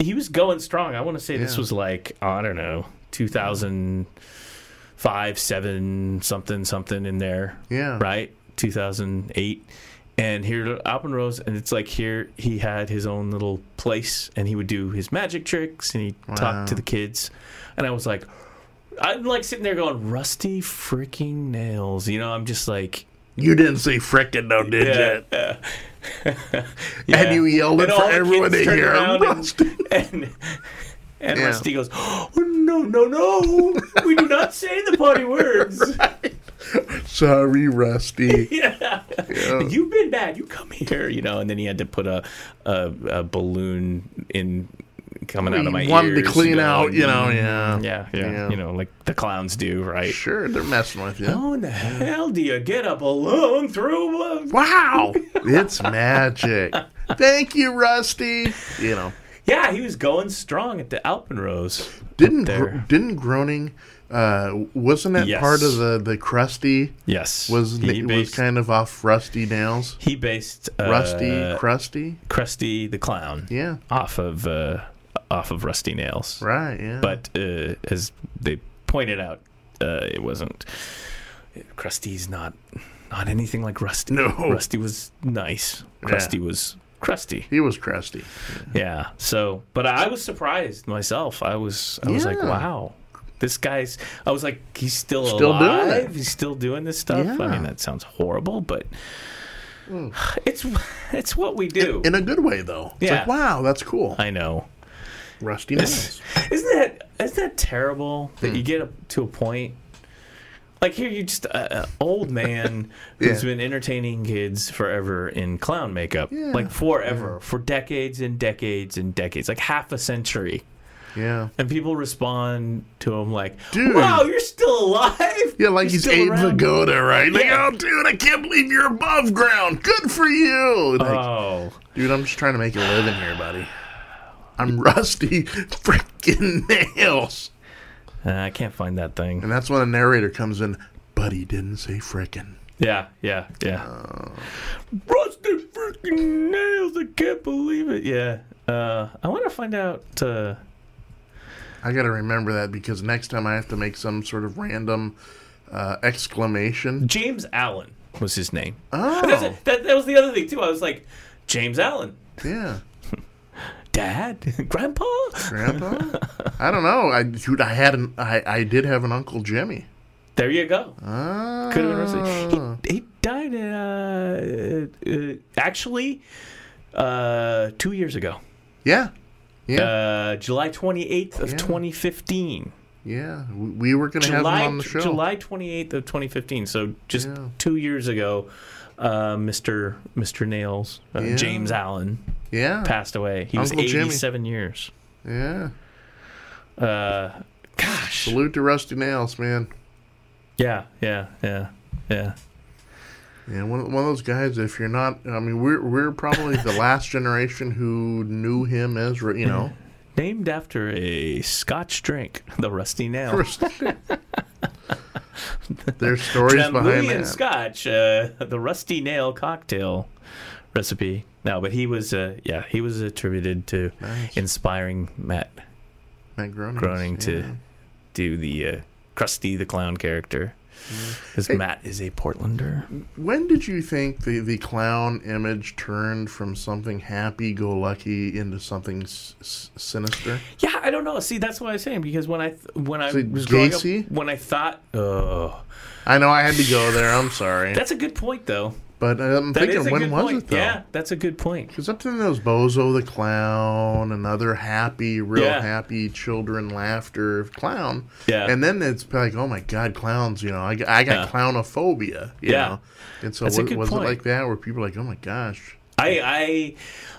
[SPEAKER 1] he was going strong. I want to say this
[SPEAKER 2] Yeah.
[SPEAKER 1] was like I don't know, two thousand five, seven, something, something in there,
[SPEAKER 2] yeah,
[SPEAKER 1] right? Two thousand eight, and here Alpen Rose, and it's like here he had his own little place, and he would do his magic tricks, and he would
[SPEAKER 2] Wow.
[SPEAKER 1] talked to the kids, and I was like, I'm like sitting there going, rusty freaking nails, you know? I'm just like.
[SPEAKER 2] You didn't say frickin' no, did ya?
[SPEAKER 1] Yeah.
[SPEAKER 2] [laughs] And you yelled it
[SPEAKER 1] And
[SPEAKER 2] for
[SPEAKER 1] all the
[SPEAKER 2] everyone to
[SPEAKER 1] kids turned
[SPEAKER 2] hear.
[SPEAKER 1] around and-
[SPEAKER 2] Rusty.
[SPEAKER 1] [laughs] And, and
[SPEAKER 2] Yeah.
[SPEAKER 1] Rusty goes, oh, no, no, no. We do not say the potty words.
[SPEAKER 2] Sorry, Rusty.
[SPEAKER 1] Yeah.
[SPEAKER 2] [laughs] Yeah.
[SPEAKER 1] You've been bad. You come here, you know. And then he had to put a, a, a balloon in coming [laughs] out of my
[SPEAKER 2] He wanted
[SPEAKER 1] ears.
[SPEAKER 2] to clean
[SPEAKER 1] going,
[SPEAKER 2] out, you know.
[SPEAKER 1] "Mm."
[SPEAKER 2] Yeah.
[SPEAKER 1] Yeah, yeah,
[SPEAKER 2] Yeah.
[SPEAKER 1] You know, like the clowns do, right?
[SPEAKER 2] Sure, they're messing with you.
[SPEAKER 1] How in the hell do you get a balloon through a [laughs]
[SPEAKER 2] Wow, it's magic. Thank you, Rusty. You know,
[SPEAKER 1] Yeah, he was going strong at the Alpenrose.
[SPEAKER 2] didn't
[SPEAKER 1] there.
[SPEAKER 2] gro- didn't groaning? Uh, wasn't that
[SPEAKER 1] Yes.
[SPEAKER 2] part of the the crusty?
[SPEAKER 1] Yes,
[SPEAKER 2] Was
[SPEAKER 1] he
[SPEAKER 2] was
[SPEAKER 1] based,
[SPEAKER 2] kind of off Rusty nails.
[SPEAKER 1] he based uh,
[SPEAKER 2] Rusty,
[SPEAKER 1] Rusty
[SPEAKER 2] crusty.
[SPEAKER 1] Krusty the Clown
[SPEAKER 2] Yeah,
[SPEAKER 1] off of uh, off of Rusty Nails,
[SPEAKER 2] right. Yeah,
[SPEAKER 1] but uh, as they pointed out, uh, it wasn't. Krusty's not not anything like Rusty.
[SPEAKER 2] No.
[SPEAKER 1] Rusty was nice.
[SPEAKER 2] Yeah.
[SPEAKER 1] Krusty was crusty.
[SPEAKER 2] he was crusty.
[SPEAKER 1] Yeah. So, but I was surprised myself. I was, I was like,
[SPEAKER 2] Yeah.
[SPEAKER 1] wow, this guy's. I was like, he's still
[SPEAKER 2] Still doing
[SPEAKER 1] alive.
[SPEAKER 2] it.
[SPEAKER 1] He's still doing this stuff. I
[SPEAKER 2] Yeah. Hmm.
[SPEAKER 1] mean, that sounds horrible, but [sighs] it's it's what we do.
[SPEAKER 2] In a good way, though. It's
[SPEAKER 1] Yeah.
[SPEAKER 2] like, wow, that's cool.
[SPEAKER 1] I know.
[SPEAKER 2] Rusty nails. Hmm.
[SPEAKER 1] Isn't that isn't that terrible that you get up to a point Like here, you just uh, old
[SPEAKER 2] [laughs]
[SPEAKER 1] man who's
[SPEAKER 2] Yeah.
[SPEAKER 1] been entertaining kids forever in clown makeup,
[SPEAKER 2] Yeah.
[SPEAKER 1] like forever, for decades and decades and decades, like half a century.
[SPEAKER 2] Yeah.
[SPEAKER 1] And people respond to him like,
[SPEAKER 2] Dude.
[SPEAKER 1] "Wow, you're still alive!
[SPEAKER 2] Yeah, like
[SPEAKER 1] You're
[SPEAKER 2] he's
[SPEAKER 1] still
[SPEAKER 2] Abe
[SPEAKER 1] around."
[SPEAKER 2] Vigoda, right? Like,
[SPEAKER 1] Yeah.
[SPEAKER 2] oh, dude, I can't believe you're above ground. Good for you. Like,
[SPEAKER 1] Oh,
[SPEAKER 2] dude, I'm just trying to make a living here, buddy. I'm rusty [laughs] freaking nails.
[SPEAKER 1] Uh, I can't find that thing.
[SPEAKER 2] And that's when a narrator comes in, but he didn't say frickin'.
[SPEAKER 1] Yeah, yeah, yeah.
[SPEAKER 2] Oh.
[SPEAKER 1] Rusted freaking nails! I can't believe it. Yeah. Uh, I want to find out. Uh,
[SPEAKER 2] I got to remember that because next time I have to make some sort of random uh, exclamation.
[SPEAKER 1] James Allen was his name. That's
[SPEAKER 2] Oh,
[SPEAKER 1] it. That, that was the other thing too. I was like, James Allen,
[SPEAKER 2] yeah.
[SPEAKER 1] Dad, [laughs] Grandpa.
[SPEAKER 2] Grandpa? I don't know. I dude, I had an I, I did have an Uncle Jimmy.
[SPEAKER 1] There you go.
[SPEAKER 2] Ah.
[SPEAKER 1] Could have been Rusty. He, he died uh, uh, actually uh, two years ago,
[SPEAKER 2] Yeah. Yeah.
[SPEAKER 1] uh, July twenty eighth of
[SPEAKER 2] Yeah.
[SPEAKER 1] twenty fifteen.
[SPEAKER 2] yeah. We, we were going to have him
[SPEAKER 1] July
[SPEAKER 2] on the show.
[SPEAKER 1] July twenty eighth of twenty fifteen. So just
[SPEAKER 2] Yeah.
[SPEAKER 1] two years ago, uh, Mister Mister Nails uh,
[SPEAKER 2] Yeah.
[SPEAKER 1] James Allen
[SPEAKER 2] Yeah.
[SPEAKER 1] passed away. He was
[SPEAKER 2] Uncle Jimmy.
[SPEAKER 1] eighty seven years.
[SPEAKER 2] Yeah.
[SPEAKER 1] Uh, gosh.
[SPEAKER 2] Salute to Rusty Nails, man.
[SPEAKER 1] Yeah, yeah, yeah, yeah.
[SPEAKER 2] Yeah, one, one of those guys. If you're not, I mean, we're we're probably the last [laughs] generation who knew him as
[SPEAKER 1] [laughs]
[SPEAKER 2] you know.
[SPEAKER 1] Named after a Scotch drink, the Rusty Nail.
[SPEAKER 2] Rusty. There's stories behind
[SPEAKER 1] Drambuie and
[SPEAKER 2] that.
[SPEAKER 1] Scotch, uh, the Rusty Nail cocktail recipe. No, but he was, uh, yeah, he was attributed to
[SPEAKER 2] Nice.
[SPEAKER 1] inspiring Matt
[SPEAKER 2] Matt Groening.
[SPEAKER 1] Groening to
[SPEAKER 2] yeah.
[SPEAKER 1] do the uh, Krusty the Clown character. Because
[SPEAKER 2] Mm. Hey.
[SPEAKER 1] Matt is a Portlander.
[SPEAKER 2] When did you think the, the clown image turned from something happy go lucky into something s- s- sinister?
[SPEAKER 1] Yeah, I don't know. See, that's what I was saying. Because when I th- when I
[SPEAKER 2] So
[SPEAKER 1] was growing
[SPEAKER 2] Gacy?
[SPEAKER 1] up, when I thought, oh,
[SPEAKER 2] I know I had to go there. I'm sorry,
[SPEAKER 1] that's a good point, though.
[SPEAKER 2] but uh, I'm
[SPEAKER 1] That is
[SPEAKER 2] thinking
[SPEAKER 1] a
[SPEAKER 2] when
[SPEAKER 1] good
[SPEAKER 2] was
[SPEAKER 1] point.
[SPEAKER 2] it though?
[SPEAKER 1] Yeah, that's a good point.
[SPEAKER 2] Because up to then, there was Bozo the Clown, another happy, real
[SPEAKER 1] Yeah.
[SPEAKER 2] happy children laughter clown.
[SPEAKER 1] Yeah.
[SPEAKER 2] And then it's like, oh my God, clowns, you know, I, I got
[SPEAKER 1] Yeah.
[SPEAKER 2] clownophobia, you
[SPEAKER 1] Yeah.
[SPEAKER 2] know? And so
[SPEAKER 1] That's a
[SPEAKER 2] was,
[SPEAKER 1] good
[SPEAKER 2] was it
[SPEAKER 1] point.
[SPEAKER 2] like that where people are like, oh my gosh.
[SPEAKER 1] I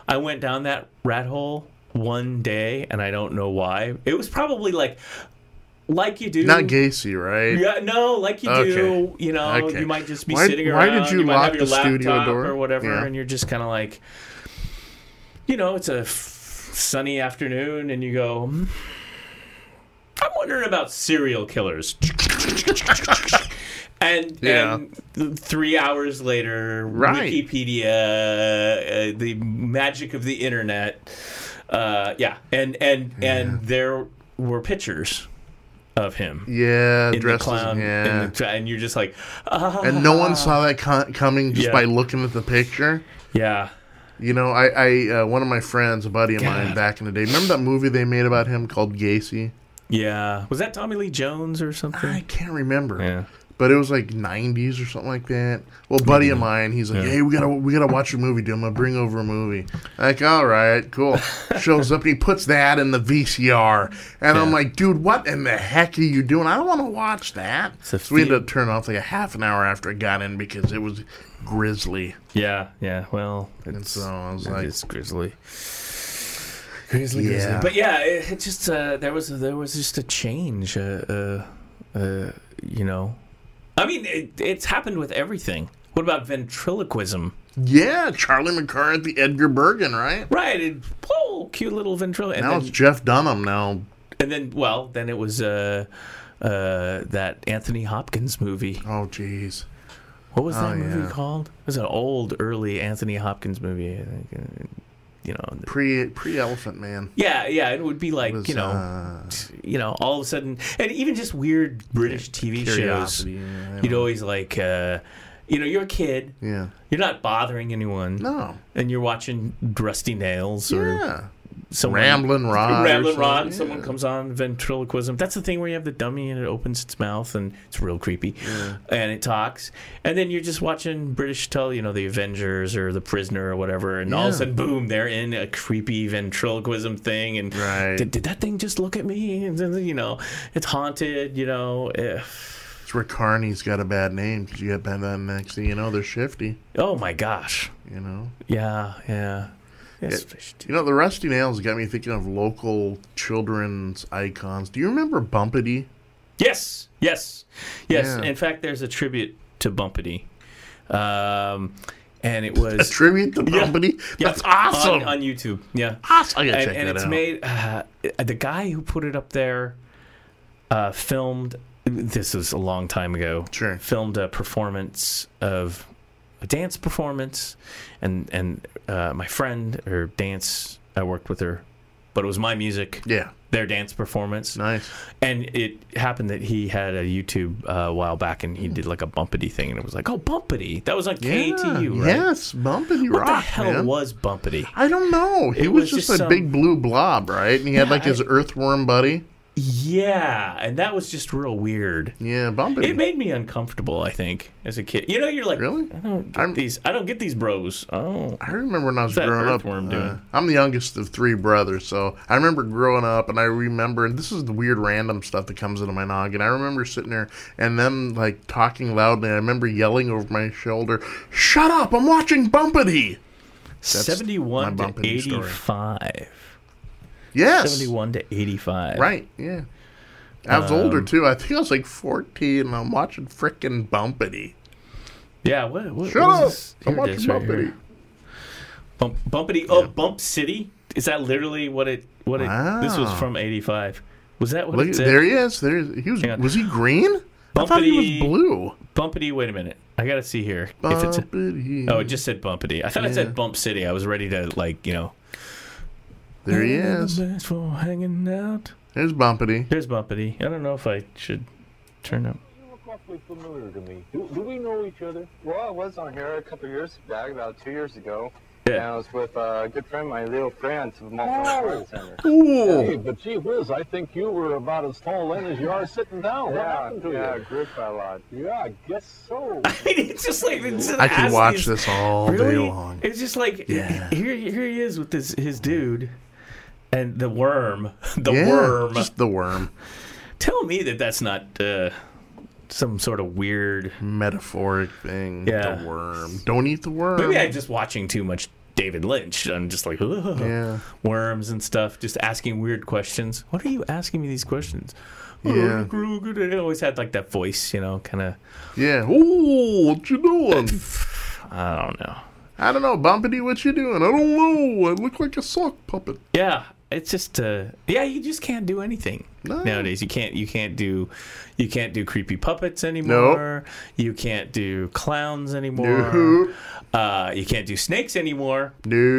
[SPEAKER 1] I I went down that rat hole one day, and I don't know why. It was probably like, like you do.
[SPEAKER 2] Not Gacy, right?
[SPEAKER 1] Yeah, no, like you do.
[SPEAKER 2] Okay.
[SPEAKER 1] You know,
[SPEAKER 2] Okay.
[SPEAKER 1] you might just be
[SPEAKER 2] Why-
[SPEAKER 1] sitting
[SPEAKER 2] why
[SPEAKER 1] around.
[SPEAKER 2] did you
[SPEAKER 1] might
[SPEAKER 2] lock
[SPEAKER 1] have your
[SPEAKER 2] the studio
[SPEAKER 1] laptop
[SPEAKER 2] door?
[SPEAKER 1] or whatever,
[SPEAKER 2] Yeah.
[SPEAKER 1] and you're just kind of like, you know, it's a f- sunny afternoon, and you go. "Hmm, I'm wondering about serial killers. [laughs] And,
[SPEAKER 2] Yeah.
[SPEAKER 1] and th- three hours later,
[SPEAKER 2] Right.
[SPEAKER 1] Wikipedia, uh, the magic of the internet, uh, yeah, and and and there were pictures of him
[SPEAKER 2] Yeah,
[SPEAKER 1] in the
[SPEAKER 2] dressed as,
[SPEAKER 1] clown,
[SPEAKER 2] yeah.
[SPEAKER 1] in the, and you're just like, ah,
[SPEAKER 2] and no one
[SPEAKER 1] [laughs]
[SPEAKER 2] saw that co- coming just
[SPEAKER 1] Yeah.
[SPEAKER 2] by looking at the picture.
[SPEAKER 1] yeah,
[SPEAKER 2] You know, I, I uh, one of my friends, a buddy of mine
[SPEAKER 1] God.
[SPEAKER 2] back in the day, remember that movie they made about him called Gacy?
[SPEAKER 1] yeah. Was that Tommy Lee Jones or something?
[SPEAKER 2] I can't remember.
[SPEAKER 1] yeah,
[SPEAKER 2] but it was like 90s or something like that. Well, buddy of mine, he's like,
[SPEAKER 1] Yeah.
[SPEAKER 2] "Hey, we gotta we gotta watch a movie, dude. I'm gonna bring over a movie." Like, all right, cool. Shows up, he puts that in the VCR, and I'm
[SPEAKER 1] Yeah.
[SPEAKER 2] like, "Dude, what in the heck are you doing? I don't want to watch that." So
[SPEAKER 1] a
[SPEAKER 2] we
[SPEAKER 1] fe-
[SPEAKER 2] ended up turning off like a half an hour after it got in because it was grisly,
[SPEAKER 1] yeah, yeah. Well,
[SPEAKER 2] and
[SPEAKER 1] it's
[SPEAKER 2] so I was
[SPEAKER 1] it
[SPEAKER 2] like,
[SPEAKER 1] is grizzly. Grizzly,
[SPEAKER 2] Yeah.
[SPEAKER 1] But yeah, it, it just uh, there was there was just a change. Uh, uh, uh, you know, I mean, it, it's happened with everything. What about ventriloquism?
[SPEAKER 2] "Yeah, Charlie McCarthy, Edgar Bergen, right?"
[SPEAKER 1] Right, it, oh, cute little ventrilo. And
[SPEAKER 2] Now
[SPEAKER 1] then,
[SPEAKER 2] it's Jeff Dunham. Now,
[SPEAKER 1] and then, well, then it was uh, uh, that Anthony Hopkins movie.
[SPEAKER 2] oh jeez.
[SPEAKER 1] What was that
[SPEAKER 2] Oh,
[SPEAKER 1] movie
[SPEAKER 2] yeah.
[SPEAKER 1] called? It was an old, early Anthony Hopkins movie. I think, uh, You know. and-
[SPEAKER 2] Pre pre Elephant Man.
[SPEAKER 1] Yeah, yeah. It would be like
[SPEAKER 2] was,
[SPEAKER 1] you know,
[SPEAKER 2] uh,
[SPEAKER 1] you know, all of a sudden, and even just weird British TV shows.
[SPEAKER 2] Curiosity, yeah, I
[SPEAKER 1] You'd
[SPEAKER 2] know.
[SPEAKER 1] always like, uh, you know, you're a kid.
[SPEAKER 2] Yeah.
[SPEAKER 1] You're not bothering anyone,
[SPEAKER 2] No.
[SPEAKER 1] and you're watching Rusty Nails or
[SPEAKER 2] Yeah.
[SPEAKER 1] someone
[SPEAKER 2] Ramblin' Rod. or
[SPEAKER 1] Ramblin'
[SPEAKER 2] something,
[SPEAKER 1] Rod.
[SPEAKER 2] yeah.
[SPEAKER 1] Someone comes on ventriloquism. That's the thing where you have the dummy and it opens its mouth and it's real creepy, and it talks. And then you're just watching British tell, you know, the Avengers or the Prisoner or whatever, and all of a
[SPEAKER 2] Yeah.
[SPEAKER 1] sudden, boom, they're in a creepy ventriloquism thing. And
[SPEAKER 2] Right.
[SPEAKER 1] did, did that thing just look at me? And then, you know, it's haunted. You know, eh,
[SPEAKER 2] It's where Carney's got a bad name because you get by that next thing you know they're shifty.
[SPEAKER 1] Oh my gosh.
[SPEAKER 2] You know,
[SPEAKER 1] Yeah, yeah. Yes, they should do-
[SPEAKER 2] you know the rusty nails got me thinking of local children's icons. Do you remember Bumpity?
[SPEAKER 1] yes, yes, yes.
[SPEAKER 2] Yeah.
[SPEAKER 1] In fact, there's a tribute to Bumpity, um, and it was
[SPEAKER 2] A tribute to
[SPEAKER 1] Yeah.
[SPEAKER 2] Bumpity.
[SPEAKER 1] Yeah,
[SPEAKER 2] That's awesome.
[SPEAKER 1] on, on YouTube. Yeah,
[SPEAKER 2] awesome. I gotta
[SPEAKER 1] and,
[SPEAKER 2] check
[SPEAKER 1] and
[SPEAKER 2] that
[SPEAKER 1] it's
[SPEAKER 2] out.
[SPEAKER 1] made uh, the guy who put it up there uh, filmed this was a long time ago
[SPEAKER 2] sure.
[SPEAKER 1] filmed a performance of a dance performance and and uh, my friend her dance i worked with her but it was my music
[SPEAKER 2] Yeah.
[SPEAKER 1] their dance performance
[SPEAKER 2] Nice.
[SPEAKER 1] and it happened that he had a youtube uh, a while back and he did like a bumpity thing and it was like oh bumpity that was on
[SPEAKER 2] Hmm. Yeah.
[SPEAKER 1] ktu right
[SPEAKER 2] Yes. Bumpity
[SPEAKER 1] what
[SPEAKER 2] rock.
[SPEAKER 1] the hell
[SPEAKER 2] man.
[SPEAKER 1] was bumpity
[SPEAKER 2] I don't know. He
[SPEAKER 1] It was
[SPEAKER 2] was, just,
[SPEAKER 1] just
[SPEAKER 2] a
[SPEAKER 1] some-
[SPEAKER 2] big blue blob, right? And he had
[SPEAKER 1] Yeah,
[SPEAKER 2] like his
[SPEAKER 1] I-
[SPEAKER 2] earthworm buddy.
[SPEAKER 1] yeah and that was just real weird
[SPEAKER 2] Yeah, Bumpity.
[SPEAKER 1] It made me uncomfortable. I think as a kid, you know, you're like,
[SPEAKER 2] Really?
[SPEAKER 1] I don't get
[SPEAKER 2] I'm-
[SPEAKER 1] these. I don't get these bros. Oh,
[SPEAKER 2] I remember when I was
[SPEAKER 1] that
[SPEAKER 2] growing up.
[SPEAKER 1] earthworm
[SPEAKER 2] uh,
[SPEAKER 1] doing?
[SPEAKER 2] I'm the youngest of three brothers, so I remember growing up, and I remember and this is the weird random stuff that comes into my noggin. I remember sitting there and them like talking loudly. I remember yelling over my shoulder, "Shut up! I'm watching Bumpity."
[SPEAKER 1] seventy-one
[SPEAKER 2] my
[SPEAKER 1] to
[SPEAKER 2] bumpity story.
[SPEAKER 1] eighty-five.
[SPEAKER 2] Yes,
[SPEAKER 1] Seventy-one to eighty-five.
[SPEAKER 2] right, yeah. I was
[SPEAKER 1] Um,
[SPEAKER 2] older too. I think I was like 14, and I'm watching frickin' Bumpity.
[SPEAKER 1] Yeah. What? what
[SPEAKER 2] Shut
[SPEAKER 1] what is
[SPEAKER 2] up!
[SPEAKER 1] this?
[SPEAKER 2] I'm
[SPEAKER 1] Here it is
[SPEAKER 2] watching
[SPEAKER 1] right
[SPEAKER 2] Bumpity.
[SPEAKER 1] here. Bump, bumpity. Oh, Bump City. Is that literally what it? What it? This was
[SPEAKER 2] Wow.
[SPEAKER 1] from eighty-five. Was that what
[SPEAKER 2] Look,
[SPEAKER 1] it said?
[SPEAKER 2] there he is. There he is. he was.
[SPEAKER 1] Hang on.
[SPEAKER 2] Was he green? I thought he
[SPEAKER 1] Bumpity.
[SPEAKER 2] was blue.
[SPEAKER 1] Bumpity. Wait a minute. I gotta see here. If it's.
[SPEAKER 2] Bumpity.
[SPEAKER 1] Oh, it just said Bumpity. I thought it
[SPEAKER 2] Yeah.
[SPEAKER 1] said Bump City. I was ready to like, you know.
[SPEAKER 2] there he is.
[SPEAKER 1] Thanks for hanging out.
[SPEAKER 2] There's Bumpity.
[SPEAKER 1] Here's Bumpity. I don't know if I should turn up.
[SPEAKER 4] You look awfully familiar to me. Do, do we know each other?
[SPEAKER 5] Well, I was on here a couple of years back, about two years ago. And
[SPEAKER 1] [laughs] Yeah.
[SPEAKER 5] I was with uh, a good friend, of mine, Leo Franz of the
[SPEAKER 4] Oh,
[SPEAKER 5] Montreal Arts Center.
[SPEAKER 4] Hey, but gee whiz, I think you were about as tall then as you are sitting down. What
[SPEAKER 5] Yeah,
[SPEAKER 4] happened to
[SPEAKER 5] yeah,
[SPEAKER 4] you?
[SPEAKER 5] group by a lot.
[SPEAKER 4] Yeah, I guess so.
[SPEAKER 1] it's just like it's an
[SPEAKER 2] I could
[SPEAKER 1] ass-
[SPEAKER 2] watch
[SPEAKER 1] it's
[SPEAKER 2] this all
[SPEAKER 1] really,
[SPEAKER 2] day long.
[SPEAKER 1] It's just like
[SPEAKER 2] Yeah.
[SPEAKER 1] here, here he is with this his dude. And the worm, [laughs] the
[SPEAKER 2] yeah,
[SPEAKER 1] worm.
[SPEAKER 2] just the worm
[SPEAKER 1] Tell me that that's not uh, some sort of weird.
[SPEAKER 2] metaphoric thing.
[SPEAKER 1] Yeah.
[SPEAKER 2] the worm. Don't eat the worm.
[SPEAKER 1] Maybe I'm just watching too much David Lynch. I'm just like [laughs] "Ugh."
[SPEAKER 2] Yeah.
[SPEAKER 1] worms and stuff, just asking weird questions. What are you asking me these questions? Oh,
[SPEAKER 2] Yeah.
[SPEAKER 1] Kruger. It always had like that voice, you know, kind of.
[SPEAKER 2] yeah. Oh, what you doing?
[SPEAKER 1] I don't know.
[SPEAKER 2] I don't know, Bumpity. What you doing? I don't know. I look like a sock puppet.
[SPEAKER 1] Yeah, it's just uh yeah, you just can't do anything
[SPEAKER 2] No.
[SPEAKER 1] nowadays. You can't you can't do you can't do creepy puppets anymore. You can't do clowns anymore.
[SPEAKER 2] Nope.
[SPEAKER 1] Uh you can't do snakes anymore.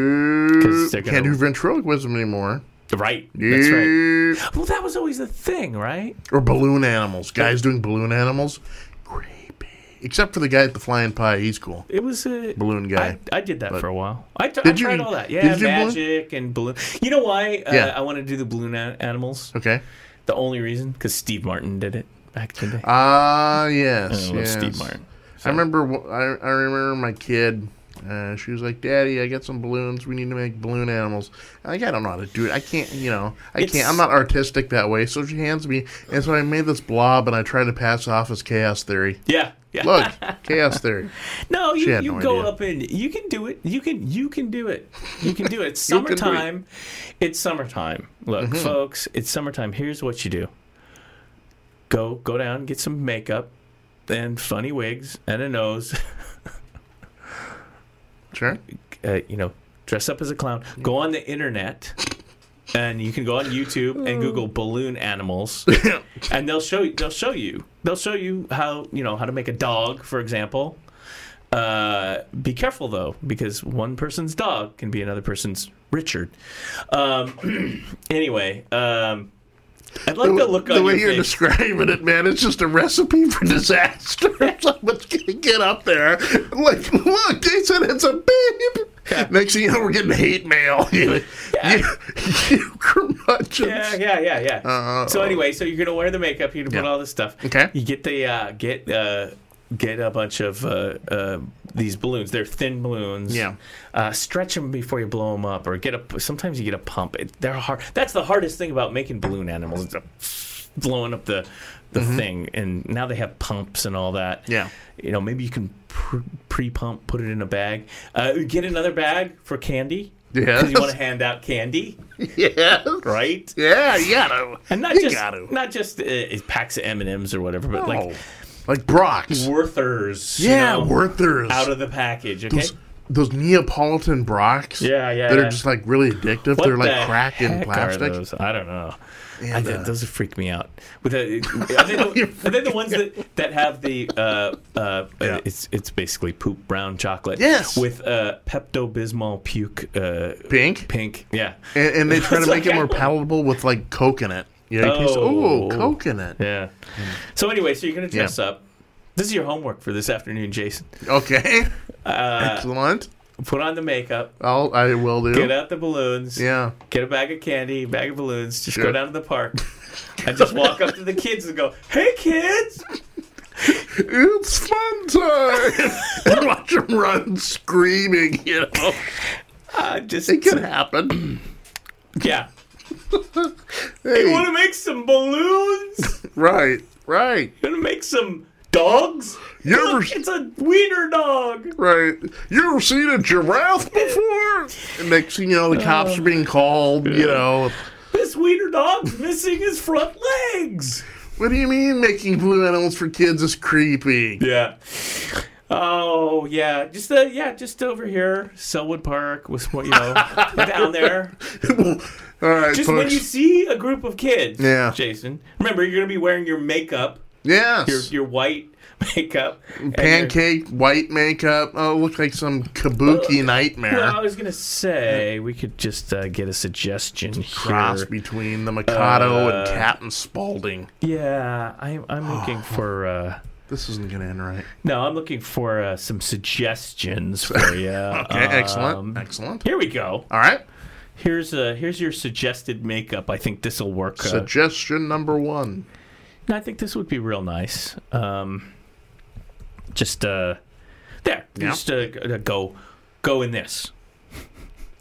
[SPEAKER 2] No,
[SPEAKER 1] 'Cause they're
[SPEAKER 2] can't
[SPEAKER 1] gonna-
[SPEAKER 2] do ventriloquism anymore.
[SPEAKER 1] Right. That's right.
[SPEAKER 2] Nope.
[SPEAKER 1] Well, that was always the thing, right?
[SPEAKER 2] Or balloon animals. Guys doing balloon animals. Creepy. Except for the guy at the flying pie. He's cool.
[SPEAKER 1] It was a
[SPEAKER 2] Balloon guy.
[SPEAKER 1] I, I did that
[SPEAKER 2] But-
[SPEAKER 1] for a while. I t- I
[SPEAKER 2] Did you-
[SPEAKER 1] tried all that. Yeah,
[SPEAKER 2] did you balloon?
[SPEAKER 1] magic and balloon. You know why uh,
[SPEAKER 2] Yeah.
[SPEAKER 1] I want to do the balloon a- animals?
[SPEAKER 2] Okay.
[SPEAKER 1] The only reason because Steve Martin did it back in the day. [laughs]
[SPEAKER 2] Ah,
[SPEAKER 1] I
[SPEAKER 2] yes.
[SPEAKER 1] love
[SPEAKER 2] yes.
[SPEAKER 1] Steve Martin.
[SPEAKER 2] I remember. wh- I, I remember my kid. Uh, she was like, "Daddy, I got some balloons. We need to make balloon animals." I'm like, I don't know how to do it. I can't. You know, I
[SPEAKER 1] It's-
[SPEAKER 2] can't. I'm not artistic that way. So she hands me, and so I made this blob, and I tried to pass it off as chaos theory.
[SPEAKER 1] Yeah, yeah.
[SPEAKER 2] Look, chaos theory.
[SPEAKER 1] No, you,
[SPEAKER 2] had
[SPEAKER 1] you
[SPEAKER 2] no
[SPEAKER 1] go
[SPEAKER 2] idea.
[SPEAKER 1] up and you can do it. You can you can do it. You can
[SPEAKER 2] [laughs]
[SPEAKER 1] do it. It's
[SPEAKER 2] You can do it. Mm-hmm.
[SPEAKER 1] summertime. It's summertime. Look, folks, it's summertime. Here's what you do. Go go down, get some makeup and funny wigs and a nose. [laughs]
[SPEAKER 2] Sure.
[SPEAKER 1] Uh, you know, dress up as a clown. Go on the internet. And you can go on YouTube
[SPEAKER 2] Mm.
[SPEAKER 1] and Google balloon
[SPEAKER 2] [laughs]
[SPEAKER 1] animals, and they'll show you. They'll show you. They'll show you how you know how to make a dog, for example. Uh, be careful though, because one person's dog can be another person's Richard. Um, [clears throat] anyway, um, I'd like to look
[SPEAKER 2] the
[SPEAKER 1] on
[SPEAKER 2] way
[SPEAKER 1] your
[SPEAKER 2] you're
[SPEAKER 1] face.
[SPEAKER 2] describing it, man, it's just a recipe for disaster. [laughs] Someone's gonna get up there, like, look, they said it's a babe. Next thing you know, we're getting hate mail. [laughs] you, you, you curmudgeons.
[SPEAKER 1] yeah, yeah, yeah, yeah.
[SPEAKER 2] Uh,
[SPEAKER 1] so anyway, so you're gonna wear the makeup. You're gonna put
[SPEAKER 2] Yeah.
[SPEAKER 1] all this stuff.
[SPEAKER 2] Okay.
[SPEAKER 1] You get the uh, get uh, get a bunch of uh, uh, these balloons. They're thin balloons.
[SPEAKER 2] Yeah.
[SPEAKER 1] Uh, stretch them before you blow them up, or get a. Sometimes you get a pump. It, they're hard. That's the [sniffs] hardest thing about making balloon animals. It's a blowing up the the thing. And now they have pumps and all that.
[SPEAKER 2] Mm-hmm. Yeah.
[SPEAKER 1] You know, maybe you can pre pump, put it in a bag. Uh, get another bag for candy.
[SPEAKER 2] Yes.
[SPEAKER 1] 'Cause you want to hand out candy,
[SPEAKER 2] Yes.
[SPEAKER 1] right?
[SPEAKER 2] Yeah, you gotta.
[SPEAKER 1] And not
[SPEAKER 2] you
[SPEAKER 1] just
[SPEAKER 2] gotta.
[SPEAKER 1] not just uh, packs of M and M's or whatever, but
[SPEAKER 2] like,
[SPEAKER 1] like
[SPEAKER 2] like Brock's.
[SPEAKER 1] Werthers. you
[SPEAKER 2] Oh. yeah,
[SPEAKER 1] know,
[SPEAKER 2] Werther's.
[SPEAKER 1] out of the package. Okay.
[SPEAKER 2] those, those Neapolitan Brock's.
[SPEAKER 1] Yeah, yeah,
[SPEAKER 2] That
[SPEAKER 1] yeah.
[SPEAKER 2] are just like really addictive.
[SPEAKER 1] What
[SPEAKER 2] They're like
[SPEAKER 1] the
[SPEAKER 2] crack in
[SPEAKER 1] heck are
[SPEAKER 2] plastic.
[SPEAKER 1] those? I don't know. I
[SPEAKER 2] And,
[SPEAKER 1] think
[SPEAKER 2] uh,
[SPEAKER 1] those freak me out. With
[SPEAKER 2] [laughs]
[SPEAKER 1] the, are, they the, are they the ones that, that have the uh, uh,
[SPEAKER 2] Yeah.
[SPEAKER 1] it's it's basically poop brown chocolate?
[SPEAKER 2] Yes.
[SPEAKER 1] With uh, Pepto Bismol puke uh,
[SPEAKER 2] Pink.
[SPEAKER 1] pink. Yeah.
[SPEAKER 2] And, and they try to
[SPEAKER 1] It's like-
[SPEAKER 2] make it more palatable with like coconut. Yeah, you taste,
[SPEAKER 1] Oh.
[SPEAKER 2] ooh, coconut.
[SPEAKER 1] [laughs] Yeah. So anyway, so you're gonna dress
[SPEAKER 2] Yeah.
[SPEAKER 1] up. This is your homework for this afternoon, Jason. Uh,
[SPEAKER 2] Okay. Excellent.
[SPEAKER 1] Put on the makeup.
[SPEAKER 2] I'll, I will do.
[SPEAKER 1] Get out the balloons.
[SPEAKER 2] Yeah.
[SPEAKER 1] Get a bag of candy, bag of balloons. Just go
[SPEAKER 2] Sure.
[SPEAKER 1] down to the
[SPEAKER 2] [laughs]
[SPEAKER 1] park and just walk up to the kids and go, "Hey, kids!"
[SPEAKER 2] It's fun time. [laughs] and watch them run screaming. You know,
[SPEAKER 1] I just
[SPEAKER 2] it can happen.
[SPEAKER 1] [laughs] [clears throat] yeah. You
[SPEAKER 2] Hey,
[SPEAKER 1] want to make some
[SPEAKER 2] [laughs]
[SPEAKER 1] balloons?
[SPEAKER 2] right, right,
[SPEAKER 1] You want to make some dogs?
[SPEAKER 2] You ever-
[SPEAKER 1] Look, it's a wiener dog.
[SPEAKER 2] right. You ever seen a giraffe before? And next thing you know,
[SPEAKER 1] Oh,
[SPEAKER 2] the cops are being called. You know,
[SPEAKER 1] This wiener
[SPEAKER 2] [laughs]
[SPEAKER 1] dog's missing his front legs.
[SPEAKER 2] what do you mean making blue animals for kids is creepy? [laughs]
[SPEAKER 1] Yeah. [sighs] Oh yeah, just uh, yeah, just over here, Selwood Park was what you
[SPEAKER 2] [laughs]
[SPEAKER 1] know down there.
[SPEAKER 2] All right,
[SPEAKER 1] Just when
[SPEAKER 2] folks.
[SPEAKER 1] you see a group of kids,
[SPEAKER 2] Yeah.
[SPEAKER 1] Jason. Remember, you're gonna be wearing your makeup,
[SPEAKER 2] yes.
[SPEAKER 1] your your white [laughs] makeup, and your-
[SPEAKER 2] Pancake, white makeup. Oh, it looks like some
[SPEAKER 1] Oh. [laughs]
[SPEAKER 2] kabuki
[SPEAKER 1] Well, I
[SPEAKER 2] nightmare.
[SPEAKER 1] was gonna say we could just uh, get a suggestion here.
[SPEAKER 2] Cross between the Mikado
[SPEAKER 1] Uh,
[SPEAKER 2] and Captain Spaulding.
[SPEAKER 1] Yeah, I, I'm
[SPEAKER 2] [sighs]
[SPEAKER 1] looking for. Uh,
[SPEAKER 2] This isn't gonna end right.
[SPEAKER 1] no, I'm looking for uh, some suggestions
[SPEAKER 2] [laughs]
[SPEAKER 1] for you.
[SPEAKER 2] Okay, excellent, excellent.
[SPEAKER 1] Here we go.
[SPEAKER 2] All right.
[SPEAKER 1] Here's uh, here's your suggested makeup. I think this will work. Uh,
[SPEAKER 2] Suggestion number one.
[SPEAKER 1] I think this would be real nice. Um, just uh, there.
[SPEAKER 2] Yeah.
[SPEAKER 1] Just uh, g- uh, go, go in this.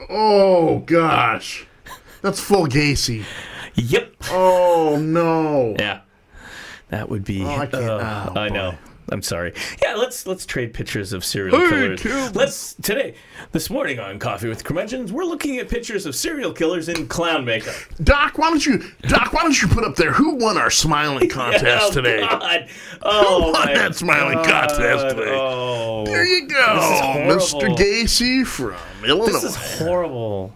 [SPEAKER 2] Oh gosh, that's full Gacy.
[SPEAKER 1] Yep.
[SPEAKER 2] Oh no.
[SPEAKER 1] Yeah, that would be.
[SPEAKER 2] I can't-
[SPEAKER 1] uh,
[SPEAKER 2] oh,
[SPEAKER 1] I
[SPEAKER 2] boy.
[SPEAKER 1] know. I'm sorry. Yeah, let's let's trade pictures of serial
[SPEAKER 2] Hey,
[SPEAKER 1] killers.
[SPEAKER 2] kill-
[SPEAKER 1] Let's today, this morning on Coffee with Curmudgeons, we're looking at pictures of serial killers in clown makeup.
[SPEAKER 2] Doc, why don't you? Doc, why don't you put up there who won
[SPEAKER 1] [laughs]
[SPEAKER 2] our smiling contest
[SPEAKER 1] oh
[SPEAKER 2] today?
[SPEAKER 1] God! Oh
[SPEAKER 2] Who won
[SPEAKER 1] my
[SPEAKER 2] that smiling
[SPEAKER 1] God.
[SPEAKER 2] contest today?
[SPEAKER 1] Oh,
[SPEAKER 2] There you go,
[SPEAKER 1] This is
[SPEAKER 2] Mr.
[SPEAKER 1] horrible.
[SPEAKER 2] Gacy from Illinois.
[SPEAKER 1] this is horrible.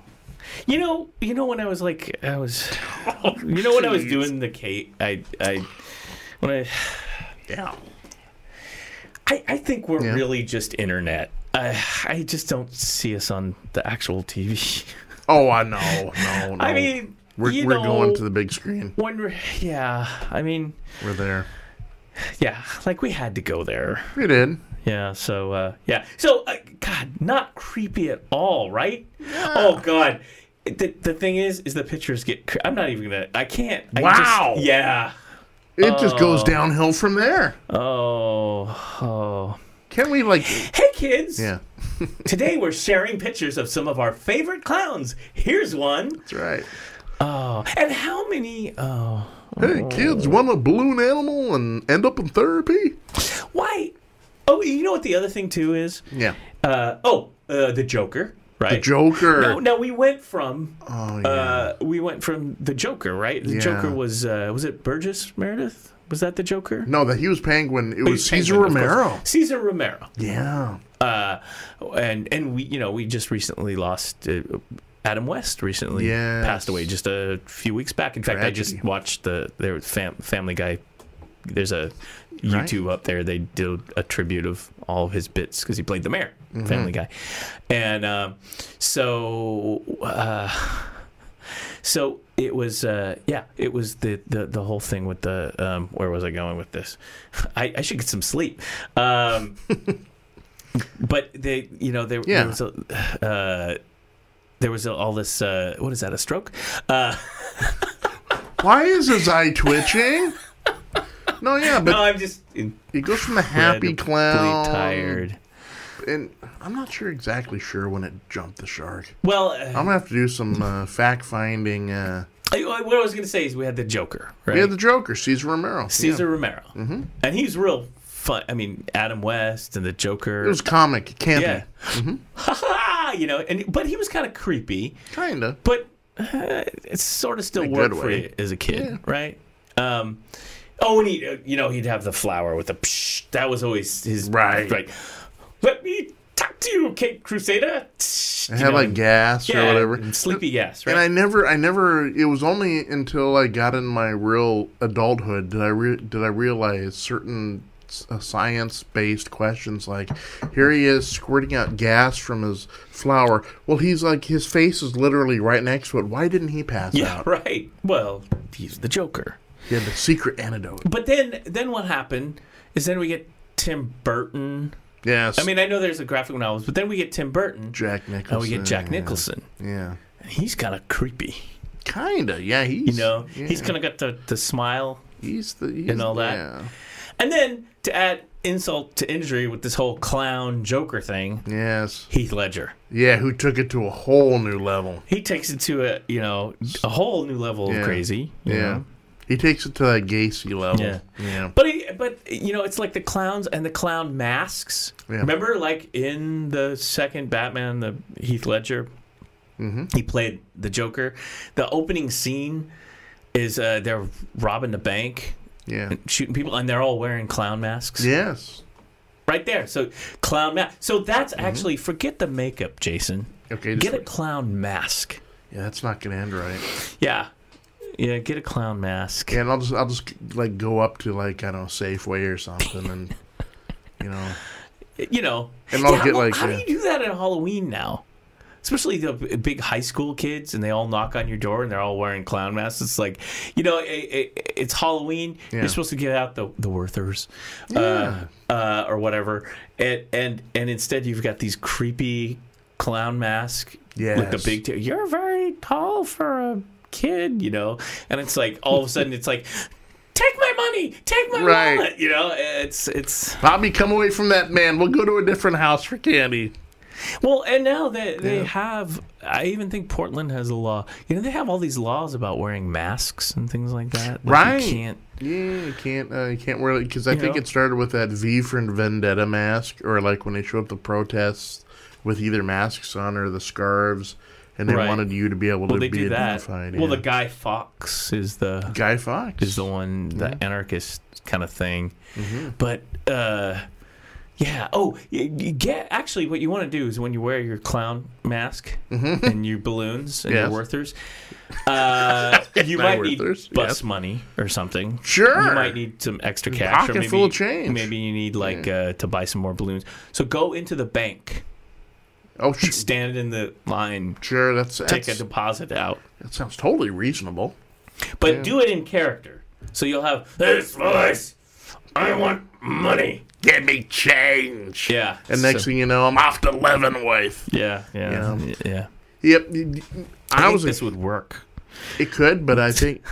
[SPEAKER 1] You know, you know when I was like, I
[SPEAKER 2] [laughs]
[SPEAKER 1] was, you know when I was
[SPEAKER 2] jeez.
[SPEAKER 1] doing the Kate, I, I, when I.
[SPEAKER 2] yeah.
[SPEAKER 1] I, I think we're
[SPEAKER 2] Yeah.
[SPEAKER 1] really just internet. I, I just don't see us on the actual TV.
[SPEAKER 2] Oh, I know. No, no.
[SPEAKER 1] I mean,
[SPEAKER 2] we're,
[SPEAKER 1] you
[SPEAKER 2] we're
[SPEAKER 1] know,
[SPEAKER 2] going to the big screen.
[SPEAKER 1] when we're- yeah, I mean,
[SPEAKER 2] We're there.
[SPEAKER 1] yeah, like we had to go there.
[SPEAKER 2] We did.
[SPEAKER 1] Yeah, so uh, yeah, so uh, God, not creepy at all, right? Oh God, the the thing is, is the pictures get. Cre- I'm not even gonna. I can't. I just-
[SPEAKER 2] Wow.
[SPEAKER 1] yeah.
[SPEAKER 2] It just goes downhill from there.
[SPEAKER 1] Oh. Oh.
[SPEAKER 2] Can we like?
[SPEAKER 1] Hey kids.
[SPEAKER 2] Yeah,
[SPEAKER 1] Today we're sharing pictures of some of our favorite clowns. Here's one.
[SPEAKER 2] that's right.
[SPEAKER 1] Oh, and how many? Oh,
[SPEAKER 2] Hey, kids, want a balloon animal and end up in therapy?
[SPEAKER 1] why? Oh, you know what the other thing too is?
[SPEAKER 2] Yeah.
[SPEAKER 1] Uh, oh, uh, the Joker, right?
[SPEAKER 2] The Joker.
[SPEAKER 1] No, no, we went from
[SPEAKER 2] Oh, yeah.
[SPEAKER 1] uh, we went from the Joker, right? The
[SPEAKER 2] Yeah.
[SPEAKER 1] Joker was uh, was it Burgess Meredith? Was that the Joker?
[SPEAKER 2] no, that he was Penguin. It was Caesar
[SPEAKER 1] Penguin, of course.
[SPEAKER 2] Romero.
[SPEAKER 1] Caesar Romero.
[SPEAKER 2] Yeah.
[SPEAKER 1] Uh, and and we you know we just recently lost. Uh, Adam West recently
[SPEAKER 2] Yes.
[SPEAKER 1] passed away just a few weeks back. In fact, I just
[SPEAKER 2] Tragedy.
[SPEAKER 1] watched the their fam, Family Guy. There's a YouTube up there. They did a tribute of all of his bits because he played the mayor,
[SPEAKER 2] Mm-hmm.
[SPEAKER 1] Family Guy, and um, so uh, so it was uh, yeah, it was the, the the whole thing with the um, where was I going with this? I, I should get some sleep. Um, but they you know there,
[SPEAKER 2] Yeah.
[SPEAKER 1] there was a. [sighs] Uh, there was all this uh, what is that a stroke uh,
[SPEAKER 2] Why is his eye twitching? no, yeah, but
[SPEAKER 1] no i'm just
[SPEAKER 2] he goes from the happy
[SPEAKER 1] incredibly
[SPEAKER 2] clown.
[SPEAKER 1] tired
[SPEAKER 2] And I'm not sure exactly sure when it jumped the shark.
[SPEAKER 1] well
[SPEAKER 2] I'm
[SPEAKER 1] uh,
[SPEAKER 2] gonna have to do some uh, fact finding. Uh,
[SPEAKER 1] I, I- what I was going to say is we had the Joker, right?
[SPEAKER 2] We had the Joker, Caesar Romero.
[SPEAKER 1] Caesar Romero, mm-hmm. and he's real fun. I mean, Adam West and the Joker.
[SPEAKER 2] Yeah. It was comic, it can't
[SPEAKER 1] yeah. [laughs] Mm-hmm. you know, and but he was kind of creepy,
[SPEAKER 2] be. Kinda.
[SPEAKER 1] but uh, it sort of still
[SPEAKER 2] In a
[SPEAKER 1] worked
[SPEAKER 2] good
[SPEAKER 1] for
[SPEAKER 2] way.
[SPEAKER 1] you as a kid,
[SPEAKER 2] Yeah.
[SPEAKER 1] right? Um, oh, and he, uh, you know, he'd have the flower with the psh. That was always his
[SPEAKER 2] Right.
[SPEAKER 1] Like, let me talk to you, Cape Crusader. Tsh,
[SPEAKER 2] It
[SPEAKER 1] you
[SPEAKER 2] had
[SPEAKER 1] know,
[SPEAKER 2] like gas
[SPEAKER 1] yeah,
[SPEAKER 2] or whatever.
[SPEAKER 1] and sleepy gas, right?
[SPEAKER 2] And I never, I never. It was only until I got in my real adulthood did I re- did I realize certain s- uh, science-based questions like here he is squirting out gas from his flower. Well, he's like his face is literally right next to it. Why didn't he pass
[SPEAKER 1] yeah,
[SPEAKER 2] out?
[SPEAKER 1] right. Well, he's the Joker.
[SPEAKER 2] He had the secret antidote.
[SPEAKER 1] But then, then what happened is then we get Tim Burton.
[SPEAKER 2] Yes.
[SPEAKER 1] I mean, I know there's a graphic novels, but then we get Tim Burton.
[SPEAKER 2] Jack Nicholson.
[SPEAKER 1] and we get Jack Nicholson.
[SPEAKER 2] Yeah.
[SPEAKER 1] And he's kind of creepy.
[SPEAKER 2] Kinda. Yeah. He's
[SPEAKER 1] You know,
[SPEAKER 2] yeah.
[SPEAKER 1] he's kind of got the, the smile.
[SPEAKER 2] he's the he's,
[SPEAKER 1] and all that.
[SPEAKER 2] Yeah.
[SPEAKER 1] And then to add insult to injury with this whole clown Joker thing,
[SPEAKER 2] Yes.
[SPEAKER 1] Heath Ledger.
[SPEAKER 2] Yeah. Who took it to a whole new level.
[SPEAKER 1] He takes it to a you know a whole new level
[SPEAKER 2] Yeah.
[SPEAKER 1] of crazy. you
[SPEAKER 2] Yeah.
[SPEAKER 1] know?
[SPEAKER 2] He takes it to that Gacy level.
[SPEAKER 1] Yeah.
[SPEAKER 2] Yeah.
[SPEAKER 1] But he, but you know it's like the clowns and the clown masks.
[SPEAKER 2] Yeah.
[SPEAKER 1] Remember, like in the second Batman, the Heath Ledger,
[SPEAKER 2] Mm-hmm.
[SPEAKER 1] he played the Joker. The opening scene is uh, they're robbing the bank,
[SPEAKER 2] Yeah.
[SPEAKER 1] shooting people, and they're all wearing clown masks.
[SPEAKER 2] Yes.
[SPEAKER 1] Right there. So clown mask. So that's
[SPEAKER 2] Mm-hmm.
[SPEAKER 1] actually forget the makeup, Jason.
[SPEAKER 2] Okay. Just,
[SPEAKER 1] Get a clown mask.
[SPEAKER 2] yeah, that's not gonna end right.
[SPEAKER 1] Yeah. Yeah, get a clown mask.
[SPEAKER 2] Yeah, and I'll just I'll just like go up to like I don't know Safeway or something, and you know,
[SPEAKER 1] You know.
[SPEAKER 2] And I'll
[SPEAKER 1] Yeah,
[SPEAKER 2] get
[SPEAKER 1] well,
[SPEAKER 2] like,
[SPEAKER 1] how
[SPEAKER 2] uh,
[SPEAKER 1] do you do that at Halloween now? Especially the b- big high school kids, and they all knock on your door, and they're all wearing clown masks. It's like, you know, it, it, it's Halloween.
[SPEAKER 2] Yeah.
[SPEAKER 1] You're supposed to get out the the Werthers, uh, uh, or whatever, and and and instead you've got these creepy clown mask with the
[SPEAKER 2] Yes.
[SPEAKER 1] big tail. You're very tall for a kid, you know. And it's like all of a sudden it's like, take my money, take my
[SPEAKER 2] Right.
[SPEAKER 1] wallet, you know. It's it's
[SPEAKER 2] Bobby, come away from that man. We'll go to a different house for candy.
[SPEAKER 1] well, and now they they
[SPEAKER 2] Yeah.
[SPEAKER 1] have. I even think Portland has a law. You know, they have all these laws about wearing masks and things like that. Like,
[SPEAKER 2] Right.
[SPEAKER 1] You can't.
[SPEAKER 2] Yeah, you can't uh, you can't wear it because I
[SPEAKER 1] You
[SPEAKER 2] think
[SPEAKER 1] know?
[SPEAKER 2] it started with that V for Vendetta mask, or like when they show up the protests with either masks on or the scarves, and they
[SPEAKER 1] Right.
[SPEAKER 2] wanted you to be able
[SPEAKER 1] Well,
[SPEAKER 2] to
[SPEAKER 1] they
[SPEAKER 2] be
[SPEAKER 1] do that.
[SPEAKER 2] identified.
[SPEAKER 1] Well,
[SPEAKER 2] yeah.
[SPEAKER 1] the guy Fox is the
[SPEAKER 2] Guy Fox
[SPEAKER 1] is the one the
[SPEAKER 2] Mm-hmm.
[SPEAKER 1] anarchist kind of thing but uh yeah oh you, you get actually what you want to do is when you wear your clown mask and your balloons and
[SPEAKER 2] Mm-hmm. Yes.
[SPEAKER 1] your worthers
[SPEAKER 2] [laughs]
[SPEAKER 1] uh you
[SPEAKER 2] My
[SPEAKER 1] might
[SPEAKER 2] Werthers,
[SPEAKER 1] need bus
[SPEAKER 2] yes.
[SPEAKER 1] money or something
[SPEAKER 2] Sure.
[SPEAKER 1] you might need some extra cash or
[SPEAKER 2] Pocket
[SPEAKER 1] maybe,
[SPEAKER 2] full of change.
[SPEAKER 1] maybe you need like uh to buy some more balloons so go into the bank
[SPEAKER 2] oh sh-
[SPEAKER 1] stand in the line
[SPEAKER 2] sure that's,
[SPEAKER 1] take
[SPEAKER 2] that's
[SPEAKER 1] a deposit out
[SPEAKER 2] that sounds totally reasonable.
[SPEAKER 1] but do it in character. So you'll have this voice. I want money.
[SPEAKER 2] Give me change.
[SPEAKER 1] Yeah.
[SPEAKER 2] And next
[SPEAKER 1] so-
[SPEAKER 2] thing you know, I'm off to Leavenworth.
[SPEAKER 1] yeah, yeah,
[SPEAKER 2] Yeah.
[SPEAKER 1] yeah,
[SPEAKER 2] Yep. y- y- I,
[SPEAKER 1] I, think
[SPEAKER 2] was.
[SPEAKER 1] this would work.
[SPEAKER 2] it could, but I think.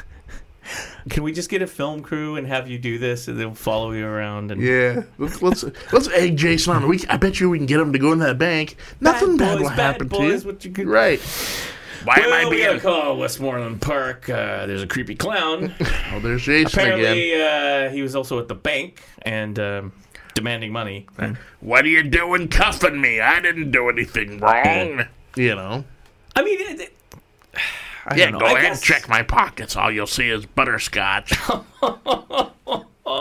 [SPEAKER 1] Can we just get a film crew and have you do this, and they'll follow you around? And
[SPEAKER 2] Yeah. Let's let's, let's egg Jason on. We I bet you we can get him to go in that bank. Nothing bad, will
[SPEAKER 1] boys,
[SPEAKER 2] happen
[SPEAKER 1] bad
[SPEAKER 2] to you.
[SPEAKER 1] boys, What you could...
[SPEAKER 2] Right. Why
[SPEAKER 1] Well,
[SPEAKER 2] am I
[SPEAKER 1] we gotta
[SPEAKER 2] being?
[SPEAKER 1] call Westmoreland Park. Uh, there's a creepy clown.
[SPEAKER 2] Oh, there's Jason again.
[SPEAKER 1] Apparently, uh, he was also at the bank and um, demanding money.
[SPEAKER 2] Hmm. What are you doing cuffing me? I didn't do anything wrong. You know.
[SPEAKER 1] I mean, it, it, I
[SPEAKER 2] Yeah,
[SPEAKER 1] don't know.
[SPEAKER 2] go
[SPEAKER 1] I
[SPEAKER 2] ahead and
[SPEAKER 1] guess-
[SPEAKER 2] check my pockets. All you'll see is
[SPEAKER 1] [laughs]
[SPEAKER 2] butterscotch. you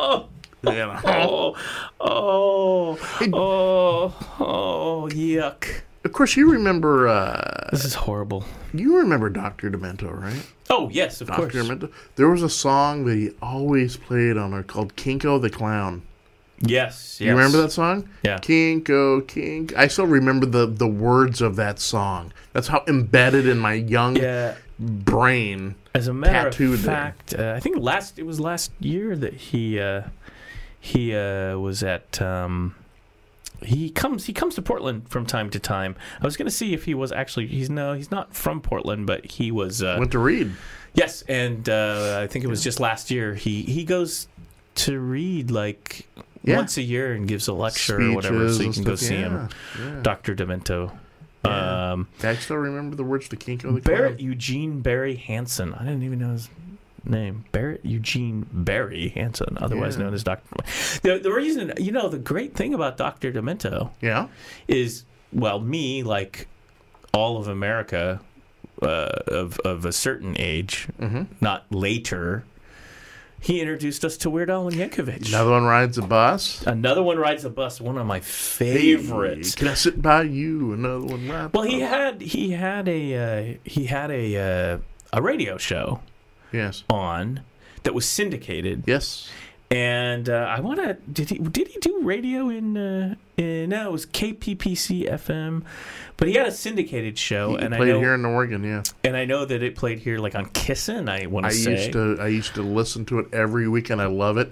[SPEAKER 2] know.
[SPEAKER 1] Oh, oh, oh, oh, yuck.
[SPEAKER 2] Of course, you remember. Uh,
[SPEAKER 1] This is horrible.
[SPEAKER 2] You remember Dr. Demento, right?
[SPEAKER 1] Oh, yes, of course.
[SPEAKER 2] Dr. Demento. There was a song that he always played on her called Kinko the Clown.
[SPEAKER 1] Yes, yes.
[SPEAKER 2] You remember that song?
[SPEAKER 1] Yeah.
[SPEAKER 2] Kinko, Kink. I still remember the, the words of that song. That's how embedded in my young
[SPEAKER 1] Yeah.
[SPEAKER 2] brain.
[SPEAKER 1] As a matter
[SPEAKER 2] Tattooed
[SPEAKER 1] of
[SPEAKER 2] there.
[SPEAKER 1] fact, uh, I think last it was last year that he uh, he uh, was at. Um, he comes he comes to Portland from time to time. I was going to see if he was actually he's no he's not from Portland, but he was. Uh,
[SPEAKER 2] Went to read.
[SPEAKER 1] Yes, and uh, I think it was just last year. He he goes to read like
[SPEAKER 2] Yeah.
[SPEAKER 1] once a year and gives a lecture or whatever, so you
[SPEAKER 2] Speeches
[SPEAKER 1] can
[SPEAKER 2] and
[SPEAKER 1] go
[SPEAKER 2] stuff,
[SPEAKER 1] see
[SPEAKER 2] yeah,
[SPEAKER 1] him, Doctor Demento. Um,
[SPEAKER 2] I still remember the words to Kinko the
[SPEAKER 1] Barrett
[SPEAKER 2] Clown.
[SPEAKER 1] Eugene Barry Hansen. I didn't even know his name. Barrett Eugene Barry Hansen, otherwise
[SPEAKER 2] Yeah.
[SPEAKER 1] known as Doctor. The, the reason, you know, the great thing about Doctor Demento
[SPEAKER 2] Yeah.
[SPEAKER 1] is, well, me like all of America uh, of of a certain age,
[SPEAKER 2] Mm-hmm.
[SPEAKER 1] not later. He introduced us to Weird Al Yankovic.
[SPEAKER 2] Another one rides a bus.
[SPEAKER 1] Another one rides a bus. One of my
[SPEAKER 2] Hey,
[SPEAKER 1] favorites.
[SPEAKER 2] can I sit by you? Another one rides.
[SPEAKER 1] Well, he had he had a uh, he had a uh, a radio show
[SPEAKER 2] Yes.
[SPEAKER 1] on that was syndicated,
[SPEAKER 2] Yes.
[SPEAKER 1] and uh, I want to did he did he do radio in uh, in no it was KPPC FM, but he had a syndicated show,
[SPEAKER 2] he
[SPEAKER 1] Oh, and I
[SPEAKER 2] played
[SPEAKER 1] know
[SPEAKER 2] here in Oregon. Yeah.
[SPEAKER 1] and I know that it played here like on Kissin. I want
[SPEAKER 2] I
[SPEAKER 1] to say
[SPEAKER 2] used to I used to listen to it every week and I love it.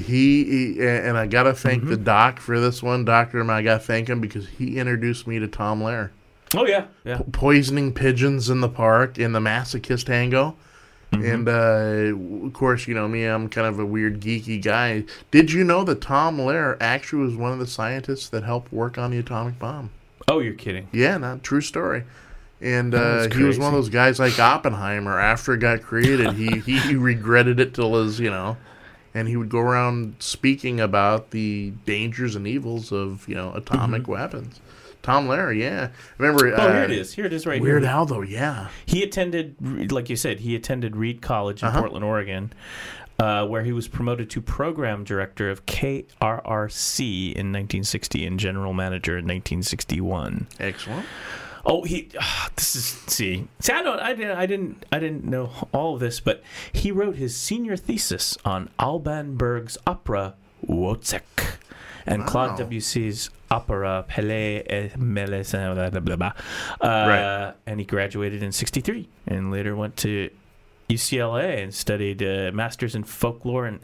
[SPEAKER 2] He, he and I gotta thank
[SPEAKER 1] Mm-hmm.
[SPEAKER 2] the doc for this one, Doctor. I gotta thank him because he introduced me to Tom Lair,
[SPEAKER 1] oh yeah yeah
[SPEAKER 2] poisoning pigeons in the park in the masochist tango.
[SPEAKER 1] Mm-hmm.
[SPEAKER 2] And uh, of course, you know me, I'm kind of a weird geeky guy. Did you know that Tom Lair actually was one of the scientists that helped work on the atomic bomb?
[SPEAKER 1] oh you're kidding
[SPEAKER 2] Yeah, not true story. And
[SPEAKER 1] That
[SPEAKER 2] uh,
[SPEAKER 1] is
[SPEAKER 2] he was
[SPEAKER 1] crazy.
[SPEAKER 2] one of those guys like Oppenheimer. After it got
[SPEAKER 1] [laughs]
[SPEAKER 2] created, he, he, he regretted it till his you know, and he would go around speaking about the dangers and evils of you know atomic weapons. Tom Larry, yeah, remember?
[SPEAKER 1] Mm-hmm. oh here
[SPEAKER 2] uh,
[SPEAKER 1] it is here it is right
[SPEAKER 2] Weird
[SPEAKER 1] here.
[SPEAKER 2] Al though, yeah,
[SPEAKER 1] He attended, like you said, he attended Reed College in
[SPEAKER 2] Uh-huh.
[SPEAKER 1] Portland, Oregon, uh, where he was promoted to program director of KRRC in 1960 and general manager in 1961.
[SPEAKER 2] excellent.
[SPEAKER 1] Oh, he. [sighs] ah, this is see. See, I don't. I didn't. I didn't. I didn't know all of this, but he wrote his senior thesis on Alban Berg's opera Wozzeck and Claude
[SPEAKER 2] Wow.
[SPEAKER 1] Debussy's opera Pelé et Mélisande. Blah, blah, blah, blah. Uh,
[SPEAKER 2] Right.
[SPEAKER 1] And he graduated in '63 and later went to UCLA and studied uh, masters in folklore and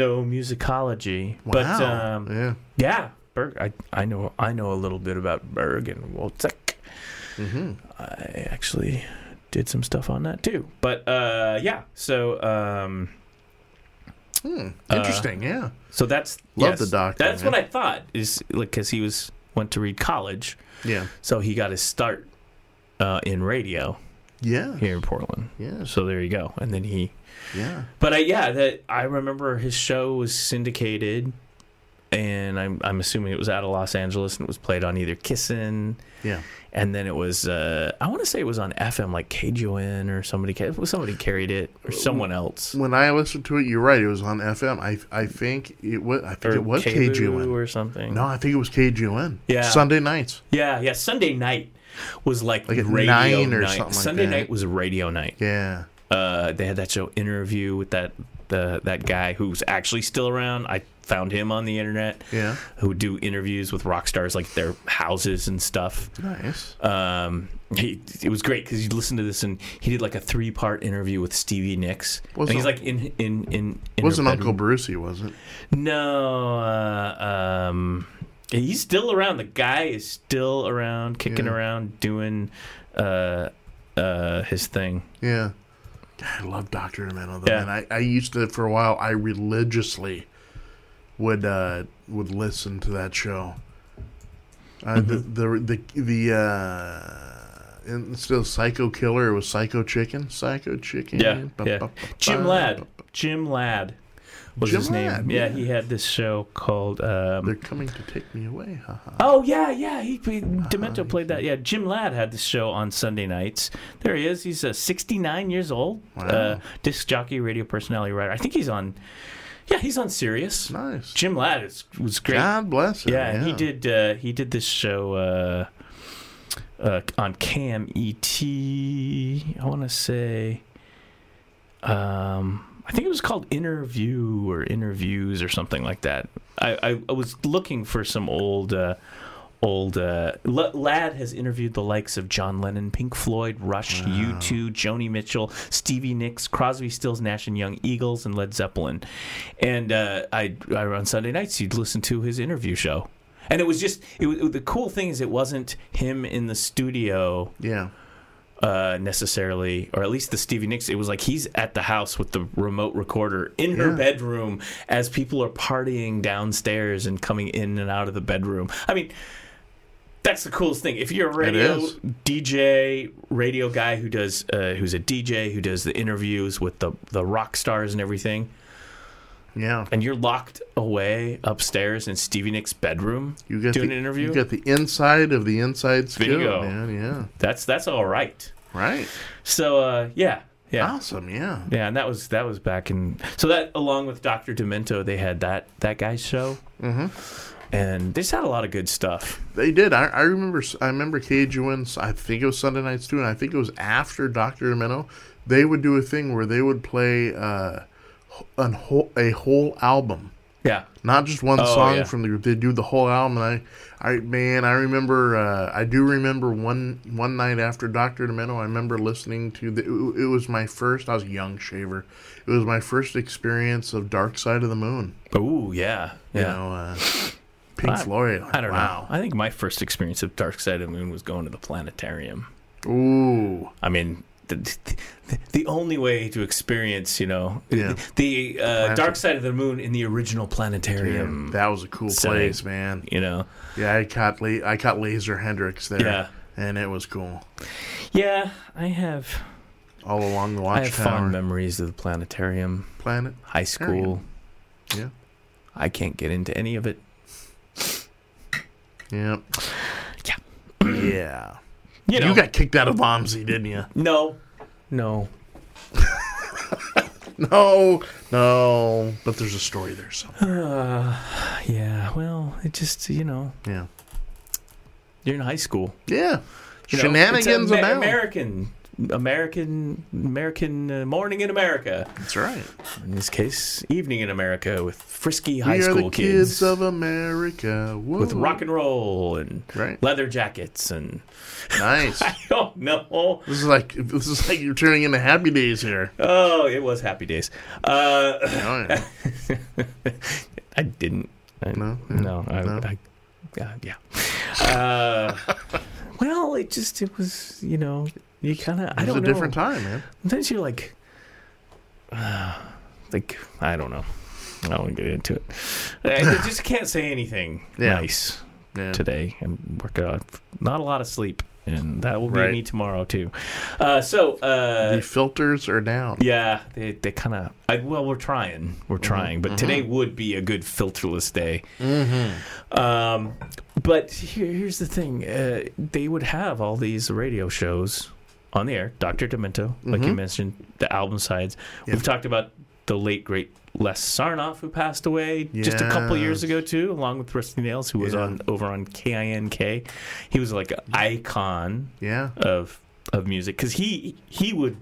[SPEAKER 1] ethnomusicology.
[SPEAKER 2] Wow,
[SPEAKER 1] But um,
[SPEAKER 2] yeah,
[SPEAKER 1] yeah, Berg. I, I know I know a little bit about Berg and Wolczek.
[SPEAKER 2] hmm
[SPEAKER 1] I actually did some stuff on that too. But uh, yeah, so um,
[SPEAKER 2] hmm.
[SPEAKER 1] uh,
[SPEAKER 2] interesting, yeah.
[SPEAKER 1] so that's
[SPEAKER 2] Love
[SPEAKER 1] yes,
[SPEAKER 2] the doctor,
[SPEAKER 1] That's
[SPEAKER 2] man.
[SPEAKER 1] what I thought is like because he was went to read college,
[SPEAKER 2] yeah,
[SPEAKER 1] so he got his start uh, in radio
[SPEAKER 2] yeah,
[SPEAKER 1] here in Portland.
[SPEAKER 2] yeah,
[SPEAKER 1] So there you go. And then he
[SPEAKER 2] yeah.
[SPEAKER 1] But I, yeah, that I remember his show was syndicated, and I'm I'm assuming it was out of Los Angeles and it was played on either Kissin,
[SPEAKER 2] Yeah.
[SPEAKER 1] and then it was uh, I want to say it was on FM like KJON or somebody ca- somebody carried it or someone else
[SPEAKER 2] When I listened to it, you're right. It was on FM. I I think it was. I think
[SPEAKER 1] or
[SPEAKER 2] it was
[SPEAKER 1] Kalu
[SPEAKER 2] KGUN.
[SPEAKER 1] or something.
[SPEAKER 2] No, I think it was KGUN.
[SPEAKER 1] Yeah.
[SPEAKER 2] Sunday nights.
[SPEAKER 1] Yeah, yeah. Sunday night was like,
[SPEAKER 2] Like at
[SPEAKER 1] radio
[SPEAKER 2] nine or
[SPEAKER 1] night.
[SPEAKER 2] something like
[SPEAKER 1] Sunday
[SPEAKER 2] that.
[SPEAKER 1] night was radio night.
[SPEAKER 2] Yeah.
[SPEAKER 1] uh, they had that show interview with that the that guy who's actually still around. I found him on the internet.
[SPEAKER 2] Yeah.
[SPEAKER 1] who would do interviews with rock stars like their houses and stuff.
[SPEAKER 2] Nice.
[SPEAKER 1] Um, he, it was great because you listen to this and he did like a three part interview with Stevie Nicks.
[SPEAKER 2] Wasn't-
[SPEAKER 1] and he's like in in in. in
[SPEAKER 2] It wasn't
[SPEAKER 1] her
[SPEAKER 2] Uncle
[SPEAKER 1] bedroom.
[SPEAKER 2] Brucey, was it?
[SPEAKER 1] No. Uh, um, he's still around. The guy is still around, kicking
[SPEAKER 2] Yeah.
[SPEAKER 1] around, doing uh, uh, his thing.
[SPEAKER 2] Yeah. God, I love Doctor Demento. though.
[SPEAKER 1] Yeah.
[SPEAKER 2] And I, I used to for a while. I religiously would uh, would listen to that show. Uh,
[SPEAKER 1] Mm-hmm.
[SPEAKER 2] The the the the uh, and still Psycho Killer was Psycho Chicken. Psycho Chicken.
[SPEAKER 1] Yeah,
[SPEAKER 2] Ba-
[SPEAKER 1] yeah.
[SPEAKER 2] ba- ba-
[SPEAKER 1] Jim
[SPEAKER 2] ba-
[SPEAKER 1] Ladd.
[SPEAKER 2] ba- ba-
[SPEAKER 1] Jim Ladd was
[SPEAKER 2] Jim
[SPEAKER 1] his name.
[SPEAKER 2] Ladd,
[SPEAKER 1] yeah.
[SPEAKER 2] yeah.
[SPEAKER 1] he had this show called. Um,
[SPEAKER 2] They're coming to take me away. Haha.
[SPEAKER 1] Oh yeah, yeah. He, he Demento played that. Yeah, Jim Ladd had the show on Sunday nights. There he is. He's uh, 69 years old.
[SPEAKER 2] Wow.
[SPEAKER 1] Uh, disc jockey, radio personality, writer. I think he's on. Yeah, he's on Sirius.
[SPEAKER 2] Nice.
[SPEAKER 1] Jim Ladd is, was great.
[SPEAKER 2] God bless him.
[SPEAKER 1] yeah, he did. Uh, he did this show uh, uh, on Cam ET. I want to say. Um, I think it was called Interview or Interviews or something like that. I, I, I was looking for some old. Uh, Old uh, L- Ladd has interviewed the likes of John Lennon, Pink Floyd, Rush, U2, Joni Mitchell, Stevie Nicks, Crosby, Stills, Nash and Young, Eagles, and Led Zeppelin. And uh, I, I on Sunday nights, you'd listen to his interview show, and it was just it, was- the cool thing is it wasn't him in the studio
[SPEAKER 2] Yeah.
[SPEAKER 1] uh, necessarily, or at least the Stevie Nicks. It was like he's at the house with the remote recorder in her
[SPEAKER 2] Yeah.
[SPEAKER 1] bedroom as people are partying downstairs and coming in and out of the bedroom. I mean, That's the coolest thing. If you're a radio
[SPEAKER 2] is.
[SPEAKER 1] DJ, radio guy who does, uh, who's a DJ who does the interviews with the the rock stars and everything,
[SPEAKER 2] Yeah.
[SPEAKER 1] and you're locked away upstairs in Stevie Nicks' bedroom
[SPEAKER 2] You got
[SPEAKER 1] doing
[SPEAKER 2] the,
[SPEAKER 1] an interview,
[SPEAKER 2] You got the inside of the inside scoop,
[SPEAKER 1] Bingo.
[SPEAKER 2] man. Yeah.
[SPEAKER 1] that's that's all right.
[SPEAKER 2] Right.
[SPEAKER 1] So uh, yeah, yeah,
[SPEAKER 2] Awesome. Yeah.
[SPEAKER 1] yeah. And that was that was back in so that along with Doctor Demento, they had that that guy's show, mm-hmm. and they just had a lot of good stuff.
[SPEAKER 2] They did. I, I remember. I remember KGUN. I think it was Sunday nights too, and I think it was after Doctor Demento. They would do a thing where they would play uh, an whole, a whole album,
[SPEAKER 1] Yeah,
[SPEAKER 2] not just one
[SPEAKER 1] Oh,
[SPEAKER 2] song
[SPEAKER 1] yeah.
[SPEAKER 2] from the group. They do the whole album. And I, I man, I remember. Uh, I do remember one one night after Doctor Demento. I remember listening to the. It, it was my first. I was a young shaver. It was my first experience of Dark Side of the Moon.
[SPEAKER 1] ooh, yeah, yeah.
[SPEAKER 2] You
[SPEAKER 1] [laughs]
[SPEAKER 2] know, uh, Pink
[SPEAKER 1] I-
[SPEAKER 2] Floyd.
[SPEAKER 1] I don't
[SPEAKER 2] wow.
[SPEAKER 1] know. I think my first experience of Dark Side of the Moon was going to the planetarium.
[SPEAKER 2] Ooh.
[SPEAKER 1] I mean, the, the, the only way to experience, you know,
[SPEAKER 2] Yeah.
[SPEAKER 1] the, the uh, Dark Side of the Moon in the original planetarium.
[SPEAKER 2] That was a cool
[SPEAKER 1] setting.
[SPEAKER 2] place, man.
[SPEAKER 1] You know,
[SPEAKER 2] Yeah, I caught La- I caught Laser Hendrix there.
[SPEAKER 1] Yeah.
[SPEAKER 2] And it was cool.
[SPEAKER 1] yeah, I have
[SPEAKER 2] All along the
[SPEAKER 1] I have fond
[SPEAKER 2] watchtower
[SPEAKER 1] memories of the planetarium,
[SPEAKER 2] planet.
[SPEAKER 1] high school.
[SPEAKER 2] Yeah.
[SPEAKER 1] I can't get into any of it.
[SPEAKER 2] Yep.
[SPEAKER 1] Yeah.
[SPEAKER 2] Yeah.
[SPEAKER 1] You, know,
[SPEAKER 2] You got kicked out of Bomsey, didn't you?
[SPEAKER 1] no, no.
[SPEAKER 2] [laughs] No, no. But there's a story there somewhere.
[SPEAKER 1] Yeah, well, it just you know,
[SPEAKER 2] Yeah.
[SPEAKER 1] you're in high school.
[SPEAKER 2] Yeah.
[SPEAKER 1] you know, it's
[SPEAKER 2] Shenanigans
[SPEAKER 1] Amer-
[SPEAKER 2] about.
[SPEAKER 1] American, American, American uh, morning in America.
[SPEAKER 2] That's right.
[SPEAKER 1] In this case, evening in America with frisky high
[SPEAKER 2] we are
[SPEAKER 1] school
[SPEAKER 2] the
[SPEAKER 1] kids,
[SPEAKER 2] kids, of America. Whoa.
[SPEAKER 1] with rock and roll and [laughs]
[SPEAKER 2] Right.
[SPEAKER 1] leather jackets and [laughs]
[SPEAKER 2] Nice.
[SPEAKER 1] oh no,
[SPEAKER 2] this is like this is like you're turning into Happy Days
[SPEAKER 1] [laughs]
[SPEAKER 2] here.
[SPEAKER 1] oh it was happy days. Uh,
[SPEAKER 2] Oh, yeah.
[SPEAKER 1] [laughs] I didn't. I,
[SPEAKER 2] No? Yeah.
[SPEAKER 1] no, I,
[SPEAKER 2] No?
[SPEAKER 1] I, uh, yeah. Uh, [laughs] well, it just it was you know you kind of I
[SPEAKER 2] It was
[SPEAKER 1] don't
[SPEAKER 2] a
[SPEAKER 1] know.
[SPEAKER 2] different time, man.
[SPEAKER 1] Sometimes you're like, uh, like I don't know. I don't want to get into it.
[SPEAKER 2] [laughs]
[SPEAKER 1] I just can't say anything
[SPEAKER 2] Yeah.
[SPEAKER 1] nice
[SPEAKER 2] Yeah.
[SPEAKER 1] today. I'm working on not a lot of sleep, and that will be
[SPEAKER 2] Right.
[SPEAKER 1] me tomorrow too. Uh, so uh,
[SPEAKER 2] the filters are down.
[SPEAKER 1] yeah, they they kind of well, we're trying, we're
[SPEAKER 2] Mm-hmm.
[SPEAKER 1] trying, but today would be a good filterless day.
[SPEAKER 2] Mm-hmm.
[SPEAKER 1] Um, but here, here's the thing: uh, they would have all these radio shows on the air. Doctor Demento, like
[SPEAKER 2] Mm-hmm.
[SPEAKER 1] you mentioned, the album sides. We've talked about the late great Les Sarnoff, who passed away just a couple years
[SPEAKER 2] Yes.
[SPEAKER 1] ago too, along with Rusty Nails, who was
[SPEAKER 2] Yeah.
[SPEAKER 1] on over on KINK. He was like an icon
[SPEAKER 2] Yeah.
[SPEAKER 1] of of music because he he would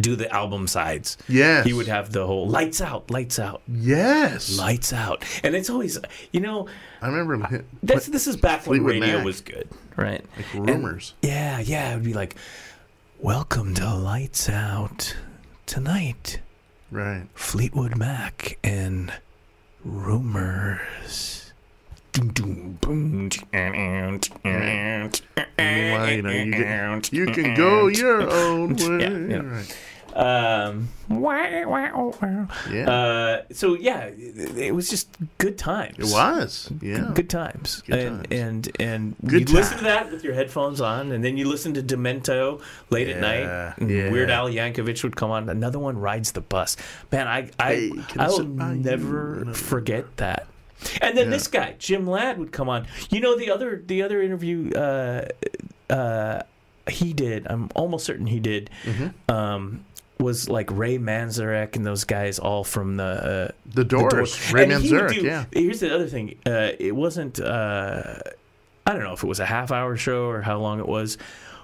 [SPEAKER 1] do the album sides.
[SPEAKER 2] Yes.
[SPEAKER 1] He would have the whole lights out, lights out,
[SPEAKER 2] Yes.
[SPEAKER 1] lights out, and it's always you know
[SPEAKER 2] I remember him-
[SPEAKER 1] that's this is back when
[SPEAKER 2] Fleetwood
[SPEAKER 1] radio
[SPEAKER 2] Mac.
[SPEAKER 1] was good, right?
[SPEAKER 2] like rumors.
[SPEAKER 1] Yeah, yeah, it would be like, "Welcome to Lights Out tonight,
[SPEAKER 2] right.
[SPEAKER 1] Fleetwood Mac and Rumors." Dun, dun, boom,
[SPEAKER 2] Meanwhile, uh, you know, you, get- you
[SPEAKER 1] [laughs]
[SPEAKER 2] can go your own way.
[SPEAKER 1] Yeah, yeah.
[SPEAKER 2] Right.
[SPEAKER 1] Um, wah, wah, oh, wah.
[SPEAKER 2] Yeah.
[SPEAKER 1] Uh, so yeah, it, it was just good times.
[SPEAKER 2] it was. Yeah.
[SPEAKER 1] Good times.
[SPEAKER 2] Good
[SPEAKER 1] and,
[SPEAKER 2] times.
[SPEAKER 1] and and
[SPEAKER 2] Good
[SPEAKER 1] you listen to
[SPEAKER 2] times.
[SPEAKER 1] that with your headphones on, and then you listen to Demento late at
[SPEAKER 2] Yeah,
[SPEAKER 1] night. and
[SPEAKER 2] yeah.
[SPEAKER 1] Weird Al Yankovic would come on. Another one rides the bus. Man, I I
[SPEAKER 2] Hey, can I
[SPEAKER 1] I will
[SPEAKER 2] sit by you?
[SPEAKER 1] never
[SPEAKER 2] No.
[SPEAKER 1] forget that. And then
[SPEAKER 2] Yeah.
[SPEAKER 1] this guy, Jim Ladd, would come on. You know the other the other interview uh, uh, he did. I'm almost certain he did.
[SPEAKER 2] Mm-hmm.
[SPEAKER 1] Um, was like Ray Manzarek and those guys all from the uh,
[SPEAKER 2] The Doors. Ray
[SPEAKER 1] and he would
[SPEAKER 2] Manzarek,
[SPEAKER 1] do-
[SPEAKER 2] yeah.
[SPEAKER 1] Here's the other thing. Uh, it wasn't. Uh, I don't know if it was a half hour show or how long it was,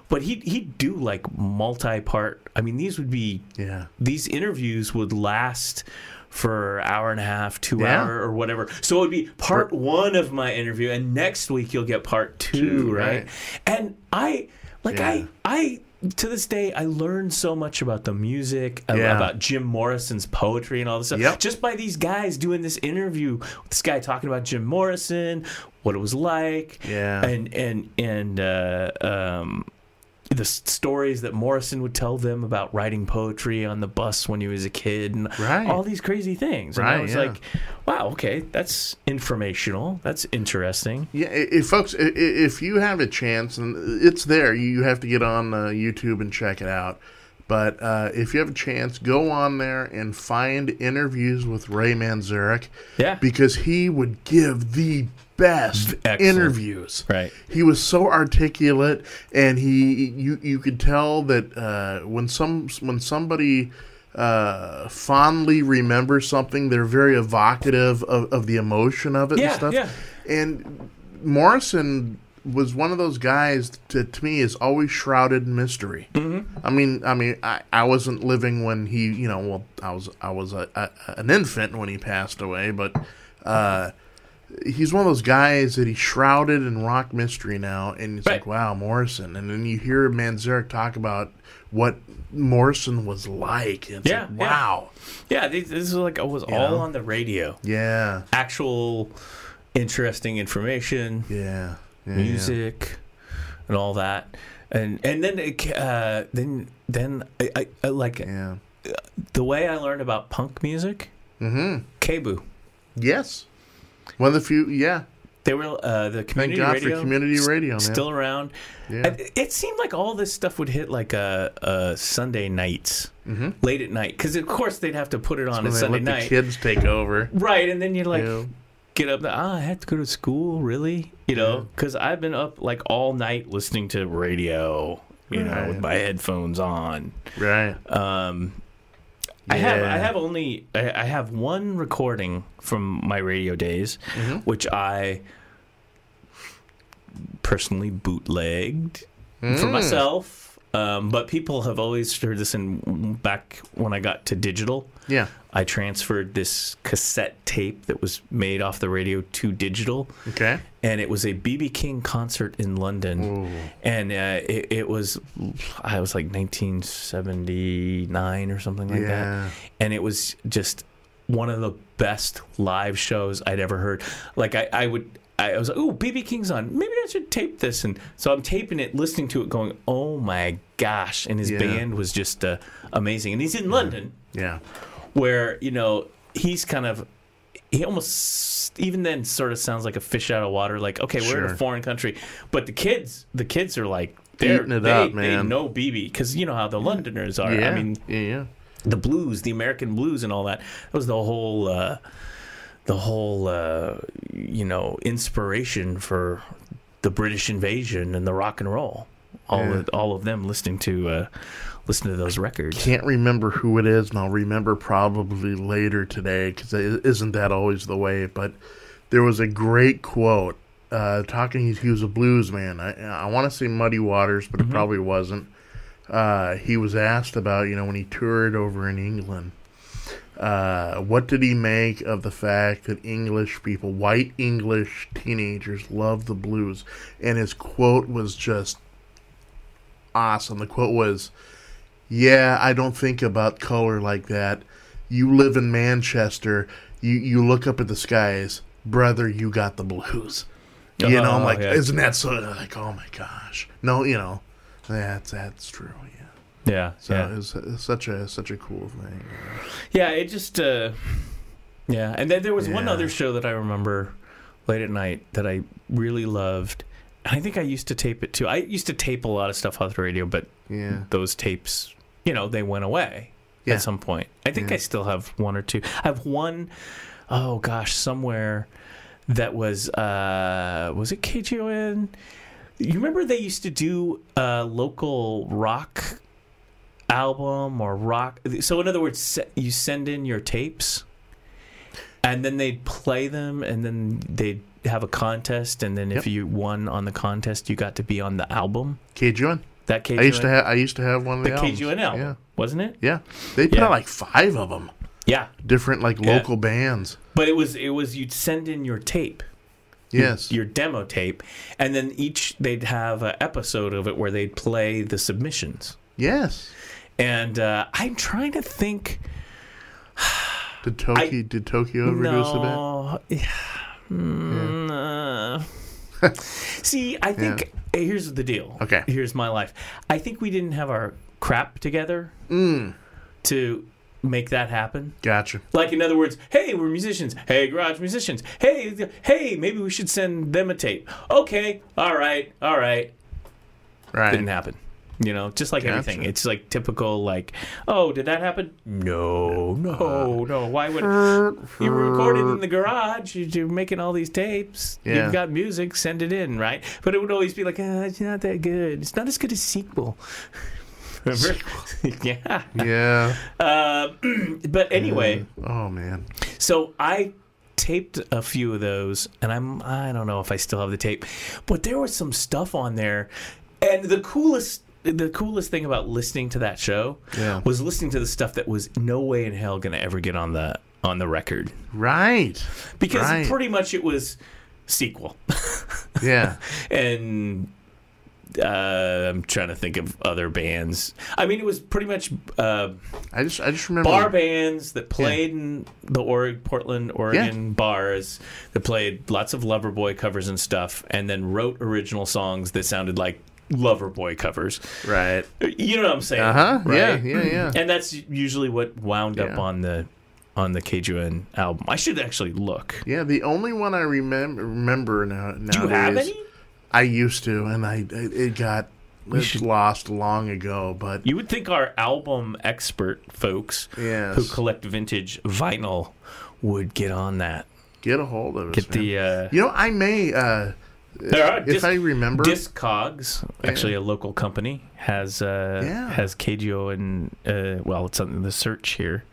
[SPEAKER 1] but he he'd do like multi part. I mean, these would be
[SPEAKER 2] Yeah.
[SPEAKER 1] these interviews would last for an hour and a half, two
[SPEAKER 2] Yeah.
[SPEAKER 1] hour or whatever. So it would be part one of my interview, and next week you'll get part two,
[SPEAKER 2] Two,
[SPEAKER 1] right?
[SPEAKER 2] right.
[SPEAKER 1] And I like
[SPEAKER 2] Yeah.
[SPEAKER 1] I I to this day I learned so much about the music, ab-
[SPEAKER 2] Yeah.
[SPEAKER 1] about Jim Morrison's poetry and all this stuff.
[SPEAKER 2] Yep.
[SPEAKER 1] Just by these guys doing this interview, this guy talking about Jim Morrison, what it was like,
[SPEAKER 2] Yeah.
[SPEAKER 1] and and and uh, um, the s- stories that Morrison would tell them about writing poetry on the bus when he was a kid and
[SPEAKER 2] Right.
[SPEAKER 1] all these crazy things. And I
[SPEAKER 2] Right,
[SPEAKER 1] was
[SPEAKER 2] yeah.
[SPEAKER 1] like, wow, okay, that's informational. That's interesting.
[SPEAKER 2] Yeah, i- if folks, i- i- if you have a chance, and it's there, you have to get on uh, YouTube and check it out. But uh, if you have a chance, go on there and find interviews with Ray Manzarek
[SPEAKER 1] Yeah.
[SPEAKER 2] because he would give the best
[SPEAKER 1] Excellent.
[SPEAKER 2] interviews.
[SPEAKER 1] Right.
[SPEAKER 2] He was so articulate, and he you you could tell that uh, when some when somebody uh, fondly remembers something, they're very evocative of, of the emotion of it and
[SPEAKER 1] Yeah,
[SPEAKER 2] stuff.
[SPEAKER 1] yeah.
[SPEAKER 2] And Morrison was one of those guys that to me is always shrouded in mystery.
[SPEAKER 1] Mm-hmm.
[SPEAKER 2] I mean, I mean, I, I wasn't living when he, you know, well, I was I was a, a, an infant when he passed away, but uh, he's one of those guys that he's shrouded in rock mystery now, and it's like,
[SPEAKER 1] Right.
[SPEAKER 2] wow, Morrison, and then you hear Manzarek talk about what Morrison was like, and it's
[SPEAKER 1] Yeah,
[SPEAKER 2] like,
[SPEAKER 1] yeah.
[SPEAKER 2] wow,
[SPEAKER 1] Yeah, this, this is like, it was
[SPEAKER 2] You
[SPEAKER 1] all
[SPEAKER 2] know?
[SPEAKER 1] on the radio.
[SPEAKER 2] yeah,
[SPEAKER 1] Actual interesting information.
[SPEAKER 2] yeah, yeah, yeah.
[SPEAKER 1] music and all that and and then it, ca- uh, then then I, I, I like
[SPEAKER 2] yeah,
[SPEAKER 1] the way I learned about punk music
[SPEAKER 2] mm-hmm,
[SPEAKER 1] Kabu
[SPEAKER 2] yes, one of the few, yeah.
[SPEAKER 1] they were uh, the
[SPEAKER 2] Thank
[SPEAKER 1] community
[SPEAKER 2] God
[SPEAKER 1] radio
[SPEAKER 2] for community
[SPEAKER 1] s-
[SPEAKER 2] radio, man.
[SPEAKER 1] still around
[SPEAKER 2] Yeah.
[SPEAKER 1] And it seemed like all this stuff would hit like uh, uh, Sunday nights late at night because of course they'd have to put it on
[SPEAKER 2] Mm-hmm. when
[SPEAKER 1] a
[SPEAKER 2] they
[SPEAKER 1] Sunday
[SPEAKER 2] let the
[SPEAKER 1] night
[SPEAKER 2] kids take over.
[SPEAKER 1] right and then you're like
[SPEAKER 2] Yeah.
[SPEAKER 1] get up ah I have to go to school really you know because I've been up like all night listening to radio you know with
[SPEAKER 2] Right.
[SPEAKER 1] my headphones on
[SPEAKER 2] Right.
[SPEAKER 1] Um, I have
[SPEAKER 2] Yeah.
[SPEAKER 1] I have only I, I have one recording from my radio days, which I personally bootlegged for myself. Um, but people have always heard this. And back when I got to digital,
[SPEAKER 2] yeah.
[SPEAKER 1] I transferred this cassette tape that was made off the radio to digital
[SPEAKER 2] Okay.
[SPEAKER 1] and it was a BB King concert in London, and uh, it, it was I was like 1979 or something like
[SPEAKER 2] Yeah.
[SPEAKER 1] that, and it was just one of the best live shows I'd ever heard. Like I, I would. I was like, "Ooh, BB King's on. Maybe I should tape this." And so I'm taping it, listening to it, going, "Oh my gosh!" And his
[SPEAKER 2] Yeah.
[SPEAKER 1] band was just uh, amazing. And he's in London,
[SPEAKER 2] Yeah.
[SPEAKER 1] where you know he's kind of he almost even then sort of sounds like a fish out of water like okay we're in
[SPEAKER 2] Sure.
[SPEAKER 1] a foreign country but the kids the kids are like they're
[SPEAKER 2] Eating it
[SPEAKER 1] they,
[SPEAKER 2] up,
[SPEAKER 1] they
[SPEAKER 2] man.
[SPEAKER 1] know bb because you know how the londoners are
[SPEAKER 2] Yeah.
[SPEAKER 1] i mean
[SPEAKER 2] yeah. Yeah.
[SPEAKER 1] the blues the american blues and all that that was the whole uh the whole uh you know inspiration for the british invasion and the rock and roll all
[SPEAKER 2] Yeah.
[SPEAKER 1] of, all of them listening to uh listen to those records
[SPEAKER 2] Can't remember who it is, and I'll remember probably later today because isn't that always the way? But there was a great quote uh, talking. He, he was a blues man. I, I want to say Muddy Waters, but it probably wasn't. Uh, he was asked about you know when he toured over in England. uh, what did he make of the fact that English people, white English teenagers, love the blues? And his quote was just awesome. The quote was, "Yeah, I don't think about color like that. You live in Manchester. You you look up at the skies, brother. You got the blues." You know, I'm
[SPEAKER 1] Oh,
[SPEAKER 2] like,
[SPEAKER 1] yeah.
[SPEAKER 2] isn't that so? Like, oh my gosh, no, you know, that's that's true. Yeah,
[SPEAKER 1] yeah
[SPEAKER 2] so
[SPEAKER 1] yeah.
[SPEAKER 2] it's, it's such a such a cool thing.
[SPEAKER 1] Yeah, it just uh yeah, and then there was one
[SPEAKER 2] Yeah.
[SPEAKER 1] other show that I remember late at night that I really loved. I think I used to tape it too. I used to tape a lot of stuff off the radio, but
[SPEAKER 2] Yeah.
[SPEAKER 1] those tapes, you know, they went away
[SPEAKER 2] Yeah.
[SPEAKER 1] at some point. I think
[SPEAKER 2] Yeah.
[SPEAKER 1] I still have one or two. I have one oh gosh, somewhere that was uh was it KJON? You remember they used to do a local rock album or rock so in other words se- you send in your tapes and then they'd play them and then they'd have a contest and then if
[SPEAKER 2] Yep.
[SPEAKER 1] you won on the contest you got to be on the album
[SPEAKER 2] KJON.
[SPEAKER 1] that KJON
[SPEAKER 2] I used to have I used to have one of the,
[SPEAKER 1] the
[SPEAKER 2] albums.
[SPEAKER 1] KJON album
[SPEAKER 2] Yeah,
[SPEAKER 1] wasn't it
[SPEAKER 2] yeah. They put
[SPEAKER 1] Yeah.
[SPEAKER 2] out like five of them,
[SPEAKER 1] yeah
[SPEAKER 2] different like local bands.
[SPEAKER 1] but it was it was you'd send in your tape
[SPEAKER 2] Yes,
[SPEAKER 1] your demo tape and then each they'd have an episode of it where they'd play the submissions
[SPEAKER 2] yes.
[SPEAKER 1] and uh, I'm trying to think [sighs]
[SPEAKER 2] Did Tokyo did Tokyo ever do a
[SPEAKER 1] no, yeah, mm, hmm, uh, [laughs] See, I think here's the deal.
[SPEAKER 2] Okay.
[SPEAKER 1] Here's my life. I think we didn't have our crap together to make that happen.
[SPEAKER 2] Gotcha.
[SPEAKER 1] Like in other words, hey, we're musicians. Hey, garage musicians. Hey, th- hey, maybe we should send them a tape. Okay, all right, all right.
[SPEAKER 2] Right.
[SPEAKER 1] Didn't happen. You know, just like
[SPEAKER 2] Gotcha.
[SPEAKER 1] everything, it's like typical. Like, oh, did that happen? No, no,
[SPEAKER 2] Uh,
[SPEAKER 1] no. Why would you were recorded in the garage? you- You're making all these tapes.
[SPEAKER 2] Yeah.
[SPEAKER 1] You've got music. Send it in, right? But it would always be like, ah, it's not that good. It's not as good as
[SPEAKER 2] [laughs]
[SPEAKER 1] sequel. [laughs] Remember? yeah.
[SPEAKER 2] Yeah.
[SPEAKER 1] [laughs] Uh, [clears throat] but anyway.
[SPEAKER 2] Oh man.
[SPEAKER 1] So I taped a few of those, and I'm I don't know if I still have the tape, but there was some stuff on there, and the coolest. The coolest thing about listening to that show
[SPEAKER 2] Yeah.
[SPEAKER 1] was listening to the stuff that was no way in hell gonna ever get on the on the record
[SPEAKER 2] Right.
[SPEAKER 1] because
[SPEAKER 2] Right.
[SPEAKER 1] pretty much it was sequel [laughs]
[SPEAKER 2] Yeah.
[SPEAKER 1] and uh, I'm trying to think of other bands. I mean, it was pretty much uh,
[SPEAKER 2] I just I just remember.
[SPEAKER 1] bar bands that played in the Oreg- Portland, Oregon bars that played lots of Loverboy covers and stuff, and then wrote original songs that sounded like Loverboy covers.
[SPEAKER 2] Right.
[SPEAKER 1] You know what I'm saying?
[SPEAKER 2] Uh huh.
[SPEAKER 1] right?
[SPEAKER 2] Yeah. Yeah. Yeah.
[SPEAKER 1] And that's usually what wound up
[SPEAKER 2] Yeah.
[SPEAKER 1] on the on the KJUN album. I should actually look.
[SPEAKER 2] Yeah. The only one I remember remember now nowadays.
[SPEAKER 1] Do you have any?
[SPEAKER 2] I used to, and I it, it got it
[SPEAKER 1] should-
[SPEAKER 2] lost long ago. But
[SPEAKER 1] You would think our album expert folks
[SPEAKER 2] Yes.
[SPEAKER 1] who collect vintage vinyl would get on that.
[SPEAKER 2] get a hold of it.
[SPEAKER 1] Get the uh,
[SPEAKER 2] You know, I may. uh
[SPEAKER 1] There are
[SPEAKER 2] If I remember-
[SPEAKER 1] Discogs, actually a local company, has uh,
[SPEAKER 2] Yeah.
[SPEAKER 1] has KGO and uh, well, it's on the search here.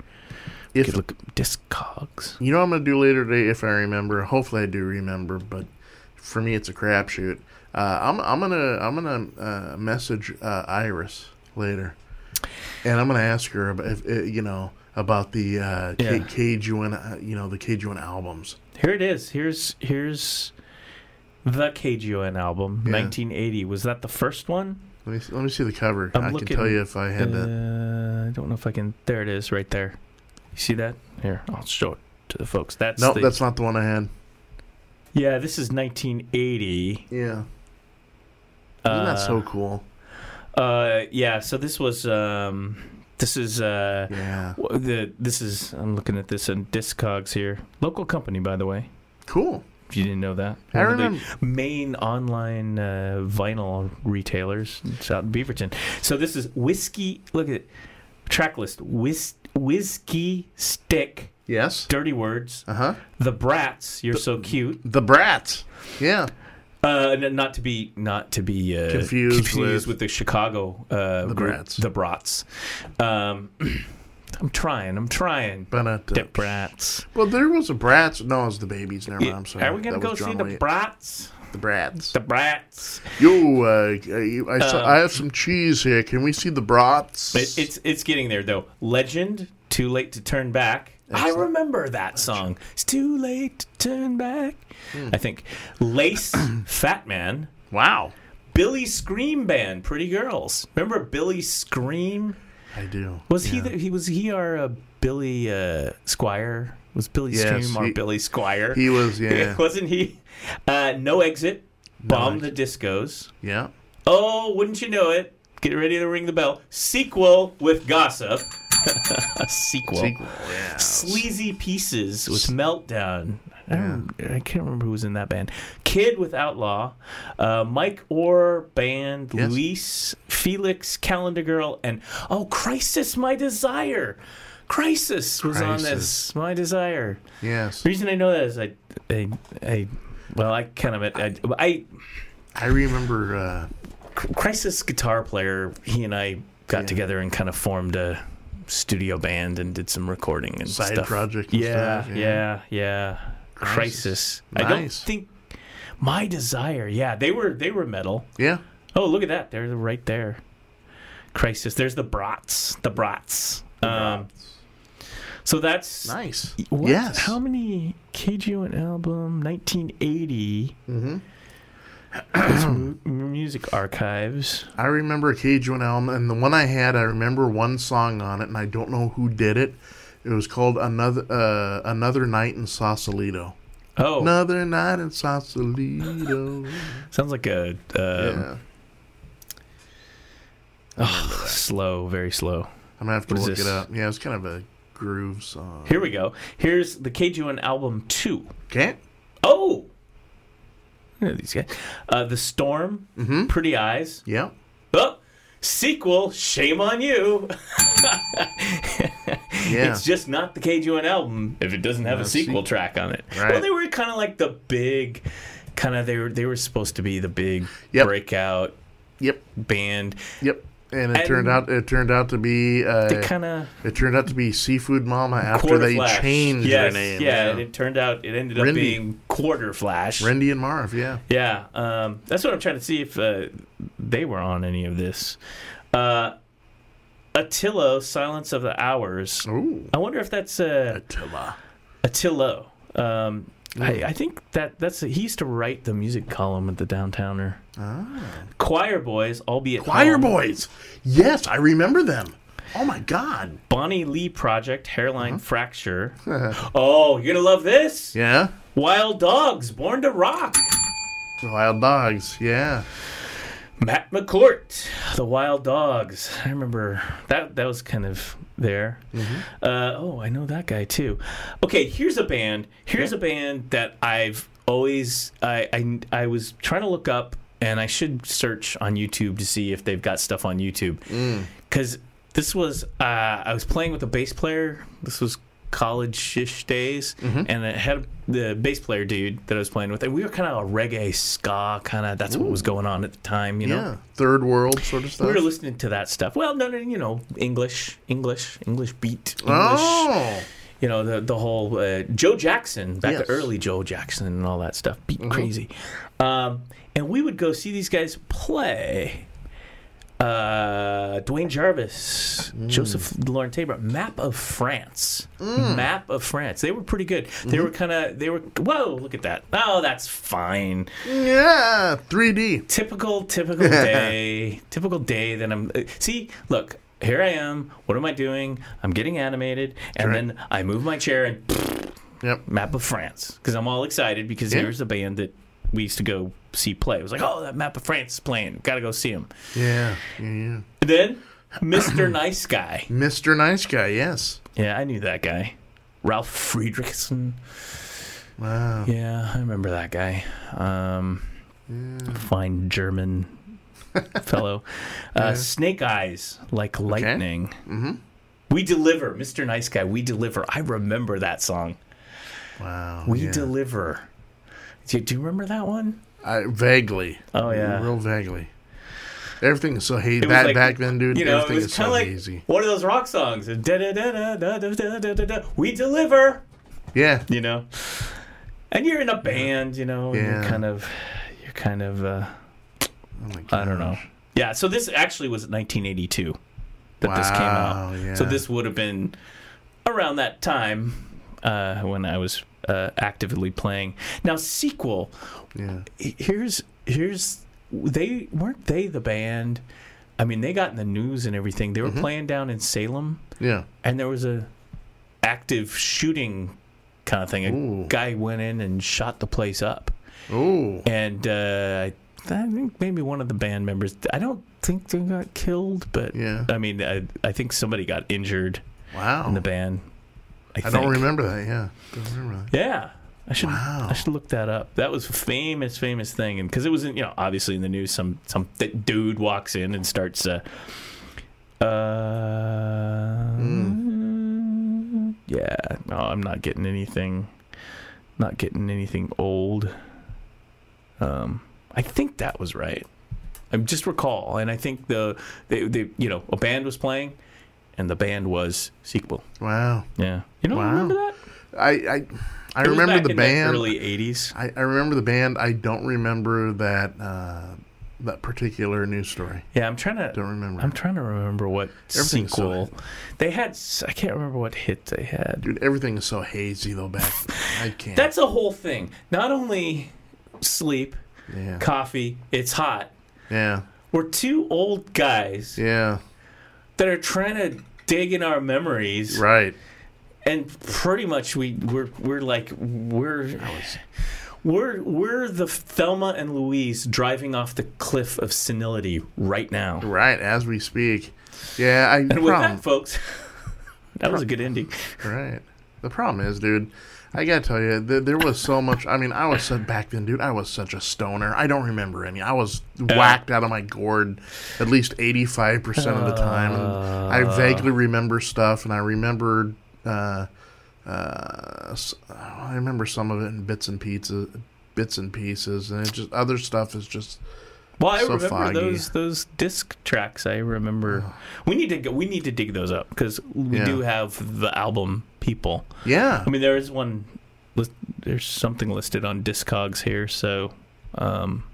[SPEAKER 1] You
[SPEAKER 2] If
[SPEAKER 1] could look up Discogs.
[SPEAKER 2] You know what I'm gonna do later today if I remember. Hopefully I do remember, but for me it's a crapshoot. Uh, I'm I'm gonna I'm gonna uh, message uh, Iris later, and I'm gonna ask her about if, uh, you know about the uh,
[SPEAKER 1] Yeah.
[SPEAKER 2] K- KJUN, uh, you know the KJUN albums.
[SPEAKER 1] Here it is. Here's here's the KGON album,
[SPEAKER 2] Yeah.
[SPEAKER 1] 1980. Was that the first one?
[SPEAKER 2] Let me see, let me see the cover.
[SPEAKER 1] I'm
[SPEAKER 2] i can
[SPEAKER 1] looking-
[SPEAKER 2] tell you if I had that.
[SPEAKER 1] Uh, I don't know if I can. There it is, right there. You see that? Here, I'll show it to the folks. That's
[SPEAKER 2] No,
[SPEAKER 1] the,
[SPEAKER 2] that's not the one I had.
[SPEAKER 1] yeah. This is 1980.
[SPEAKER 2] Yeah, isn't that so cool?
[SPEAKER 1] Uh, yeah. So this was um, this is uh,
[SPEAKER 2] Yeah,
[SPEAKER 1] w- the this is I'm looking at this on Discogs here, local company by the way.
[SPEAKER 2] cool.
[SPEAKER 1] If you didn't know that,
[SPEAKER 2] I
[SPEAKER 1] One of the
[SPEAKER 2] remember-
[SPEAKER 1] main online uh, vinyl retailers it's out in Beaverton. So this is whiskey. Look at it. track list: Whis- whiskey stick,
[SPEAKER 2] Yes.
[SPEAKER 1] dirty words,
[SPEAKER 2] Uh huh.
[SPEAKER 1] the brats. You're so cute.
[SPEAKER 2] The Brats. Yeah.
[SPEAKER 1] Uh, n- not to be not to be uh,
[SPEAKER 2] Confused with-
[SPEAKER 1] with, the Chicago uh,
[SPEAKER 2] The
[SPEAKER 1] group,
[SPEAKER 2] Brats.
[SPEAKER 1] The Brats. Um, [clears throat] I'm trying. I'm trying.
[SPEAKER 2] Ba-da-da.
[SPEAKER 1] The Brats.
[SPEAKER 2] Well, there was a Bratz. No, it was the Babies. Never mind. I'm sorry.
[SPEAKER 1] Are we gonna
[SPEAKER 2] That was
[SPEAKER 1] go see
[SPEAKER 2] John
[SPEAKER 1] the
[SPEAKER 2] Wayne.
[SPEAKER 1] Brats?
[SPEAKER 2] The Bratz.
[SPEAKER 1] The Brats.
[SPEAKER 2] Yo, uh, you- I, saw, I have some cheese here. Can we see the brats?
[SPEAKER 1] It, it's it's getting there though. Legend. Too late to turn back. I remember that song. It's too late to turn back.
[SPEAKER 2] Hmm.
[SPEAKER 1] I think
[SPEAKER 2] [clears throat]
[SPEAKER 1] Lace Fat Man.
[SPEAKER 2] wow.
[SPEAKER 1] Billy Scream Band, Pretty Girls. Remember Billy Scream?
[SPEAKER 2] I do.
[SPEAKER 1] Was he? The, he was he our uh, Billy uh, Squire? Was Billy
[SPEAKER 2] Yes,
[SPEAKER 1] Scream our
[SPEAKER 2] he-
[SPEAKER 1] Billy Squire? [laughs]
[SPEAKER 2] He was. Yeah.
[SPEAKER 1] Wasn't he? Uh, no exit. Bomb
[SPEAKER 2] Exit.
[SPEAKER 1] the discos.
[SPEAKER 2] yeah.
[SPEAKER 1] Oh, wouldn't you know it? Get ready to ring the bell. Sequel with gossip. A sequel.
[SPEAKER 2] Sequel. Yeah.
[SPEAKER 1] Sleazy pieces with meltdown. I, don't, I can't remember who was in that band. Kid with Outlaw, uh, Mike Orr band,
[SPEAKER 2] Yes.
[SPEAKER 1] Luis, Felix, Calendar Girl, and oh, Crisis, My Desire. Crisis was on
[SPEAKER 2] Crisis.
[SPEAKER 1] this. My Desire.
[SPEAKER 2] Yes.
[SPEAKER 1] The reason I know that is I, I, I well, I kind of, I, I
[SPEAKER 2] I remember. Uh,
[SPEAKER 1] Crisis guitar player, he and I got together and kind of formed a studio band and did some recording and
[SPEAKER 2] Side
[SPEAKER 1] stuff.
[SPEAKER 2] project and
[SPEAKER 1] yeah,
[SPEAKER 2] stuff, yeah.
[SPEAKER 1] yeah, yeah, Crisis.
[SPEAKER 2] Crisis.
[SPEAKER 1] I don't
[SPEAKER 2] Nice.
[SPEAKER 1] think My Desire. Yeah, they were they were metal.
[SPEAKER 2] yeah.
[SPEAKER 1] Oh, look at that. They're right there. Crisis. There's the Brats. The Brats. Um, so that's
[SPEAKER 2] Nice.
[SPEAKER 1] what-
[SPEAKER 2] Yes.
[SPEAKER 1] How many KGO an album? 1980. Mm-hmm. music archives.
[SPEAKER 2] I remember a Cage One album, and the one I had, I remember one song on it, and I don't know who did it. It was called another uh, another night in Sausalito.
[SPEAKER 1] Oh,
[SPEAKER 2] Another night in Sausalito.
[SPEAKER 1] sounds like a um,
[SPEAKER 2] yeah.
[SPEAKER 1] oh, slow, very slow.
[SPEAKER 2] I'm gonna have to
[SPEAKER 1] What is
[SPEAKER 2] look
[SPEAKER 1] this?
[SPEAKER 2] it up. Yeah, it's kind of a groove song.
[SPEAKER 1] Here we go. Here's the KJON album two.
[SPEAKER 2] can't.
[SPEAKER 1] Oh, Look at these guys. Uh, the storm,
[SPEAKER 2] Mm-hmm.
[SPEAKER 1] pretty eyes.
[SPEAKER 2] Yeah.
[SPEAKER 1] Oh, sequel. Shame on you. [laughs]
[SPEAKER 2] Yeah.
[SPEAKER 1] It's just not the KJON album if it doesn't have a
[SPEAKER 2] No
[SPEAKER 1] sequel
[SPEAKER 2] sequel.
[SPEAKER 1] track on it.
[SPEAKER 2] Right.
[SPEAKER 1] Well, they were kind of like the big, kind of they were they were supposed to be the big
[SPEAKER 2] Yep.
[SPEAKER 1] breakout
[SPEAKER 2] yep.
[SPEAKER 1] band.
[SPEAKER 2] Yep. And it
[SPEAKER 1] And-
[SPEAKER 2] turned out it turned out to be uh,
[SPEAKER 1] They kind of
[SPEAKER 2] it turned out to be Seafood Mama after
[SPEAKER 1] quarter
[SPEAKER 2] they
[SPEAKER 1] flash.
[SPEAKER 2] changed
[SPEAKER 1] yes,
[SPEAKER 2] their name.
[SPEAKER 1] Yeah, and it turned out it ended up
[SPEAKER 2] Rindy.
[SPEAKER 1] being quarter flash.
[SPEAKER 2] Randy and Marv. Yeah.
[SPEAKER 1] Yeah, um, that's what I'm trying to see if uh, they were on any of this. Uh, Attilo, Silence of the Hours.
[SPEAKER 2] Ooh.
[SPEAKER 1] I wonder if that's uh,
[SPEAKER 2] Attila.
[SPEAKER 1] Attilo. Um, I, I think that that's he used to write the music column at the Downtowner. Choir Boys, albeit
[SPEAKER 2] Ah. Choir
[SPEAKER 1] home.
[SPEAKER 2] Boys. Yes, I remember them. Oh my God.
[SPEAKER 1] Bonnie Lee Project, Hairline
[SPEAKER 2] [laughs]
[SPEAKER 1] Fracture. oh, you're gonna love this.
[SPEAKER 2] Uh-huh. Yeah.
[SPEAKER 1] Wild Dogs, Born to Rock.
[SPEAKER 2] Wild Dogs. Yeah.
[SPEAKER 1] Matt McCourt, The Wild Dogs. I remember that that was kind of there. Uh, oh, I know that guy too. Okay, here's a band. Here's a band that I've always I, I I was trying to look up, and I should search on YouTube to see if they've got stuff on YouTube because this was uh, I was playing with a bass player. This was college ish days, and it had the bass player dude that I was playing with, and we were kind of a reggae ska kind of. That's what was going on at the time, you know.
[SPEAKER 2] Yeah. Third world sort of stuff.
[SPEAKER 1] We were listening to that stuff. Well, no, no, you know, English, English, English beat, English.
[SPEAKER 2] oh.
[SPEAKER 1] You know, the the whole uh, Joe Jackson, back
[SPEAKER 2] Yes. Mm-hmm.
[SPEAKER 1] to early Joe Jackson and all that stuff, beat crazy. Um, and we would go see these guys play. Uh, Dwayne Jarvis,
[SPEAKER 2] Mm.
[SPEAKER 1] Joseph Lauren Tabor, Map of France,
[SPEAKER 2] Mm.
[SPEAKER 1] Map of France. They were pretty good. They
[SPEAKER 2] Mm-hmm.
[SPEAKER 1] were kind of, they were. Whoa, look at that. Oh, that's fine
[SPEAKER 2] Yeah. 3D.
[SPEAKER 1] typical typical day typical day that i'm uh, see look here i am what am i doing i'm getting animated and
[SPEAKER 2] Right.
[SPEAKER 1] then i move my chair and
[SPEAKER 2] Yep.
[SPEAKER 1] map of france because i'm all excited because
[SPEAKER 2] Yeah.
[SPEAKER 1] here's a band that we used to go see play it was like oh that map of france is playing gotta go see him
[SPEAKER 2] Yeah. Yeah. yeah.
[SPEAKER 1] then mr nice guy
[SPEAKER 2] Mr. Nice Guy. Yes.
[SPEAKER 1] yeah i knew that guy ralph friedrichsen
[SPEAKER 2] Wow.
[SPEAKER 1] yeah i remember that guy um fine
[SPEAKER 2] [laughs]
[SPEAKER 1] german fellow. Uh, Snake Eyes, like lightning. Mm-hmm. We deliver, Mr. Nice Guy. We deliver. I remember that song.
[SPEAKER 2] Wow.
[SPEAKER 1] We
[SPEAKER 2] yeah.
[SPEAKER 1] deliver. Do you, do you remember that one?
[SPEAKER 2] I, vaguely.
[SPEAKER 1] Oh, yeah.
[SPEAKER 2] Real vaguely. Everything is so hazy.
[SPEAKER 1] It was
[SPEAKER 2] Back,
[SPEAKER 1] like-
[SPEAKER 2] back then, dude,
[SPEAKER 1] You know, it
[SPEAKER 2] everything
[SPEAKER 1] was
[SPEAKER 2] is
[SPEAKER 1] kind
[SPEAKER 2] so
[SPEAKER 1] of like
[SPEAKER 2] hazy.
[SPEAKER 1] one of those rock songs. Da, da, da, da, da, da, da, da, da, da. We deliver.
[SPEAKER 2] Yeah.
[SPEAKER 1] You know, and you're in a band. You know, and
[SPEAKER 2] Yeah.
[SPEAKER 1] you're kind of, you're kind of. Uh,
[SPEAKER 2] Oh my
[SPEAKER 1] I don't know. Yeah, so this actually was 1982 that this came
[SPEAKER 2] Wow,
[SPEAKER 1] out.
[SPEAKER 2] yeah.
[SPEAKER 1] So this would have been around that time uh, when I was uh, actively playing. Now sequel.
[SPEAKER 2] Yeah.
[SPEAKER 1] h- Here's here's they weren't they the band. I mean, they got in the news and everything. They were
[SPEAKER 2] Mm-hmm.
[SPEAKER 1] playing down in Salem,
[SPEAKER 2] Yeah.
[SPEAKER 1] and there was a active shooting kind of thing. A
[SPEAKER 2] Ooh.
[SPEAKER 1] guy went in and shot the place up
[SPEAKER 2] Oh.
[SPEAKER 1] and uh, I think maybe one of the band members. I don't think they got killed, but
[SPEAKER 2] Yeah.
[SPEAKER 1] I mean, I, I think somebody got injured
[SPEAKER 2] Wow.
[SPEAKER 1] in the band. I,
[SPEAKER 2] Oh. I
[SPEAKER 1] think.
[SPEAKER 2] don't remember that. Yeah. Don't remember that.
[SPEAKER 1] Yeah, I should
[SPEAKER 2] Wow.
[SPEAKER 1] I should look that up. That was a famous, famous thing, and because it was in, you know obviously in the news, some some th- dude walks in and starts. Uh, uh,
[SPEAKER 2] Hmm.
[SPEAKER 1] yeah. No, I'm not getting anything. Not getting anything old. Um, I think that was right. I just recall, and I think the they, they you know a band was playing, and the band was sequel.
[SPEAKER 2] Wow.
[SPEAKER 1] Yeah, you know,
[SPEAKER 2] Wow.
[SPEAKER 1] remember that?
[SPEAKER 2] I I, I
[SPEAKER 1] It was
[SPEAKER 2] remember
[SPEAKER 1] back
[SPEAKER 2] the
[SPEAKER 1] in the
[SPEAKER 2] band.
[SPEAKER 1] early '80s.
[SPEAKER 2] I, I remember the band. I don't remember that uh, that particular news story.
[SPEAKER 1] Yeah, I'm trying to.
[SPEAKER 2] Don't remember.
[SPEAKER 1] I'm trying to remember what
[SPEAKER 2] Everything's so
[SPEAKER 1] sequel they had. s- I can't remember what hit they had.
[SPEAKER 2] Dude, everything is so hazy though. Back I can't.
[SPEAKER 1] That's a whole thing. Not only sleep,
[SPEAKER 2] yeah.
[SPEAKER 1] coffee, it's hot.
[SPEAKER 2] yeah.
[SPEAKER 1] We're two old guys
[SPEAKER 2] Yeah.
[SPEAKER 1] that are trying to dig in our memories
[SPEAKER 2] Right.
[SPEAKER 1] and pretty much we we're we're like we're we're we're the Thelma and Louise driving off the cliff of senility right now.
[SPEAKER 2] Right as we speak. Yeah, I
[SPEAKER 1] And with that,
[SPEAKER 2] problem.
[SPEAKER 1] folks, [laughs] that was a good ending.
[SPEAKER 2] Right. The problem is, dude. I gotta tell you, th- there was so much. I mean, I was so back then, dude. I was such a stoner. I don't remember any. I was whacked out of my gourd at least eighty-five percent of the time. And
[SPEAKER 1] Uh.
[SPEAKER 2] I vaguely remember stuff, and I remembered. Uh, uh, s- I remember some of it in bits and pieces, bits and pieces, and it just other stuff is just
[SPEAKER 1] Well, I
[SPEAKER 2] So
[SPEAKER 1] remember
[SPEAKER 2] foggy. Oh.
[SPEAKER 1] those those disc tracks. I remember we need to go, we need to dig those up because we
[SPEAKER 2] Yeah.
[SPEAKER 1] do have the album people.
[SPEAKER 2] yeah.
[SPEAKER 1] I mean, there is one. lis- There's something listed on Discogs here, so um,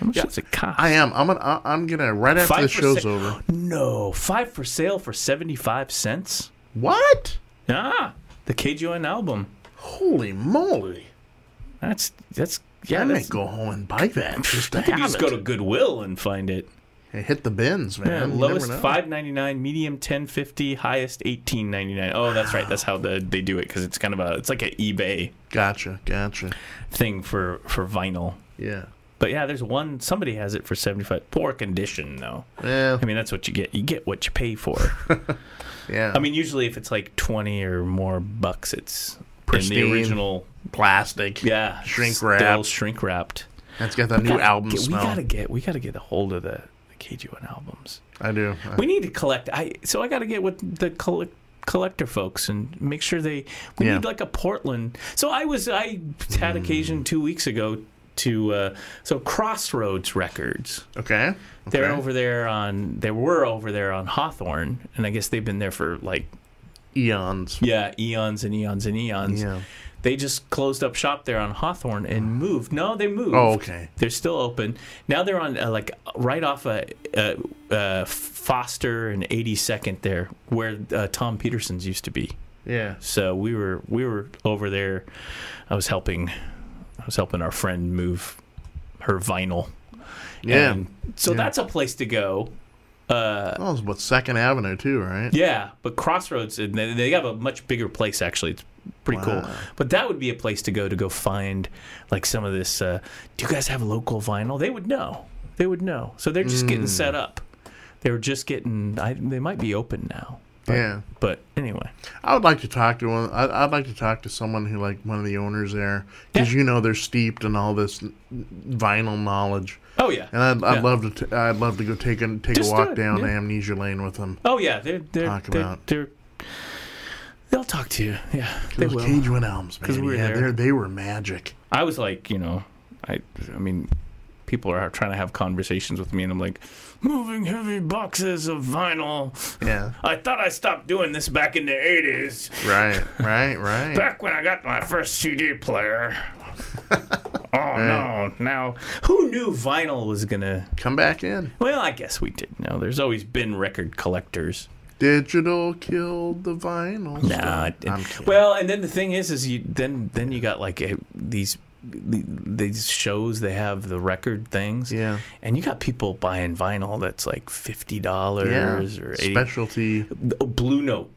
[SPEAKER 1] how much
[SPEAKER 2] Yeah.
[SPEAKER 1] does it cost?
[SPEAKER 2] I am. I'm gonna. I- I'm gonna right after the
[SPEAKER 1] 5%. [gasps]
[SPEAKER 2] show's over.
[SPEAKER 1] No, five for sale for seventy five cents.
[SPEAKER 2] What?
[SPEAKER 1] Ah, the KGN album.
[SPEAKER 2] Holy moly!
[SPEAKER 1] That's that's yeah.
[SPEAKER 2] I
[SPEAKER 1] that's,
[SPEAKER 2] might go home and buy that just to
[SPEAKER 1] I think [laughs]
[SPEAKER 2] have
[SPEAKER 1] you just
[SPEAKER 2] it.
[SPEAKER 1] go to Goodwill and find it.
[SPEAKER 2] Hey, hit the bins, man.
[SPEAKER 1] Yeah,
[SPEAKER 2] You
[SPEAKER 1] lowest
[SPEAKER 2] never know.
[SPEAKER 1] five ninety nine, medium ten fifty, highest eighteen ninety nine. Oh, that's right. That's how the, they do it because it's kind of a it's like an eBay
[SPEAKER 2] Gotcha, gotcha.
[SPEAKER 1] thing for for vinyl.
[SPEAKER 2] Yeah.
[SPEAKER 1] But yeah, there's one. Somebody has it for seventy five. Poor condition though.
[SPEAKER 2] Well,
[SPEAKER 1] I mean, that's what you get. You get what you pay
[SPEAKER 2] [laughs]
[SPEAKER 1] for.
[SPEAKER 2] yeah.
[SPEAKER 1] I mean, usually if it's like twenty or more bucks, it's in
[SPEAKER 2] Pristine.
[SPEAKER 1] the original.
[SPEAKER 2] plastic.
[SPEAKER 1] Yeah,
[SPEAKER 2] Shrink
[SPEAKER 1] still
[SPEAKER 2] wrapped.
[SPEAKER 1] shrink wrapped.
[SPEAKER 2] That's got that new
[SPEAKER 1] Gotta
[SPEAKER 2] album
[SPEAKER 1] get- we
[SPEAKER 2] smell.
[SPEAKER 1] gotta get we gotta get a hold of the the KG1 albums.
[SPEAKER 2] I do. Uh, I-
[SPEAKER 1] We need to collect. I so I got to get with the collect collector folks and make sure they. We
[SPEAKER 2] Yeah. Hmm.
[SPEAKER 1] need like a Portland. So I was I had occasion two weeks ago to uh, so Crossroads Records.
[SPEAKER 2] okay.
[SPEAKER 1] They're
[SPEAKER 2] okay.
[SPEAKER 1] over there on they were over there on Hawthorne, and I guess they've been there for like
[SPEAKER 2] Eons.
[SPEAKER 1] yeah eons and eons and eons.
[SPEAKER 2] Yeah. Mm.
[SPEAKER 1] They just closed up shop there on Hawthorne and moved. No, they moved.
[SPEAKER 2] Oh, okay.
[SPEAKER 1] They're still open. Now they're on uh, like right off uh, uh, uh, Foster and 82nd there, where uh, Tom Peterson's used to be.
[SPEAKER 2] Yeah.
[SPEAKER 1] So we were we were over there. I was helping. I was helping our friend move her vinyl.
[SPEAKER 2] Yeah.
[SPEAKER 1] And so
[SPEAKER 2] Yeah.
[SPEAKER 1] that's a place to go.
[SPEAKER 2] that was what Second Avenue too, right?
[SPEAKER 1] uh, Yeah, but Crossroads, and they they have a much bigger place actually. It's pretty cool.
[SPEAKER 2] Wow.
[SPEAKER 1] But that would be a place to go to go find like some of this. Uh, do you guys have local vinyl? They would know. They would know. So they're just
[SPEAKER 2] Hmm.
[SPEAKER 1] getting set up. They were just getting. I, they might be open now. But,
[SPEAKER 2] Yeah.
[SPEAKER 1] But anyway,
[SPEAKER 2] I would like to talk to one. I'd, I'd like to talk to someone who like one of the owners there, because
[SPEAKER 1] Yeah.
[SPEAKER 2] you know they're steeped in all this n- vinyl knowledge.
[SPEAKER 1] oh yeah.
[SPEAKER 2] And I'd, I'd
[SPEAKER 1] Yeah.
[SPEAKER 2] love to. T- I'd love to go take a take
[SPEAKER 1] Just
[SPEAKER 2] a
[SPEAKER 1] do
[SPEAKER 2] walk
[SPEAKER 1] it,
[SPEAKER 2] down
[SPEAKER 1] yeah.
[SPEAKER 2] Amnesia Lane with them.
[SPEAKER 1] Oh yeah. They're they're
[SPEAKER 2] Talk
[SPEAKER 1] they're,
[SPEAKER 2] about-
[SPEAKER 1] they're they'll talk to you. Yeah, they
[SPEAKER 2] Those
[SPEAKER 1] will.
[SPEAKER 2] Cage One albums, man.
[SPEAKER 1] 'Cause we were
[SPEAKER 2] yeah,
[SPEAKER 1] there.
[SPEAKER 2] they're- they were magic.
[SPEAKER 1] I was like, you know, I, I mean, people are trying to have conversations with me, and I'm like, moving heavy boxes of vinyl.
[SPEAKER 2] Yeah.
[SPEAKER 1] I thought I stopped doing this back in the '80s,
[SPEAKER 2] Right, right, right.
[SPEAKER 1] back when I got my first CD player. oh no! Now, who knew vinyl was gonna?
[SPEAKER 2] Come back in.
[SPEAKER 1] Well, I guess we did. No, there's always been record collectors.
[SPEAKER 2] Digital killed the vinyl.
[SPEAKER 1] Nah, it-
[SPEAKER 2] I'm kidding.
[SPEAKER 1] well, and then the thing is, is you then then you got like a, these these shows they have the record things,
[SPEAKER 2] Yeah.
[SPEAKER 1] and you got people buying vinyl that's like fifty
[SPEAKER 2] yeah.
[SPEAKER 1] dollars or eighty. Oh,
[SPEAKER 2] Specialty.
[SPEAKER 1] Blue Note,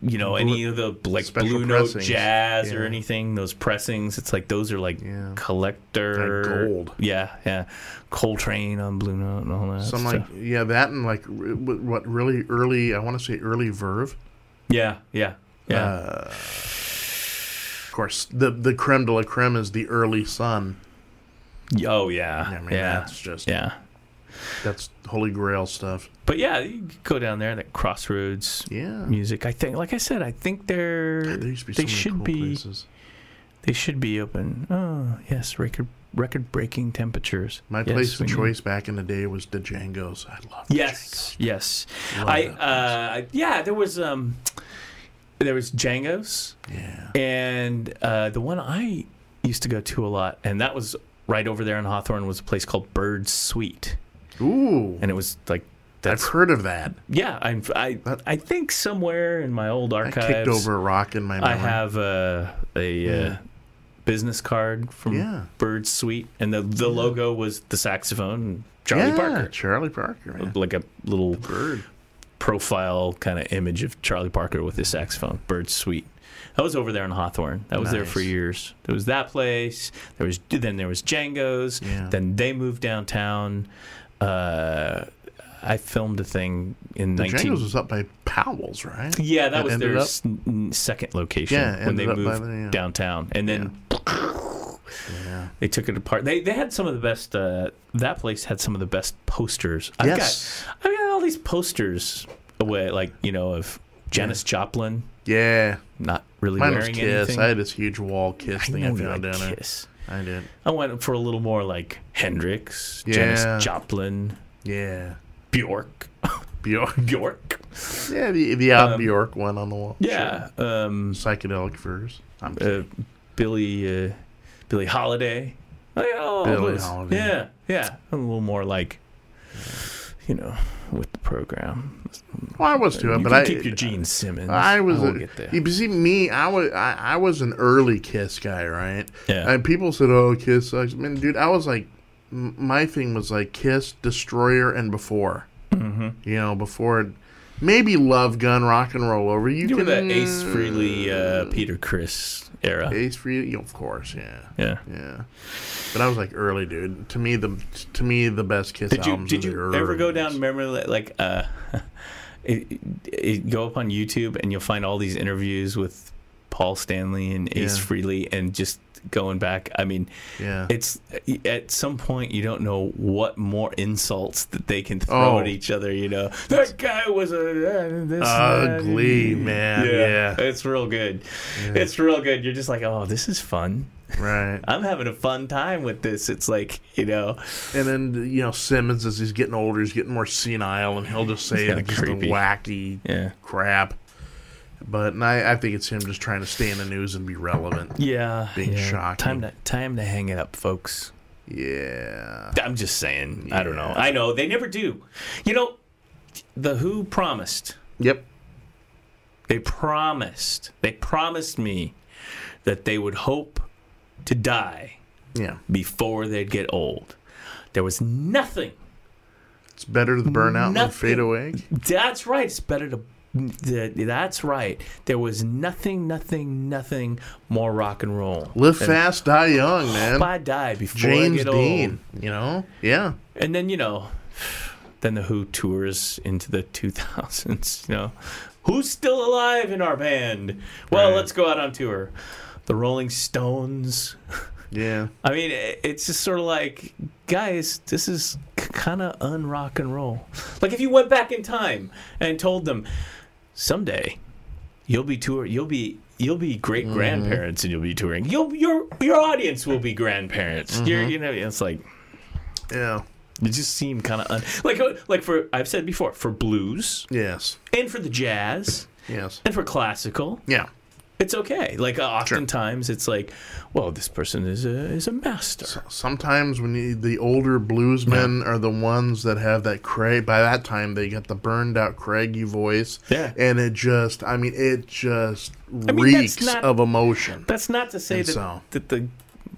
[SPEAKER 1] you know, any of the like
[SPEAKER 2] Special
[SPEAKER 1] Blue Note
[SPEAKER 2] pressings.
[SPEAKER 1] jazz or
[SPEAKER 2] Yeah.
[SPEAKER 1] anything, those pressings, it's like those are like
[SPEAKER 2] Yeah.
[SPEAKER 1] collector
[SPEAKER 2] Like gold.
[SPEAKER 1] Yeah, yeah, Coltrane on Blue Note and all that.
[SPEAKER 2] Some like
[SPEAKER 1] stuff.
[SPEAKER 2] yeah, that and like r- what really early. I want to say early Verve.
[SPEAKER 1] yeah, yeah, yeah.
[SPEAKER 2] uh, Of course, the the creme de la creme is the early Sun.
[SPEAKER 1] oh yeah,
[SPEAKER 2] I mean,
[SPEAKER 1] yeah,
[SPEAKER 2] that's just
[SPEAKER 1] yeah.
[SPEAKER 2] that's holy grail stuff.
[SPEAKER 1] But yeah, you could go down there. That Crossroads
[SPEAKER 2] Yeah.
[SPEAKER 1] music. I think, like I said, I think they're
[SPEAKER 2] There used to be so
[SPEAKER 1] they
[SPEAKER 2] many
[SPEAKER 1] should
[SPEAKER 2] cool
[SPEAKER 1] be
[SPEAKER 2] places.
[SPEAKER 1] they should be open. Oh yes, record record breaking temperatures.
[SPEAKER 2] My
[SPEAKER 1] Yes,
[SPEAKER 2] place
[SPEAKER 1] we
[SPEAKER 2] of
[SPEAKER 1] need-
[SPEAKER 2] choice back in the day was DeJango's. I love
[SPEAKER 1] Yes, yes.
[SPEAKER 2] Love
[SPEAKER 1] I
[SPEAKER 2] that
[SPEAKER 1] uh, yeah, there was um, there was Django's
[SPEAKER 2] DeJango's. Yeah.
[SPEAKER 1] and uh, the one I used to go to a lot, and that was right over there in Hawthorne was a place called Bird Sweet,
[SPEAKER 2] Ooh,
[SPEAKER 1] and it was like
[SPEAKER 2] I've
[SPEAKER 1] that's
[SPEAKER 2] heard of that.
[SPEAKER 1] yeah. I'm, I
[SPEAKER 2] That-
[SPEAKER 1] I think somewhere in my old
[SPEAKER 2] I
[SPEAKER 1] archives
[SPEAKER 2] kicked over a rock in my memory.
[SPEAKER 1] I have a a uh, business card from
[SPEAKER 2] Yeah.
[SPEAKER 1] Bird Suite, and the the logo was the saxophone and Charlie
[SPEAKER 2] yeah,
[SPEAKER 1] Parker,
[SPEAKER 2] Charlie Parker, man.
[SPEAKER 1] like a little
[SPEAKER 2] Bird.
[SPEAKER 1] profile kind of image of Charlie Parker with his saxophone. Bird Suite. That was over there in Hawthorne. That was there for
[SPEAKER 2] Nice.
[SPEAKER 1] years. There was that place. There was then there was Django's.
[SPEAKER 2] Yeah.
[SPEAKER 1] Then they moved downtown. Uh, I filmed a thing in
[SPEAKER 2] The
[SPEAKER 1] 19
[SPEAKER 2] Django's was up by Powell's, right?
[SPEAKER 1] yeah, that
[SPEAKER 2] It
[SPEAKER 1] was
[SPEAKER 2] ended
[SPEAKER 1] their
[SPEAKER 2] up-
[SPEAKER 1] s- n- second location
[SPEAKER 2] Yeah, it
[SPEAKER 1] when they
[SPEAKER 2] ended up by
[SPEAKER 1] moved
[SPEAKER 2] the- yeah.
[SPEAKER 1] downtown, and then
[SPEAKER 2] Yeah.
[SPEAKER 1] they took it apart. They they had some of the best. Uh, that place had some of the best posters.
[SPEAKER 2] Yes.
[SPEAKER 1] I've got, I've got all these posters away, like you know of Janis Joplin
[SPEAKER 2] Yeah.
[SPEAKER 1] not really
[SPEAKER 2] Mine was
[SPEAKER 1] wearing
[SPEAKER 2] Kiss.
[SPEAKER 1] anything.
[SPEAKER 2] I had this huge wall Kiss thing I,
[SPEAKER 1] know you
[SPEAKER 2] found
[SPEAKER 1] like
[SPEAKER 2] down there.
[SPEAKER 1] Kiss.
[SPEAKER 2] I did.
[SPEAKER 1] I went for a little more like Hendrix, Janis
[SPEAKER 2] Yeah.
[SPEAKER 1] Joplin,
[SPEAKER 2] Yeah.
[SPEAKER 1] Bjork,
[SPEAKER 2] Bjork. [laughs]
[SPEAKER 1] Bjork.
[SPEAKER 2] Yeah, the, the odd
[SPEAKER 1] Um,
[SPEAKER 2] Bjork one on the wall.
[SPEAKER 1] Yeah, um,
[SPEAKER 2] Sure. Psychedelic furs. I'm
[SPEAKER 1] uh, Billy uh, Billy Holiday. I got all
[SPEAKER 2] Billie
[SPEAKER 1] those.
[SPEAKER 2] Holiday.
[SPEAKER 1] Yeah, yeah. A little more like, you know, with the program.
[SPEAKER 2] well, I was
[SPEAKER 1] uh, You
[SPEAKER 2] too, but
[SPEAKER 1] can
[SPEAKER 2] I
[SPEAKER 1] keep your Gene Simmons.
[SPEAKER 2] I was.
[SPEAKER 1] will
[SPEAKER 2] a-
[SPEAKER 1] get there.
[SPEAKER 2] You see, me, I was, I, I was an early Kiss guy, right?
[SPEAKER 1] Yeah.
[SPEAKER 2] And people said, "Oh, Kiss sucks." I mean, dude, I was like, m- my thing was like Kiss, Destroyer, and before. Mm-hmm. You know, before maybe Love Gun, Rock and Roll Over. You,
[SPEAKER 1] You were
[SPEAKER 2] can Mm,
[SPEAKER 1] the Ace Frehley, uh, Peter Chris era.
[SPEAKER 2] Ace Frehley, yeah, of course, yeah,
[SPEAKER 1] Yeah.
[SPEAKER 2] yeah. But I was like early, dude. To me, the to me the best Kiss
[SPEAKER 1] Did you
[SPEAKER 2] albums.
[SPEAKER 1] did
[SPEAKER 2] are the
[SPEAKER 1] you
[SPEAKER 2] early
[SPEAKER 1] ever go
[SPEAKER 2] ones.
[SPEAKER 1] down memory la- like uh, [laughs] it, it, go up on YouTube and you'll find all these interviews with Paul Stanley and Ace
[SPEAKER 2] Yeah.
[SPEAKER 1] Frehley and just going back. I mean,
[SPEAKER 2] Yeah.
[SPEAKER 1] it's at some point you don't know what more insults that they can throw
[SPEAKER 2] Oh.
[SPEAKER 1] at each other. You know, that guy was a uh, this
[SPEAKER 2] Ugly
[SPEAKER 1] that."
[SPEAKER 2] man. Yeah.
[SPEAKER 1] it's real good. It's real good. You're just like, oh, this is fun.
[SPEAKER 2] Right.
[SPEAKER 1] I'm having a fun time with this. It's like, you know,
[SPEAKER 2] And then you know Simmons as he's getting older, he's getting more senile, and
[SPEAKER 1] [laughs]
[SPEAKER 2] he'll just say
[SPEAKER 1] kinda
[SPEAKER 2] like, just the
[SPEAKER 1] creepy.
[SPEAKER 2] wacky
[SPEAKER 1] yeah,
[SPEAKER 2] crap. But and I, I think it's him just trying to stay in the news and be relevant.
[SPEAKER 1] yeah,
[SPEAKER 2] Being
[SPEAKER 1] yeah.
[SPEAKER 2] shocking.
[SPEAKER 1] Time to time to hang it up, folks.
[SPEAKER 2] Yeah.
[SPEAKER 1] I'm just saying. I don't know.
[SPEAKER 2] Yeah.
[SPEAKER 1] I know they never do. You know, the Who promised.
[SPEAKER 2] Yep.
[SPEAKER 1] They promised. They promised me that they would hope to die
[SPEAKER 2] Yeah.
[SPEAKER 1] before they'd get old. There was nothing.
[SPEAKER 2] It's better to burn out than
[SPEAKER 1] Nothing.
[SPEAKER 2] fade away.
[SPEAKER 1] That's right. It's better to. th- That's right. There was nothing, nothing, nothing more rock and roll.
[SPEAKER 2] Live
[SPEAKER 1] than
[SPEAKER 2] fast, die young,
[SPEAKER 1] hope
[SPEAKER 2] man.
[SPEAKER 1] I die before I
[SPEAKER 2] James
[SPEAKER 1] get old.
[SPEAKER 2] Dean. You know. Yeah.
[SPEAKER 1] And then you know, then the Who tours into the [laughs] 2000s. You know, who's still alive in our band? Well,
[SPEAKER 2] Right.
[SPEAKER 1] let's go out on tour. The Rolling Stones.
[SPEAKER 2] Yeah.
[SPEAKER 1] I mean, i- it's just sort of like, guys, this is kind of unrock and roll. Like if you went back in time and told them, someday you'll be tour, you'll be you'll be great grandparents and you'll be touring. You'll your your audience will be grandparents. You're you know it's like
[SPEAKER 2] Yeah.
[SPEAKER 1] it just seemed kind of un- like uh, like for I've said before for blues
[SPEAKER 2] Yes.
[SPEAKER 1] and for the jazz
[SPEAKER 2] Yes.
[SPEAKER 1] and for classical
[SPEAKER 2] Yeah.
[SPEAKER 1] it's okay like uh, oftentimes it's like well this person is a is a master
[SPEAKER 2] Sometimes when you, the older bluesmen are the ones that have that Craig, by that time they got the burned out craggy voice.
[SPEAKER 1] Yeah.
[SPEAKER 2] And it just, I mean, it just
[SPEAKER 1] mean, that's
[SPEAKER 2] reeks
[SPEAKER 1] not-
[SPEAKER 2] of emotion.
[SPEAKER 1] That's not to say
[SPEAKER 2] And
[SPEAKER 1] that,
[SPEAKER 2] so-
[SPEAKER 1] that the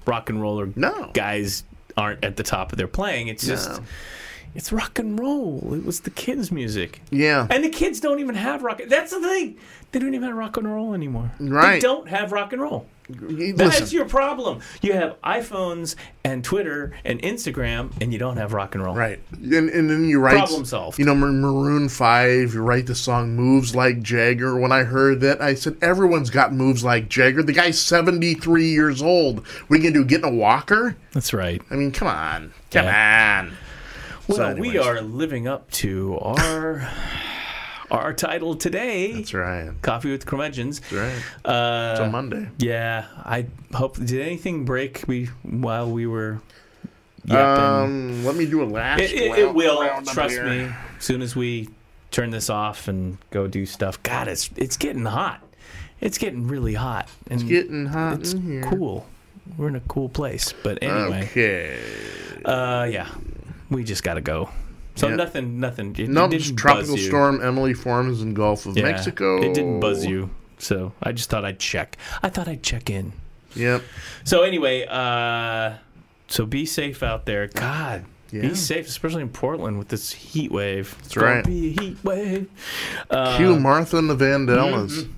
[SPEAKER 1] rock and roller
[SPEAKER 2] No.
[SPEAKER 1] guys aren't at the top of their playing. It's just
[SPEAKER 2] No.
[SPEAKER 1] it's rock and roll. It was the kids' music.
[SPEAKER 2] Yeah.
[SPEAKER 1] And the kids don't even have rock. That's the thing. They don't even have rock and roll anymore. They
[SPEAKER 2] Right.
[SPEAKER 1] don't have rock and roll. That's
[SPEAKER 2] Listen,
[SPEAKER 1] your problem. You have iPhones and Twitter and Instagram, and you don't have rock and roll.
[SPEAKER 2] right. And, and then you write.
[SPEAKER 1] Problem solved.
[SPEAKER 2] You know, Mar- Maroon 5, you write the song Moves Like Jagger. When I heard that, I said, everyone's got moves like Jagger. The guy's 73 years old. What are you going to do? Get in a walker?
[SPEAKER 1] That's right.
[SPEAKER 2] I mean, come on. Come on.
[SPEAKER 1] Well, we
[SPEAKER 2] anyways.
[SPEAKER 1] are living up to our [sighs] our title today.
[SPEAKER 2] That's right.
[SPEAKER 1] Coffee with Curmudgeons.
[SPEAKER 2] Right.
[SPEAKER 1] Uh,
[SPEAKER 2] It's a Monday.
[SPEAKER 1] Yeah, I hope. Did anything break me while we were? yapping?
[SPEAKER 2] Um, let me do a last.
[SPEAKER 1] it, it, it
[SPEAKER 2] round-
[SPEAKER 1] will.
[SPEAKER 2] round up
[SPEAKER 1] Trust
[SPEAKER 2] here.
[SPEAKER 1] me. As soon as we turn this off and go do stuff, God, it's it's getting hot. It's getting really hot, and it's,
[SPEAKER 2] Getting hot in here.
[SPEAKER 1] cool. We're in a cool place, but anyway,
[SPEAKER 2] Okay.
[SPEAKER 1] uh, yeah, we just gotta go. So
[SPEAKER 2] Yeah.
[SPEAKER 1] nothing, nothing. It, it
[SPEAKER 2] No,
[SPEAKER 1] didn't buzz
[SPEAKER 2] tropical
[SPEAKER 1] you.
[SPEAKER 2] storm Emily forms in Gulf of
[SPEAKER 1] Yeah,
[SPEAKER 2] Mexico.
[SPEAKER 1] It didn't buzz you, so I just thought I'd check. I thought I'd check in.
[SPEAKER 2] Yep.
[SPEAKER 1] So anyway, uh so be safe out there. God,
[SPEAKER 2] Yeah.
[SPEAKER 1] Be safe, especially in Portland with this heat wave. It's
[SPEAKER 2] right.
[SPEAKER 1] gonna Be a heat wave. Uh,
[SPEAKER 2] Cue Martha and the Vandellas.
[SPEAKER 1] mm-hmm.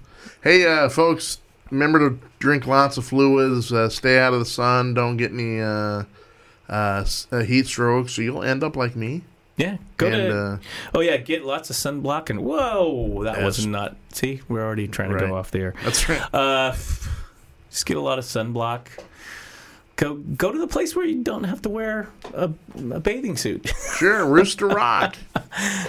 [SPEAKER 2] Hey, uh, folks, remember to drink lots of fluids, uh, stay out of the sun, don't get any uh, uh, s- uh, heat strokes, so you'll end up like me.
[SPEAKER 1] Yeah, go
[SPEAKER 2] and
[SPEAKER 1] to.
[SPEAKER 2] uh,
[SPEAKER 1] oh yeah, get lots of sunblock and whoa, that was
[SPEAKER 2] Yes.
[SPEAKER 1] not. See, we're already trying to
[SPEAKER 2] Right.
[SPEAKER 1] go off the air.
[SPEAKER 2] that's right.
[SPEAKER 1] Uh, f- just get a lot of sunblock. Go go to the place where you don't have to wear a, a bathing suit. [laughs]
[SPEAKER 2] Sure, Rooster Rock,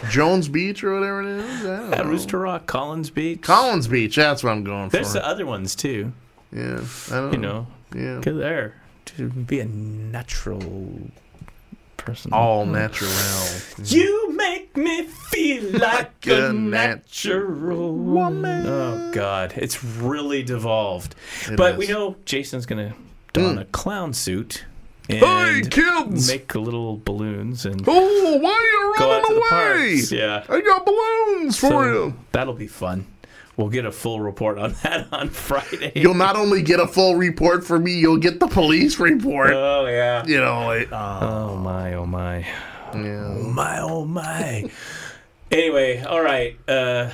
[SPEAKER 2] Jones Beach or whatever it is. I don't
[SPEAKER 1] At
[SPEAKER 2] know.
[SPEAKER 1] Rooster Rock, Collins Beach.
[SPEAKER 2] Oh. Collins Beach. That's what I'm going
[SPEAKER 1] There's
[SPEAKER 2] for.
[SPEAKER 1] the other ones too.
[SPEAKER 2] yeah, I don't
[SPEAKER 1] You know,
[SPEAKER 2] Yeah,
[SPEAKER 1] go there to be a natural person.
[SPEAKER 2] all natural.
[SPEAKER 1] You make me
[SPEAKER 2] [laughs]
[SPEAKER 1] feel like
[SPEAKER 2] a
[SPEAKER 1] a natural woman. Oh God, it's really devolved.
[SPEAKER 2] It
[SPEAKER 1] but we
[SPEAKER 2] is. Hmm.
[SPEAKER 1] know Jason's gonna don a clown suit and
[SPEAKER 2] Hey, kids!
[SPEAKER 1] make little balloons and
[SPEAKER 2] oh, why
[SPEAKER 1] go out to the
[SPEAKER 2] are you running away?
[SPEAKER 1] parks. Yeah,
[SPEAKER 2] I got balloons for
[SPEAKER 1] So,
[SPEAKER 2] you.
[SPEAKER 1] that'll be fun. We'll get a full report on [laughs] that on Friday.
[SPEAKER 2] You'll not only get a full report from me, you'll get the police report.
[SPEAKER 1] oh yeah.
[SPEAKER 2] you know, like,
[SPEAKER 1] Oh my! Oh my!
[SPEAKER 2] yeah.
[SPEAKER 1] My oh my. anyway, all right. Uh,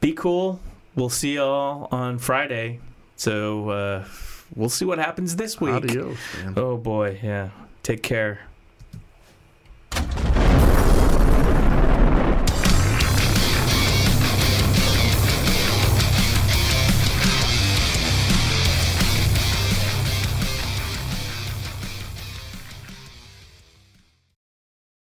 [SPEAKER 1] be cool. We'll see y'all on Friday. So uh, we'll see what happens this week.
[SPEAKER 2] Adios, man.
[SPEAKER 1] Oh boy, yeah. Take care.